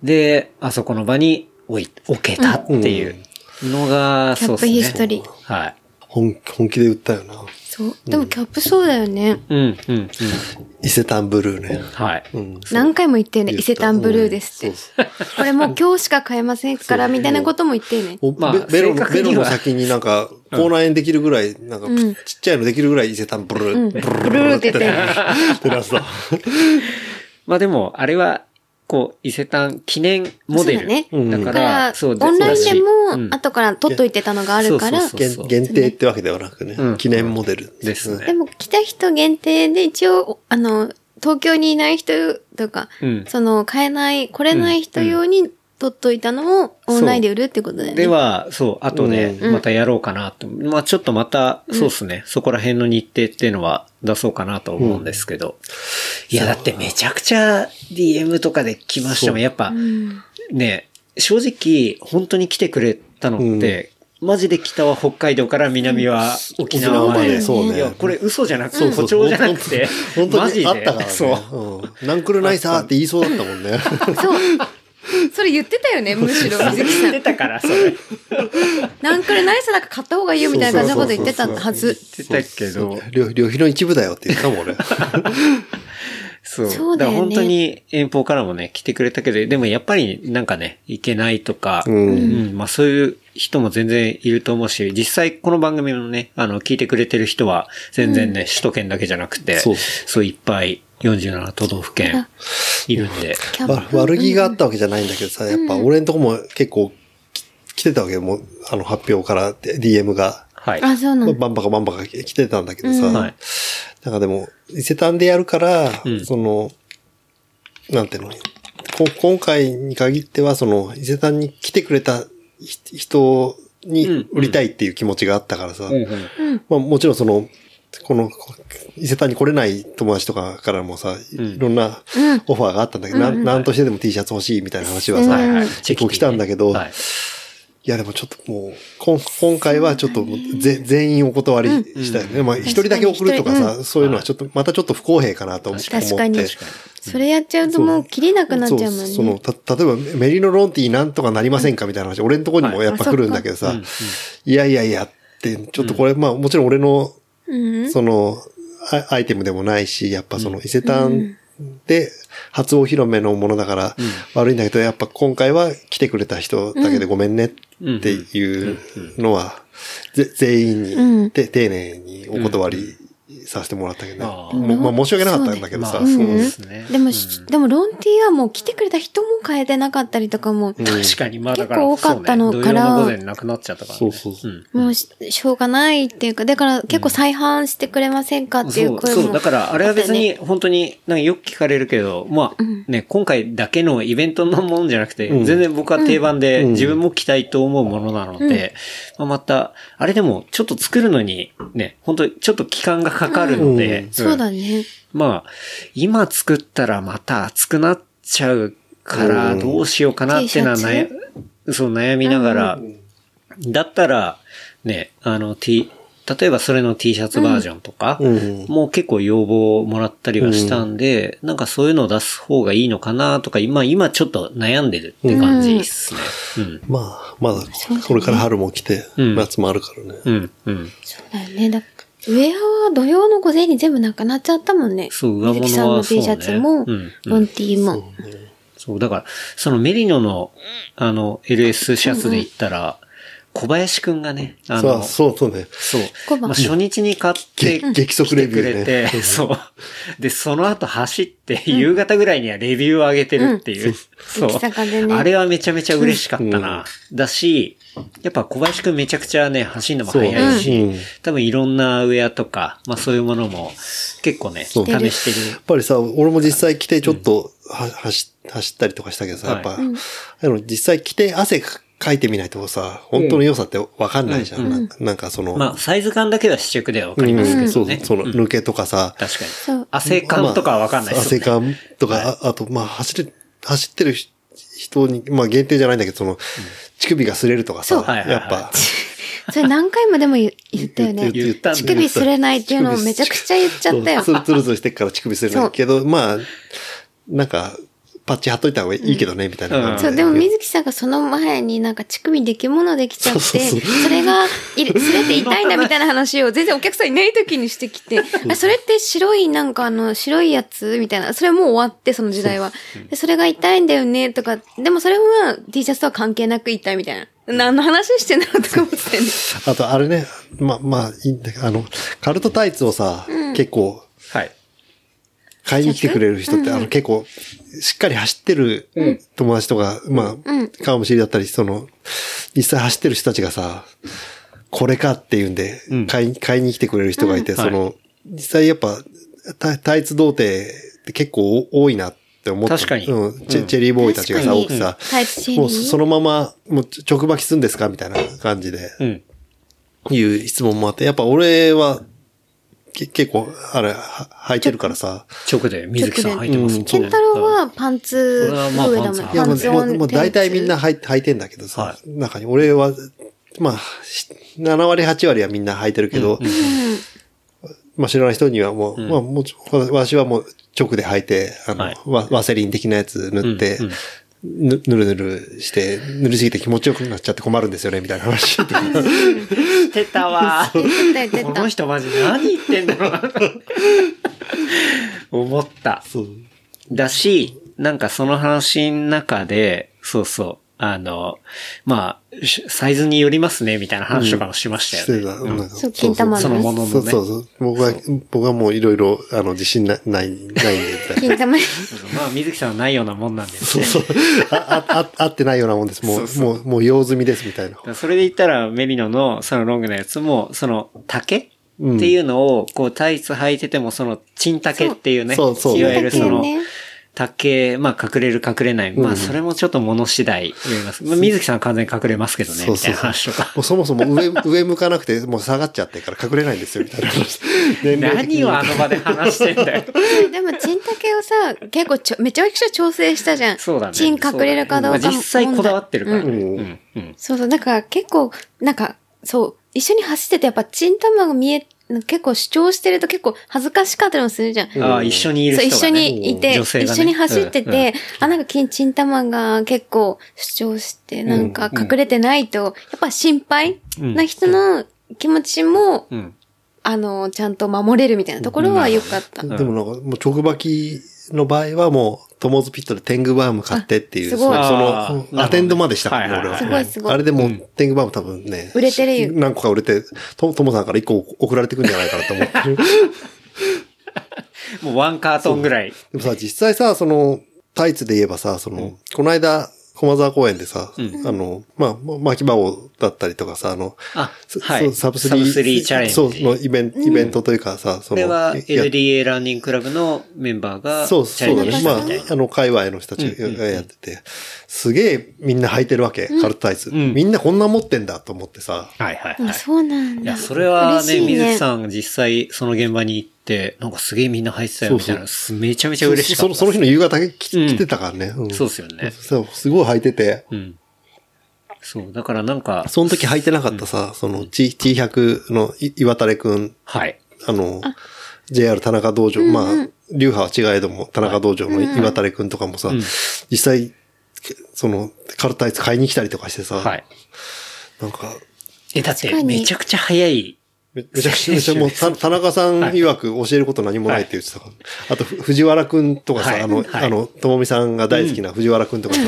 S2: で、あそこの場に置い、置けたっていうのが、
S1: キャ
S2: そう
S1: ッ
S2: で
S1: プ
S2: すね。
S1: ヒストリー。
S2: はい。
S3: 本本気で売ったよな。
S1: そう。でもキャップそうだよね。
S2: うん、うん、うん。
S3: 伊勢丹ブルーね。
S2: はい。
S3: うん。
S1: 何回も言ってよね。
S3: 言
S1: 伊
S3: った
S1: 勢丹ブルーですって。
S3: そう
S1: これもう今日しか買えませんから、みたいなことも言ってよね。
S3: そう
S2: まあ
S3: ベベロ
S2: 正
S3: の、
S2: 確
S3: ベ
S2: には
S3: ロの先になんか、口内炎できるぐらい、なんか、
S1: ん
S3: ちっちゃいのできるぐらい伊勢丹ブルー、ブル
S1: ブルーって言って
S3: テラスだ。
S2: まあでも、あれは、こう、伊勢丹記念モデル。
S1: そう
S3: だね
S1: だ
S2: だか、
S1: からら、
S2: そう
S1: オンラインで
S2: う
S1: も
S2: ん、
S1: 後から取っといてたのがあるから、
S2: そうそうそう
S3: 限限定ってわけではなくね
S2: うん。
S3: 記念モデル。
S2: ですね
S1: でも来た人限定で一応、あの、東京にいない人とか、
S2: うん
S1: その、買えない、来れない人用に取っといたのをオンラインで売るってことだよね。
S2: では、そう、後で
S3: う
S2: またやろうかなと。まあちょっとまた、そうですね、そこら辺の日程っていうのは出そうかなと思うんですけど。いや、だってめちゃくちゃ DM とかで来ましたもん。やっぱ、
S1: うん。
S2: ね、正直、本当に来てくれたのって、マジで北は北海道から南は沖縄ま
S3: 沖縄ま
S2: で。
S3: でそうね
S2: いや、これ嘘じゃなく
S3: そ
S2: て、
S3: うそう
S2: 誇張じゃなくて、
S3: 本当
S2: マ
S3: に
S2: ジで。
S3: あったからね。
S2: そう。
S3: うん。ナンクルナイサーって言いそうだったもんね。
S1: そう。 それ言ってたよね、むしろ、水木
S2: 言
S1: さ
S2: って
S1: ん。
S2: たから、それ。言っ
S1: なんくらいナイスだから買った方がいいよみたいな感じのこと言ってたはず。
S2: てたけど。
S3: 旅旅費の一部だよって言ったもん俺。
S2: そう。
S1: そう
S2: だ
S1: だ
S2: か
S1: よ
S2: ら
S1: ね
S2: 本当に遠方からもね、来てくれたけど、でもやっぱりなんかね、行けないとか、
S3: うん
S2: うんまあそういう人も全然いると思うし、実際この番組のね、あの、聞いてくれてる人は、全然ね、首都圏だけじゃなくて、
S3: そう
S2: いっぱい47都道府県いるんで、
S1: キャ
S3: わ
S1: ップ。
S3: 悪気があったわけじゃないんだけどさ、やっぱ俺のとこも結構き来てたわけよ、もうあの発表から DM が。
S2: はい。
S1: あ、そうなんだ。
S3: バンバカバンバカ来てたんだけどさ、
S1: うん
S2: はい。
S3: なんかでも、伊勢丹でやるから、
S2: うん
S3: その、なんていうの、こ今回に限っては、その、伊勢丹に来てくれたひ人に売りたいっていう気持ちがあったからさ、
S1: うん。
S3: まあ、もちろんその、この、こ伊勢丹に来れない友達とかからもさ、
S2: うん
S3: いろんな
S1: うん
S3: オファーがあったんだけど、なんなんとしてでも T シャツ欲しいみたいな話はさ、
S2: はいはい。
S3: 結構来たんだけど、
S2: はい。
S3: いやでもちょっともう、こん今回はちょっともうぜ全員お断りしたよね。まあ一人だけ送るとか
S1: 確かに一
S3: さ、そういうのはちょっと、またちょっと不公平かなと思って。
S1: 確かに
S3: 思って
S1: それやっちゃうともう切れなくなっちゃうもん
S3: そ
S1: ね。
S3: その、た、例えばメリノロンティーなんとかなりませんかみたいな話、俺のところにもやっぱ来るんだけどさ、いやいやいやって、ちょっとこれ、まあもちろん俺の、
S1: うん。
S3: その、あアイテムでもないし、やっぱその伊勢丹で初お披露目のものだから悪いんだけど、やっぱ今回は来てくれた人だけでごめんねっていうのは、ぜ全員
S1: う
S3: に
S1: ん
S3: て丁寧にお断りさせてもらったけどね
S2: ああ
S3: もまあ申し訳なかったんだけど
S2: まあ、
S3: さ
S2: そう、ですね。
S1: でも、でも、ロンティーはもう来てくれた人も変えてなかったりとかも、
S2: 確かに、まあだから、
S1: 結構多かったの
S2: そうね
S1: から
S2: 土曜の午前なくなっちゃったからね。
S3: そうそうそうん
S1: もうししょうがないっていうか、だから結構再販してくれませんかってい
S2: そうう、
S1: 声
S2: そ
S1: も。
S2: う、だから、あれは別に、本当に、なんかよく聞かれるけど、まあ、ね、今回だけのイベントのもんじゃなくて、
S3: うん
S2: 全然僕は定番で、
S3: うん
S2: 自分も着たいと思うものなので、まあ、また、あれでも、ちょっと作るのに、ね、本当にちょっと期間がかかるので、
S3: うん
S2: ん
S1: そうだね。
S2: まあ、今作ったらまた熱くなっちゃうから、
S3: うん
S2: どうしようかなってのは悩
S1: T
S2: そう悩みながら、だったら、ね、あの、T、例えばそれの T シャツバージョンとか、
S3: うん
S2: もう結構要望をもらったりはしたんで、なんかそういうのを出す方がいいのかなとか、今、今ちょっと悩んでるって感じですね。
S3: まあ、まだこれから春も来て、
S2: うん
S3: 夏もあるからね。
S2: うん。うん、うん。
S1: そうだよね。だウェアは土曜の午前に全部なくなっちゃったもんね。
S2: そう、上
S1: 水木
S2: 物はそう、ね。
S1: さんの T シャツも、
S2: うんうん
S1: ロンティーも。
S2: そう、だから、そのメリノの、あの、LS シャツで言ったら、小林くんがね、あ
S3: さあ、
S2: の、
S3: そうそうね。
S2: そう、
S1: 小林
S2: まあ、初日に買って、
S3: げ激速レビューね
S2: 来てくれて、そう。で、その後走って、夕方ぐらいにはレビューを上げてるっていう。そう。
S1: 行き坂でね
S2: あれはめちゃめちゃ嬉しかったな。だし、やっぱ小林くんめちゃくちゃね、走るのも
S3: そう
S2: 早いし、
S3: うん
S2: 多分いろんなウェアとか、まあそういうものも結構ね、試
S3: そう
S2: して
S3: や
S2: る
S3: っ。ぱりさ、俺も実際着てちょっとは、走走ったりとかしたけどさ、
S2: はい
S3: やっぱ、あの実際着て汗かいてみないとさ、本当の良さってわかんないじゃん。なんかなんかその、
S2: まあ、サイズ感だけは試着ではわかりますけどね。
S3: そうそう、その抜けとかさ、
S2: 確かに。
S1: そう。
S2: 汗感とかはわかんないです
S3: 汗
S2: よね。
S3: 感とか、ああと、まあ走る、走ってる人に、まあ限定じゃないんだけど、その、乳首が擦れるとかさ、
S2: そうはいはいはい
S3: やっぱ、
S1: それ何回もでも言言ったよね。
S2: 言ったんだ
S1: 乳首擦れないっていうのをめちゃくちゃ言っちゃったよ。
S3: そうツルツルしてっから乳首擦れないけど、まあ、なんか、パッチ貼っといた方がいいけどね、みたいな感じ
S1: そう、でも水木さんがその前になんか乳首できものできちゃって、
S3: そうそうそう
S1: それが、いれそれって痛いんだみたいな話を全然お客さんいない時にしてきて、あそれって白いなんかあの、白いやつみたいな、それはもう終わって、その時代は。でそれが痛いんだよね、とか、でもそれは T シャツとは関係なく痛いみたいな。何の話してんだろうとか思ってたよね。
S3: あと、あれね、ま、まあ、いいんだけどあの、カルトタイツをさ、結構、
S2: はい。
S3: 買いに来てくれる人って、あの、結構、しっかり走ってる友達とか、まあ、顔も知りだったり、その、実際走ってる人たちがさ、これかっていうんで
S2: うん、
S3: 買い,、買いに来てくれる人がいて、
S2: は
S3: そ
S2: い
S3: の、実際やっぱ、タタイツ童貞って結構多いなって思った。
S2: 確かに
S3: うん、チェチェリーボーイたちがさ、
S1: 確
S3: 多
S1: か
S3: く
S1: に
S3: さ、
S1: タイツチェリー
S3: もうそのまま、もう直履きするんですかみたいな感じで。
S2: うん。
S3: いう質問もあって、やっぱ俺は、け結構、あれ、は履いてるからさ。
S2: 直で水木さん履いてますね。
S1: ケンタロウはパンツ
S2: 俺はまあ
S1: の上だもん。
S2: パンツ
S3: いや、も
S1: パ
S3: う
S1: ンツ
S3: も
S1: オ
S3: う、も
S1: ン
S3: う
S1: パンツ
S3: 大体みんな履い履いてんだけどさ、
S2: は
S3: 中に俺は、まあ、し7割、8割はみんな履いてるけど、まあ知らない人にはもう、まあもうちょ、わわしはもう直で履いて、あの、
S2: はい
S3: ワワセリン的なやつ塗って、
S2: うんうん
S3: ぬぬるぬるして、塗りすぎて気持ちよくなっちゃって困るんですよね、みたいな 話とか。
S2: てたわ ー。
S1: 言ってた
S2: こ
S1: 言
S2: の
S1: って
S2: 人マジ何言ってんだろうな思った。
S3: そう。
S2: だし、なんかその話の中で、そうそう、あの、まあ、しサイズによりますね、みたいな話とかもしまし
S3: した
S2: よ
S3: て
S2: ね。
S3: た。なんか
S1: そう金玉
S2: そのもの
S3: そ
S2: の
S3: う
S2: ね。
S3: そうそう。僕は、僕はもういろいろ、あの、自信なない、ないんで。
S1: た。金玉に。
S2: まあ、水木さんはないようなもんなんですね。
S3: あ、あ、あ合 ってないようなもんです。もう、もう、もう用済みです、みたいな
S2: だか。らそれで言ったら、メリノのそのロングのやつも、その竹っていうのを、こうタイツ履いてても、そのチン竹っていうね、
S3: そうそうそう
S2: いわゆるそ
S1: 竹
S2: の、
S1: ね。
S2: 竹、まあ隠れる隠れない。まあそれもちょっと物次第言います。まあ水木さんは完全に隠れますけどね、
S3: そう
S2: みた
S3: そ
S2: いうな
S3: そう。
S2: 話とか。
S3: もうそもそも上、 上向かなくて、もう下がっちゃってから隠れないんですよ、み たいな話。年齢的に
S2: 何をあの場で話してんだよ。
S1: でも、チンタケをさ、結構ちょ、めちゃくちゃ調整したじゃん。
S2: そうだね。
S1: チン隠れるかどうか
S2: まあ
S1: も。
S2: 実際こだわってるから
S1: うん
S2: ね。
S3: うん
S2: うん。うん。
S1: そうそう、だから結構、なんか、そう、一緒に走っててやっぱチン玉が見え、結構主張してると結構恥ずかしかったりもするじゃん。
S2: ああ、一緒にいる
S1: そう、
S2: 人
S1: 一緒
S2: がね。
S1: にいて、
S2: 女性
S1: 一
S2: がね
S1: 緒に走ってて、
S2: うんうん
S1: あ、なんか金、チン玉が結構主張して、なんか隠れてないと、やっぱ心配な人の気持ちも、
S2: うん。
S1: あの、ちゃんと守れるみたいなところは良かった。
S3: でもなんか、もう直履きの場合はもう、トモズピットでテングバーム買ってっていう、そ
S1: あすごい
S3: のそ
S2: あーなるほ
S3: の、
S2: ど
S3: アテンドまでしたからね、
S2: はいはい
S3: 俺
S2: はい
S3: は。
S2: す
S1: ごいすごい
S3: あれでもう、テングバーム多分ね、
S1: 売れてるよ
S3: 何個か売れて、トトモさんから一個送られてくんじゃないかなと思ってる。
S2: もうワンカートンぐらい。
S3: でもさ、実際さ、その、タイツで言えばさ、その、この間、駒沢公園でさ、あの、まあ、ま巻き場王だったりとかさ、あの、
S2: あ
S3: そ、
S2: は
S3: そ
S2: い。
S3: うサブスリー、
S2: チャレンジ。
S3: そう、のイベント、イベントというかさ、そ
S2: こ
S3: の、
S2: れは
S3: や
S2: LDA ランニングクラブのメンバーが、
S3: そう、
S2: チ
S3: そ
S2: ャレ
S3: う
S2: ン
S3: だ
S2: ジ
S3: ね。
S2: し
S3: ま
S2: た
S3: あ
S2: みたいな。、
S3: あの、界隈の人たちがやってて、すげえみんな履いてるわけ、カルトタイツ。
S2: ん
S3: みんなこんな持ってんだと思ってさ、
S2: はいはい
S1: あ
S2: はい。
S1: そうなん
S2: い
S1: だ。
S2: や、それはね、
S1: 嬉しい
S2: 水木さんが実際その現場に行って、なんかすげえみんな入ってたよみたいな、すめちゃめちゃ嬉しか
S3: そ
S2: っ
S3: の
S2: た。
S3: その日の夕方来
S2: うん
S3: 来てたからね。うん
S2: そうですよね。
S3: そう、すごい履いてて、
S2: うん。そう、だからなんか、
S3: その時履いてなかったさ、その T- T100 のい岩垂くん
S2: はい。
S3: あの、JR 田中道場、まあ、流派は違えども、田中道場の岩垂くんとかもさ、実際、その、カルタイツ買いに来たりとかしてさ、
S2: はい。
S3: なんか、
S2: え、だっ
S1: 確
S2: て、
S1: かに
S2: めちゃくちゃ早い。
S3: めめちゃくち ゃ、めちゃもう、た田中さん曰く教えること何もないって言ってたから、あと、ふ藤原くんとかさ、
S2: はい
S3: あの、
S2: はい
S3: あの、ともみさんが大好きな藤原くんとかさ、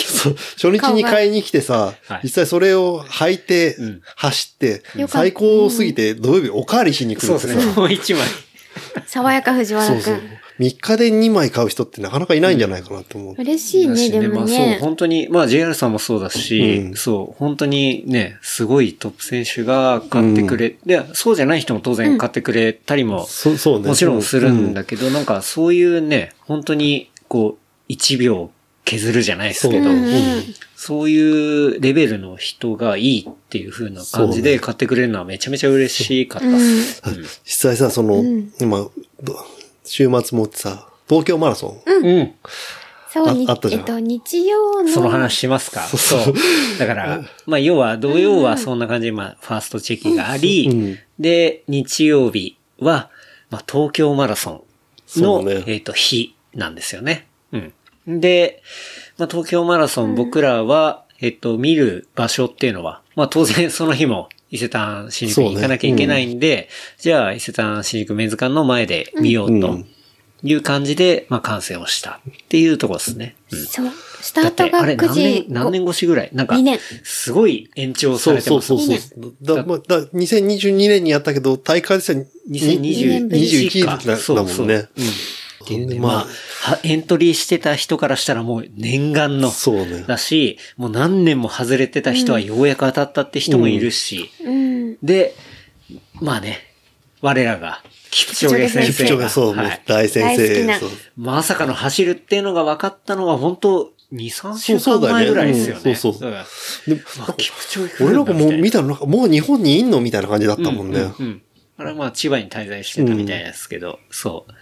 S3: そう初日に買いに来てさ
S2: はい、
S3: 実際それを履いて、
S2: ん
S3: 走って
S1: よかっ、た
S3: 最高すぎて、土曜日おかわりしに来るってさ、
S2: もう一枚。
S1: 爽やか藤原く
S3: そ
S1: ん。
S3: うそう。3日で2枚買う人ってなかなかいないんじゃないかなと思う。
S1: 嬉しい
S2: だ
S1: ね、
S2: し
S1: でも
S2: まあそう、
S1: ね。
S2: 本当に、まあ JR さんもそうだ
S3: う
S2: し、
S3: ん
S2: そう、本当にね、すごいトップ選手が買ってくれ、で、そうじゃない人も当然買ってくれたりも、
S3: そそうね。
S2: もちろんするん
S3: う
S2: だけど、なんかそういうね、本当に、こう、1秒削るじゃないですけど、
S3: そう
S1: うんうん
S2: そういうレベルの人がいいっていう風な感じ
S3: そう
S2: で買ってくれるのはめちゃめちゃ嬉しかったっす。うん
S3: 実際さ、その、
S1: ん
S3: 今、ど週末もさ、東京マラソン。
S2: うん。
S1: そう、
S3: あ
S1: に
S3: あったじ
S1: え
S3: ゃん
S1: っと、日曜の。
S2: その話しますかそう。だから、まあ要は土曜はそんな感じで、まあファーストチェキがあり、
S3: うん
S2: で、日曜日は、まあ東京マラソン
S3: そう
S2: の、
S3: ね
S2: えっ、と、日なんですよね。うん。で、まあ、東京マラソン僕らは、えっと、見る場所っていうのは、まあ、当然 その日も伊勢丹新宿に行かなきゃいけないんで、じゃあ伊勢丹新宿メンズ館の前で見よう
S3: う
S2: と
S3: ん
S2: いう感じで、まあ、完成をしたっていうところですね。うん
S1: そう。スター
S2: だって
S1: トが
S2: あれ
S1: 9
S2: 何年
S1: 時、。
S2: 何年越しぐらいなんか
S1: 2年、
S2: すごい延長さ
S3: そう
S2: れて
S3: そう
S2: ます
S3: そ
S2: よ
S3: う
S2: ね。
S3: そう。だ、まあ、だ、2022年にやったけど、大会でしたら
S2: 2020
S3: 21
S2: か
S3: だだ
S2: そう
S3: も
S2: そうん
S3: ね。
S2: っていうね
S3: で
S2: ま
S3: ま
S2: あ、はエントリーしてた人からしたらもう念願の。
S3: そうね。
S2: だし、もう何年も外れてた人はようやく当たったって人もいるし。
S1: うん。
S2: で、まあね、我らが、キプチョゲ先
S3: キプチ
S2: 生
S3: ョゲ
S2: が。
S3: そう、もう
S2: はい
S3: 大先
S1: 大好きな
S3: 生。そう
S2: まさかの走るっていうのが分かったのは本当2、3週
S3: そ
S2: 間
S3: うだね
S2: 前ぐらいですよね。
S3: うんそうそう
S2: だか
S3: で
S2: ら
S3: なん
S2: まあ
S3: か
S2: キプチョゲ来
S3: 俺
S2: る
S3: なんんか
S2: だ
S3: もう
S2: み
S3: 見たら、なんかもう日本にいんのみたいな感じだったもんね。
S2: うんうんうんあれはまあ千葉に滞在してたみたいですけど、そう。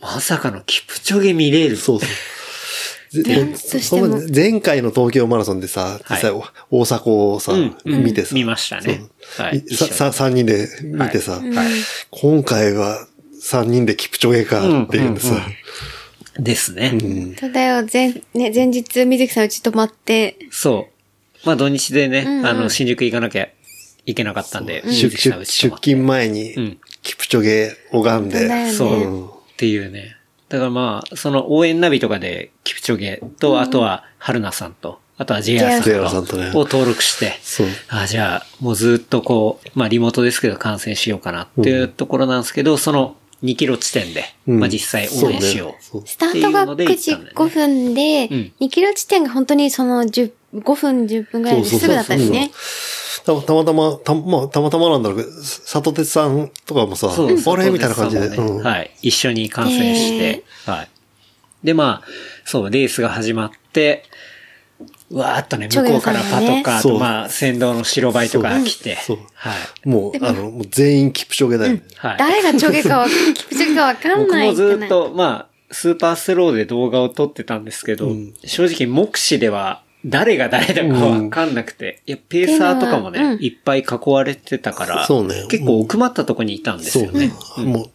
S2: まさかのキプチョゲ見れる。
S3: そうそう。
S1: ダンスとしても
S3: その前回の東京マラソンでさ、実際大阪をさ、
S2: うんうん
S3: 見てさ、
S2: 見ましたね
S3: そう
S2: はい一緒に
S3: さ、3人で見てさ、
S2: はい。
S3: 今回は3人でキプチョゲかっていうのさ、
S2: ですね。
S1: そうだよ、前、ね、前日、水木さんうち泊まって、
S2: そう。まあ土日でね、
S1: んうん
S2: あの、新宿行かなきゃいけなかったんで、
S3: 出
S2: 水木さん
S3: 出
S2: うちと
S3: 出
S2: も
S3: 勤前
S2: うん
S3: にキプチョゲ拝ん
S1: そうだよ
S3: で、
S1: ね。
S2: そう、
S3: うん
S2: っていうね。だからまあ、その応援ナビとかで、キプチョゲと、あとは、春菜さんと、あとは JR さん
S3: JR さん
S2: と
S3: とね
S2: を登録して、
S3: そう
S2: あじゃあ、もうずっとこう、まあリモートですけど観戦しようかなっていうところなんですけど、その2キロ地点で、
S3: うん
S2: まあ実際応援しよう。
S3: そうね
S1: スタートが9時5分で、
S2: うん
S1: 2キロ地点が本当にその10 5分、10分ぐらいですぐだったんですね。
S3: そうたたまたま、たまあ、たまたまなんだろうけど、里鉄さんとかもさ、
S2: そうです
S3: あれみたいな感じで。
S2: 佐藤さんも
S3: う
S2: ね
S3: ん
S2: はい。一緒に観戦して、はい。で、まあ、そう、レースが始まって、うわーっとね、
S1: ちょ
S2: 向
S1: げ
S2: こ
S1: や
S2: うか
S1: さんが
S2: ら
S1: ね
S2: パトカー
S3: そ
S2: と、
S3: う
S2: まあ、先導の白バイとかが来て
S3: そうそう、
S2: はい。
S3: もう、あの、もう全員キプチョゲだよね。
S2: はい。
S1: 誰がチョゲかわ、キプチョゲかわかん
S2: 僕
S1: ない
S2: も
S1: ってね
S2: ずっと、まあ、スーパースローで動画を撮ってたんですけど、正直目視では誰が誰だかわかんなくて、いや、ペーサーとかもね、
S1: っていうのはうん
S2: いっぱい囲われてたから、
S3: そうね
S2: 結構奥まったとこにいたんです
S3: そう
S2: よね。
S3: もう、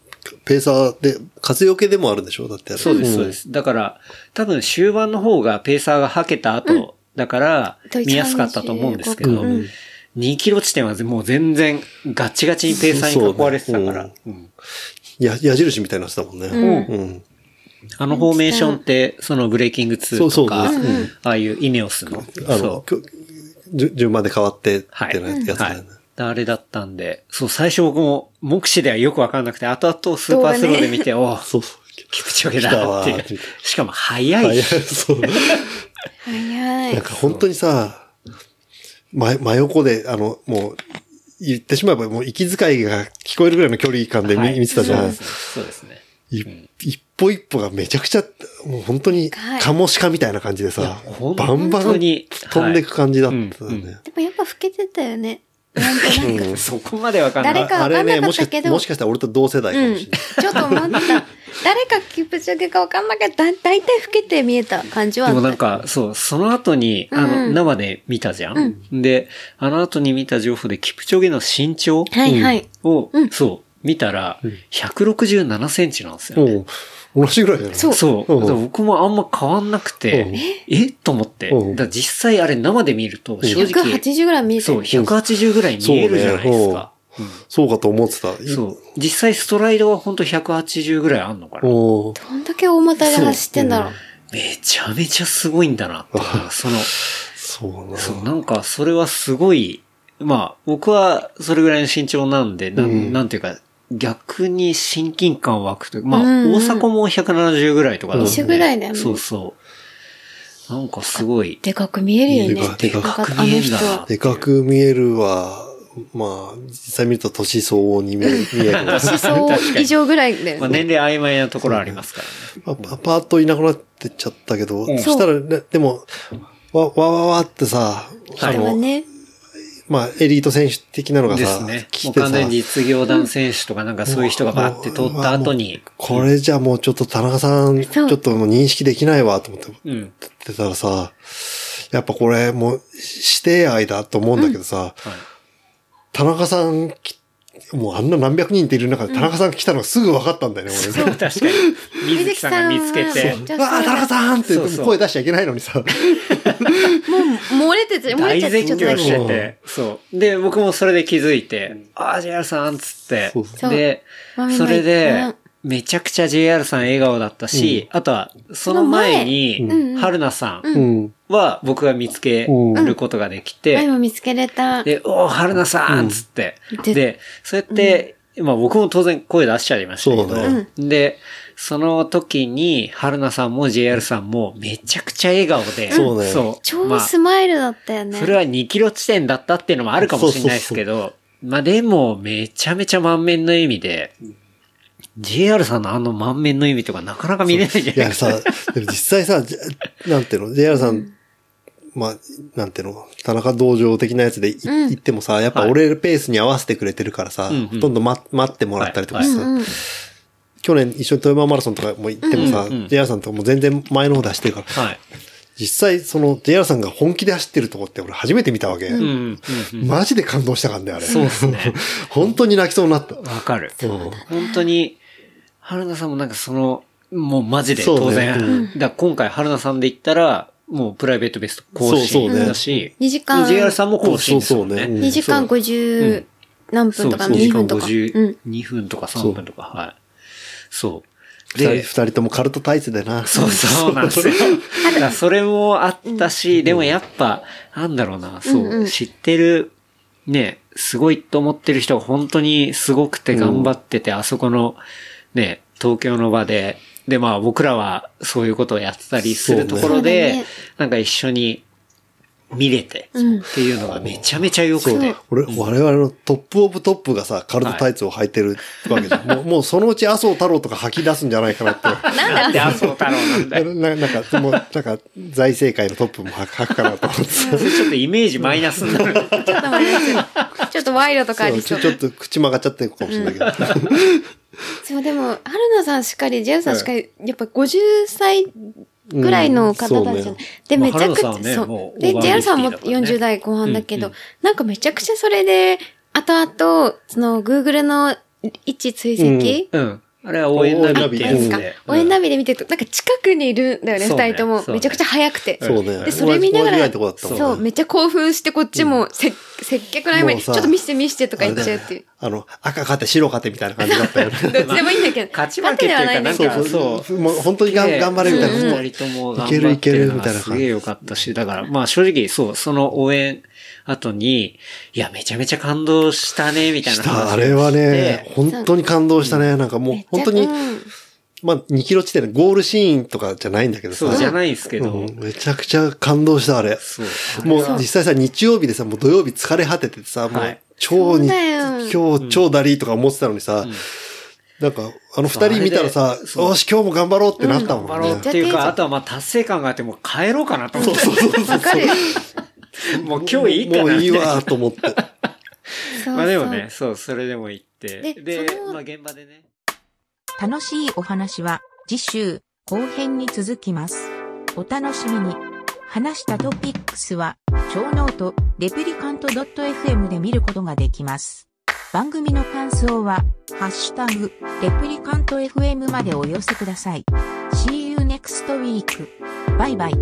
S3: ペーサーで、風よけでもあるでしょだってあれ。。
S2: そうです、そうですす。だから、多分終盤の方がペーサーがはけた後、だから、
S1: ドイツ
S2: 見やすかったと思うんですけ
S1: 35
S2: ど、
S1: うん
S2: 2キロ地点はもう全然ガチガチにペーサーに囲われてたから、
S3: そう
S2: うん
S3: や、矢印みたいな人だもんね。
S1: う
S3: うん。
S2: あのフォーメーションって、そのブレイキング2
S3: そうそ
S2: と
S3: う
S2: か、
S3: うんう
S2: ああいうイネオスの、
S3: あ
S2: そ
S3: の
S2: う、
S3: きょじゅ順番で変わってって
S2: はい。
S3: なやつだよね。
S2: はい。あれだったんで、そう、最初僕も目視ではよくわかんなくて、後々スーパースローで見て、おう
S3: そうそう。
S2: キプチョゲだっ
S3: 来
S2: て
S3: たわー
S2: い
S3: み
S2: う
S3: たい。
S2: しかも早
S3: はいい、
S2: し、
S3: そう。
S1: 早
S3: なん
S1: い。
S3: か本当にさ、真真横で、あの、もう、言ってしまえばもう息遣いが聞こえるぐらいの距離感で見,、
S2: はい
S3: 見てたじゃん。
S2: そうですね。
S3: い一歩一歩がめちゃくちゃ、もう本当に
S1: はい、
S3: カモシカみたいな感じでさ
S2: やほん、
S3: バンバン
S2: 本当
S3: 飛ん
S2: に
S3: でいく感じだったね。
S2: はいうんうん
S1: でもやっぱ老けてたよ ね。なんとなく。
S2: そこまでわかんない。
S1: 誰か
S3: あれね、
S1: わかんなか
S3: も
S1: っ
S3: したか
S1: け
S3: し
S1: ど
S3: もしかしたら俺と同世代か
S1: う
S3: も
S1: ん。
S3: し
S1: ち
S3: れない。
S1: ょっと思った。誰かキプチョゲかわかんなきゃ、だ、だいたい老けて見えた感じはあ
S2: で
S1: っ
S2: も
S1: た。
S2: なんか、そう、その後に、あの、
S1: うん
S2: 生で見たじゃん、で、あの後に見た情報で、キプチョゲの身長
S1: はいはい。
S2: を、
S1: うん
S2: そう、見たら、167センチなんですよね。
S3: もう、同じぐらいじゃない
S1: そう
S2: そう。
S3: うん
S2: だから僕もあんま変わんなく
S3: う
S2: て
S3: ん、
S2: えと思って。だ
S3: うん
S2: から実際あれ生で見ると、正直、
S1: 180ぐらい見えて
S2: そう、
S1: る。
S2: 180ぐらい見えるじゃないですか。
S3: そうかと思ってた。
S2: そう。実際ストライドはほんと180ぐらいあんのかな。
S3: おー
S1: どんだけ大股で走ってんだろう。
S2: めちゃめちゃすごいんだなって。その、
S3: そうな。
S2: そう、なんか、それはすごい、まあ、僕はそれぐらいの身長なんで、なん、
S3: うん
S2: なんていうか、逆に親近感湧くというか、まあ、
S1: うんうん
S2: 大阪も170ぐらいとかだもんね
S1: 一緒ぐらいだよね
S2: そうそう。なんかすごい、
S1: でかく見えるよ
S3: で
S1: ね
S3: か。
S2: で
S3: で
S2: か
S1: か
S2: く
S1: あの
S2: 見えん
S1: 人
S2: だな
S1: は
S2: っ。て
S3: でかく見えるわ。まあ、実際見ると年相応に見える。見 えるま
S1: 思想以上ぐらいだよ
S2: ま あ、
S1: ね。
S2: 年齢曖昧なところありますからね。
S3: あパパーッといなくなってっちゃったけど、
S2: ん
S3: そしたらね、でも、わ、わわわってさ、
S2: は
S3: あ
S2: い
S1: でも
S3: の、
S1: ね、
S3: まあ、エリート選手的なのが
S2: で
S3: さ
S2: すね、。も
S3: 来
S2: う
S3: て
S2: 完
S3: さ、
S2: 全に実業団選手とかなんかそういう人がバーって通った後に、
S3: これじゃもうちょっと田中さん、ち
S1: そ
S3: ょ
S1: う
S3: っともう認識できないわと思って、
S2: うん。
S3: ってたらさ、やっぱこれもう指定愛だと思うんだけどさ、田中さんきもうあんな何百人っている中で田中さんが来たのがすぐ分かったんだよね、俺ね。
S2: 確か に。水木さんが見つけて。
S1: 水木
S3: あ
S1: さ
S3: あ
S1: んは
S3: ー、田中さんって言って
S2: そうそう
S3: も声出しちゃいけないのにさ。
S1: 漏れてて、漏れ
S2: 大
S1: ちゃっ
S2: 絶
S1: てちょっ
S2: 叫
S1: と
S2: し。てて。そう。で、僕もそれで気づいて、ああ、JR さんっつって
S3: そうそ。
S1: う
S2: で、
S1: 豆ま
S2: そ
S1: い
S2: れ
S1: う
S2: で
S1: ん、
S2: めちゃくちゃ JR さん笑顔だったし、あとは、その前に、春菜さん
S3: うん。
S2: は僕が見つけることができ
S1: あ、
S2: て、
S1: 今見つけれた。
S2: で、おお、春菜さんっつって
S1: うん。で
S2: で、そうやって、まあ僕も当然声出しちゃいました
S3: そう
S2: け
S3: だね
S2: ど、で、その時に、春菜さんも JR さんもめちゃくちゃ笑顔で、
S3: そうね
S1: 超
S2: まあ
S1: スマイルだったよね。
S2: それは2キロ地点だったっていうのもあるかもしれないですけど、まあでも、めちゃめちゃ満面の笑みで、JR さんのあの満面の笑みとかなかなか見れないじゃ
S3: い
S2: ない
S3: や
S2: ですか。
S3: さ、でも実際さ、じゃなんていうの、JR さん、まあ、なんていうの、田中道場的なやつでい
S1: うん
S3: 行ってもさ、やっぱ俺ペースに合わせてくれてるからさ、
S2: うんうん
S3: ほとんどま待ってもらったりとか
S2: は
S3: さ
S2: い、
S1: うんうん
S3: 去年一緒に富山マラソンとかも行ってもさ、
S2: うんうん
S3: JR さんとかも全然前の方で走ってるから、
S2: はい。
S3: 実際その JR さんが本気で走ってるとこって俺初めて見たわけ。
S2: うんうんうん。
S3: マジで感動したからね、あれ。
S2: そうですね。
S3: 本当に泣きそうになった。
S2: わかる。
S3: そうだね
S2: 本当に、春菜さんもなんかその、もうマジで
S3: そうね
S2: 当然。
S3: う
S2: だから今回春菜さんで言ったら、もうプライベートベスト更
S3: そう
S2: 新
S3: そうね
S2: だし、
S1: 2時間、
S2: JR さんも更新ですもん
S3: そうそうね
S2: ね。
S1: 2時間50何分とか、
S2: そうそう
S1: 2分とか。
S2: 2時
S1: う
S2: 間
S1: ん。
S2: 52分とか3分とか、はい。そう。
S3: 二人二
S2: で、
S3: 人ともカルト体制でな。
S2: そうそうなんですよ。 だからそれもあったし、でもやっぱ、なんだろうな、そう、
S1: うんうん
S2: 知ってる、ね、すごいと思ってる人が本当にすごくて頑張ってて、あそこの、ね、東京の場で、で、まあ僕らはそういうことをやってたりするところで、
S1: そうね
S2: なんか一緒に見れて、
S1: うん
S2: っていうのがめちゃめちゃ良く
S3: そう
S2: て。
S3: 俺、我々のトップオブトップがさ、カルトタイツを履いてるわけじゃん。もう、もうそのうち麻生太郎とか吐き出すんじゃないかなって。
S2: なんで麻生太郎なんだよ。
S3: ななんか、もう、なんか、財政界のトップも履くかなと思って
S2: それちょっとイメージマイナスになる。
S1: ちょっと待ってちょっと賄賂とかあり
S3: ち
S1: そ
S3: ょ
S1: う
S3: ち。ょっと口曲がっちゃってるかもしれ ないけど。
S1: そう、でも、春菜さんしっかり、ジェフさんしっかり、やっぱ50歳ぐらいの方た
S3: うん
S1: ち
S3: そう
S1: な
S3: ね
S1: で、
S2: まあ
S1: めちゃくちゃ、
S2: 春菜さんはねも
S1: そうう。で、
S2: オーバー
S1: JR さんも
S2: フィフティだからね
S1: 40代後半だけど、
S2: うん
S1: なんかめちゃくちゃそれで、後々、その、Google の位置追跡、
S2: うん。あれは応援ナビっ
S3: うん
S2: て
S1: あ
S2: や
S1: れ
S2: つ
S1: ですか
S2: で。
S1: 応援ナビで見てると、なんか近くにいるんだよね、
S2: そう
S1: 二、
S2: ね
S1: 人とも、
S2: そうね
S1: めちゃくちゃ早くて。
S3: そうね。
S2: で
S1: で、それ見な
S3: 同じ
S1: が
S3: ぐ
S1: ら、
S3: いのとこだったもんね
S1: そう、めっちゃ興奮して、こっちもせ、接客の合間
S3: もう
S1: に、ち
S3: さ
S1: ょっと見せて見せてとか言っちゃうっていう。
S3: あの、赤勝て白勝てみたいな感じだ ったよね。
S1: どっちでもいいんだけど。
S2: 勝ち負けって
S1: 勝手
S2: いうか
S1: ではないんだけど
S2: なんかそう
S3: そう。もう本当にがん頑張れみたいな。
S2: 二人とも
S3: いける
S2: 頑
S3: い
S2: 張っ
S3: け
S2: てる
S3: る
S2: の
S3: みた
S2: が
S3: いな
S2: す
S3: 感
S2: げえ
S3: じ。
S2: 良かったし、だから、まあ正直、そう、その応援後に、いや、めちゃめちゃ感動したね、みたいな話をして。
S3: あれはね、本当に感動したね。なんかもう
S1: めっちゃ
S3: 本当に
S1: う、ん
S3: まあ2キロ地点でゴールシーンとかじゃないんだけどさ。
S2: そうじゃないですけ
S3: う
S2: ど
S3: ん、めちゃくちゃ感動した、あれ。
S2: そう。
S3: もう実際さ、日曜日でさ、もう土曜日疲れ果ててさ、も
S2: は
S3: う
S2: い
S3: 超
S1: そう
S3: に、
S1: だよ
S3: 今日超ダリーとか思ってたのにさ、なんか、あの二人見たらさ、
S2: そう
S3: よし、今日も頑張ろうってなったもん
S2: 頑張ろうっ
S3: ね。
S2: ていうか、あとはまあ達成感があって、もう帰ろうかなと思って。
S1: わかる。
S2: もう今日いいか
S3: も
S2: な
S3: う
S2: みた
S3: い
S2: い
S3: い
S2: な。
S3: わーと思って。
S1: そう
S2: まあでもね、そう、それでも行って。
S1: で
S2: で
S1: そ、の
S2: まあ現場でね。
S4: 楽しいお話は次週後編に続きます。お楽しみに。話したトピックスは、超ノート、レプリカント .fm で見ることができます。番組の感想は、ハッシュタグ、レプリカント fm までお寄せください。See you next week. バイバイ。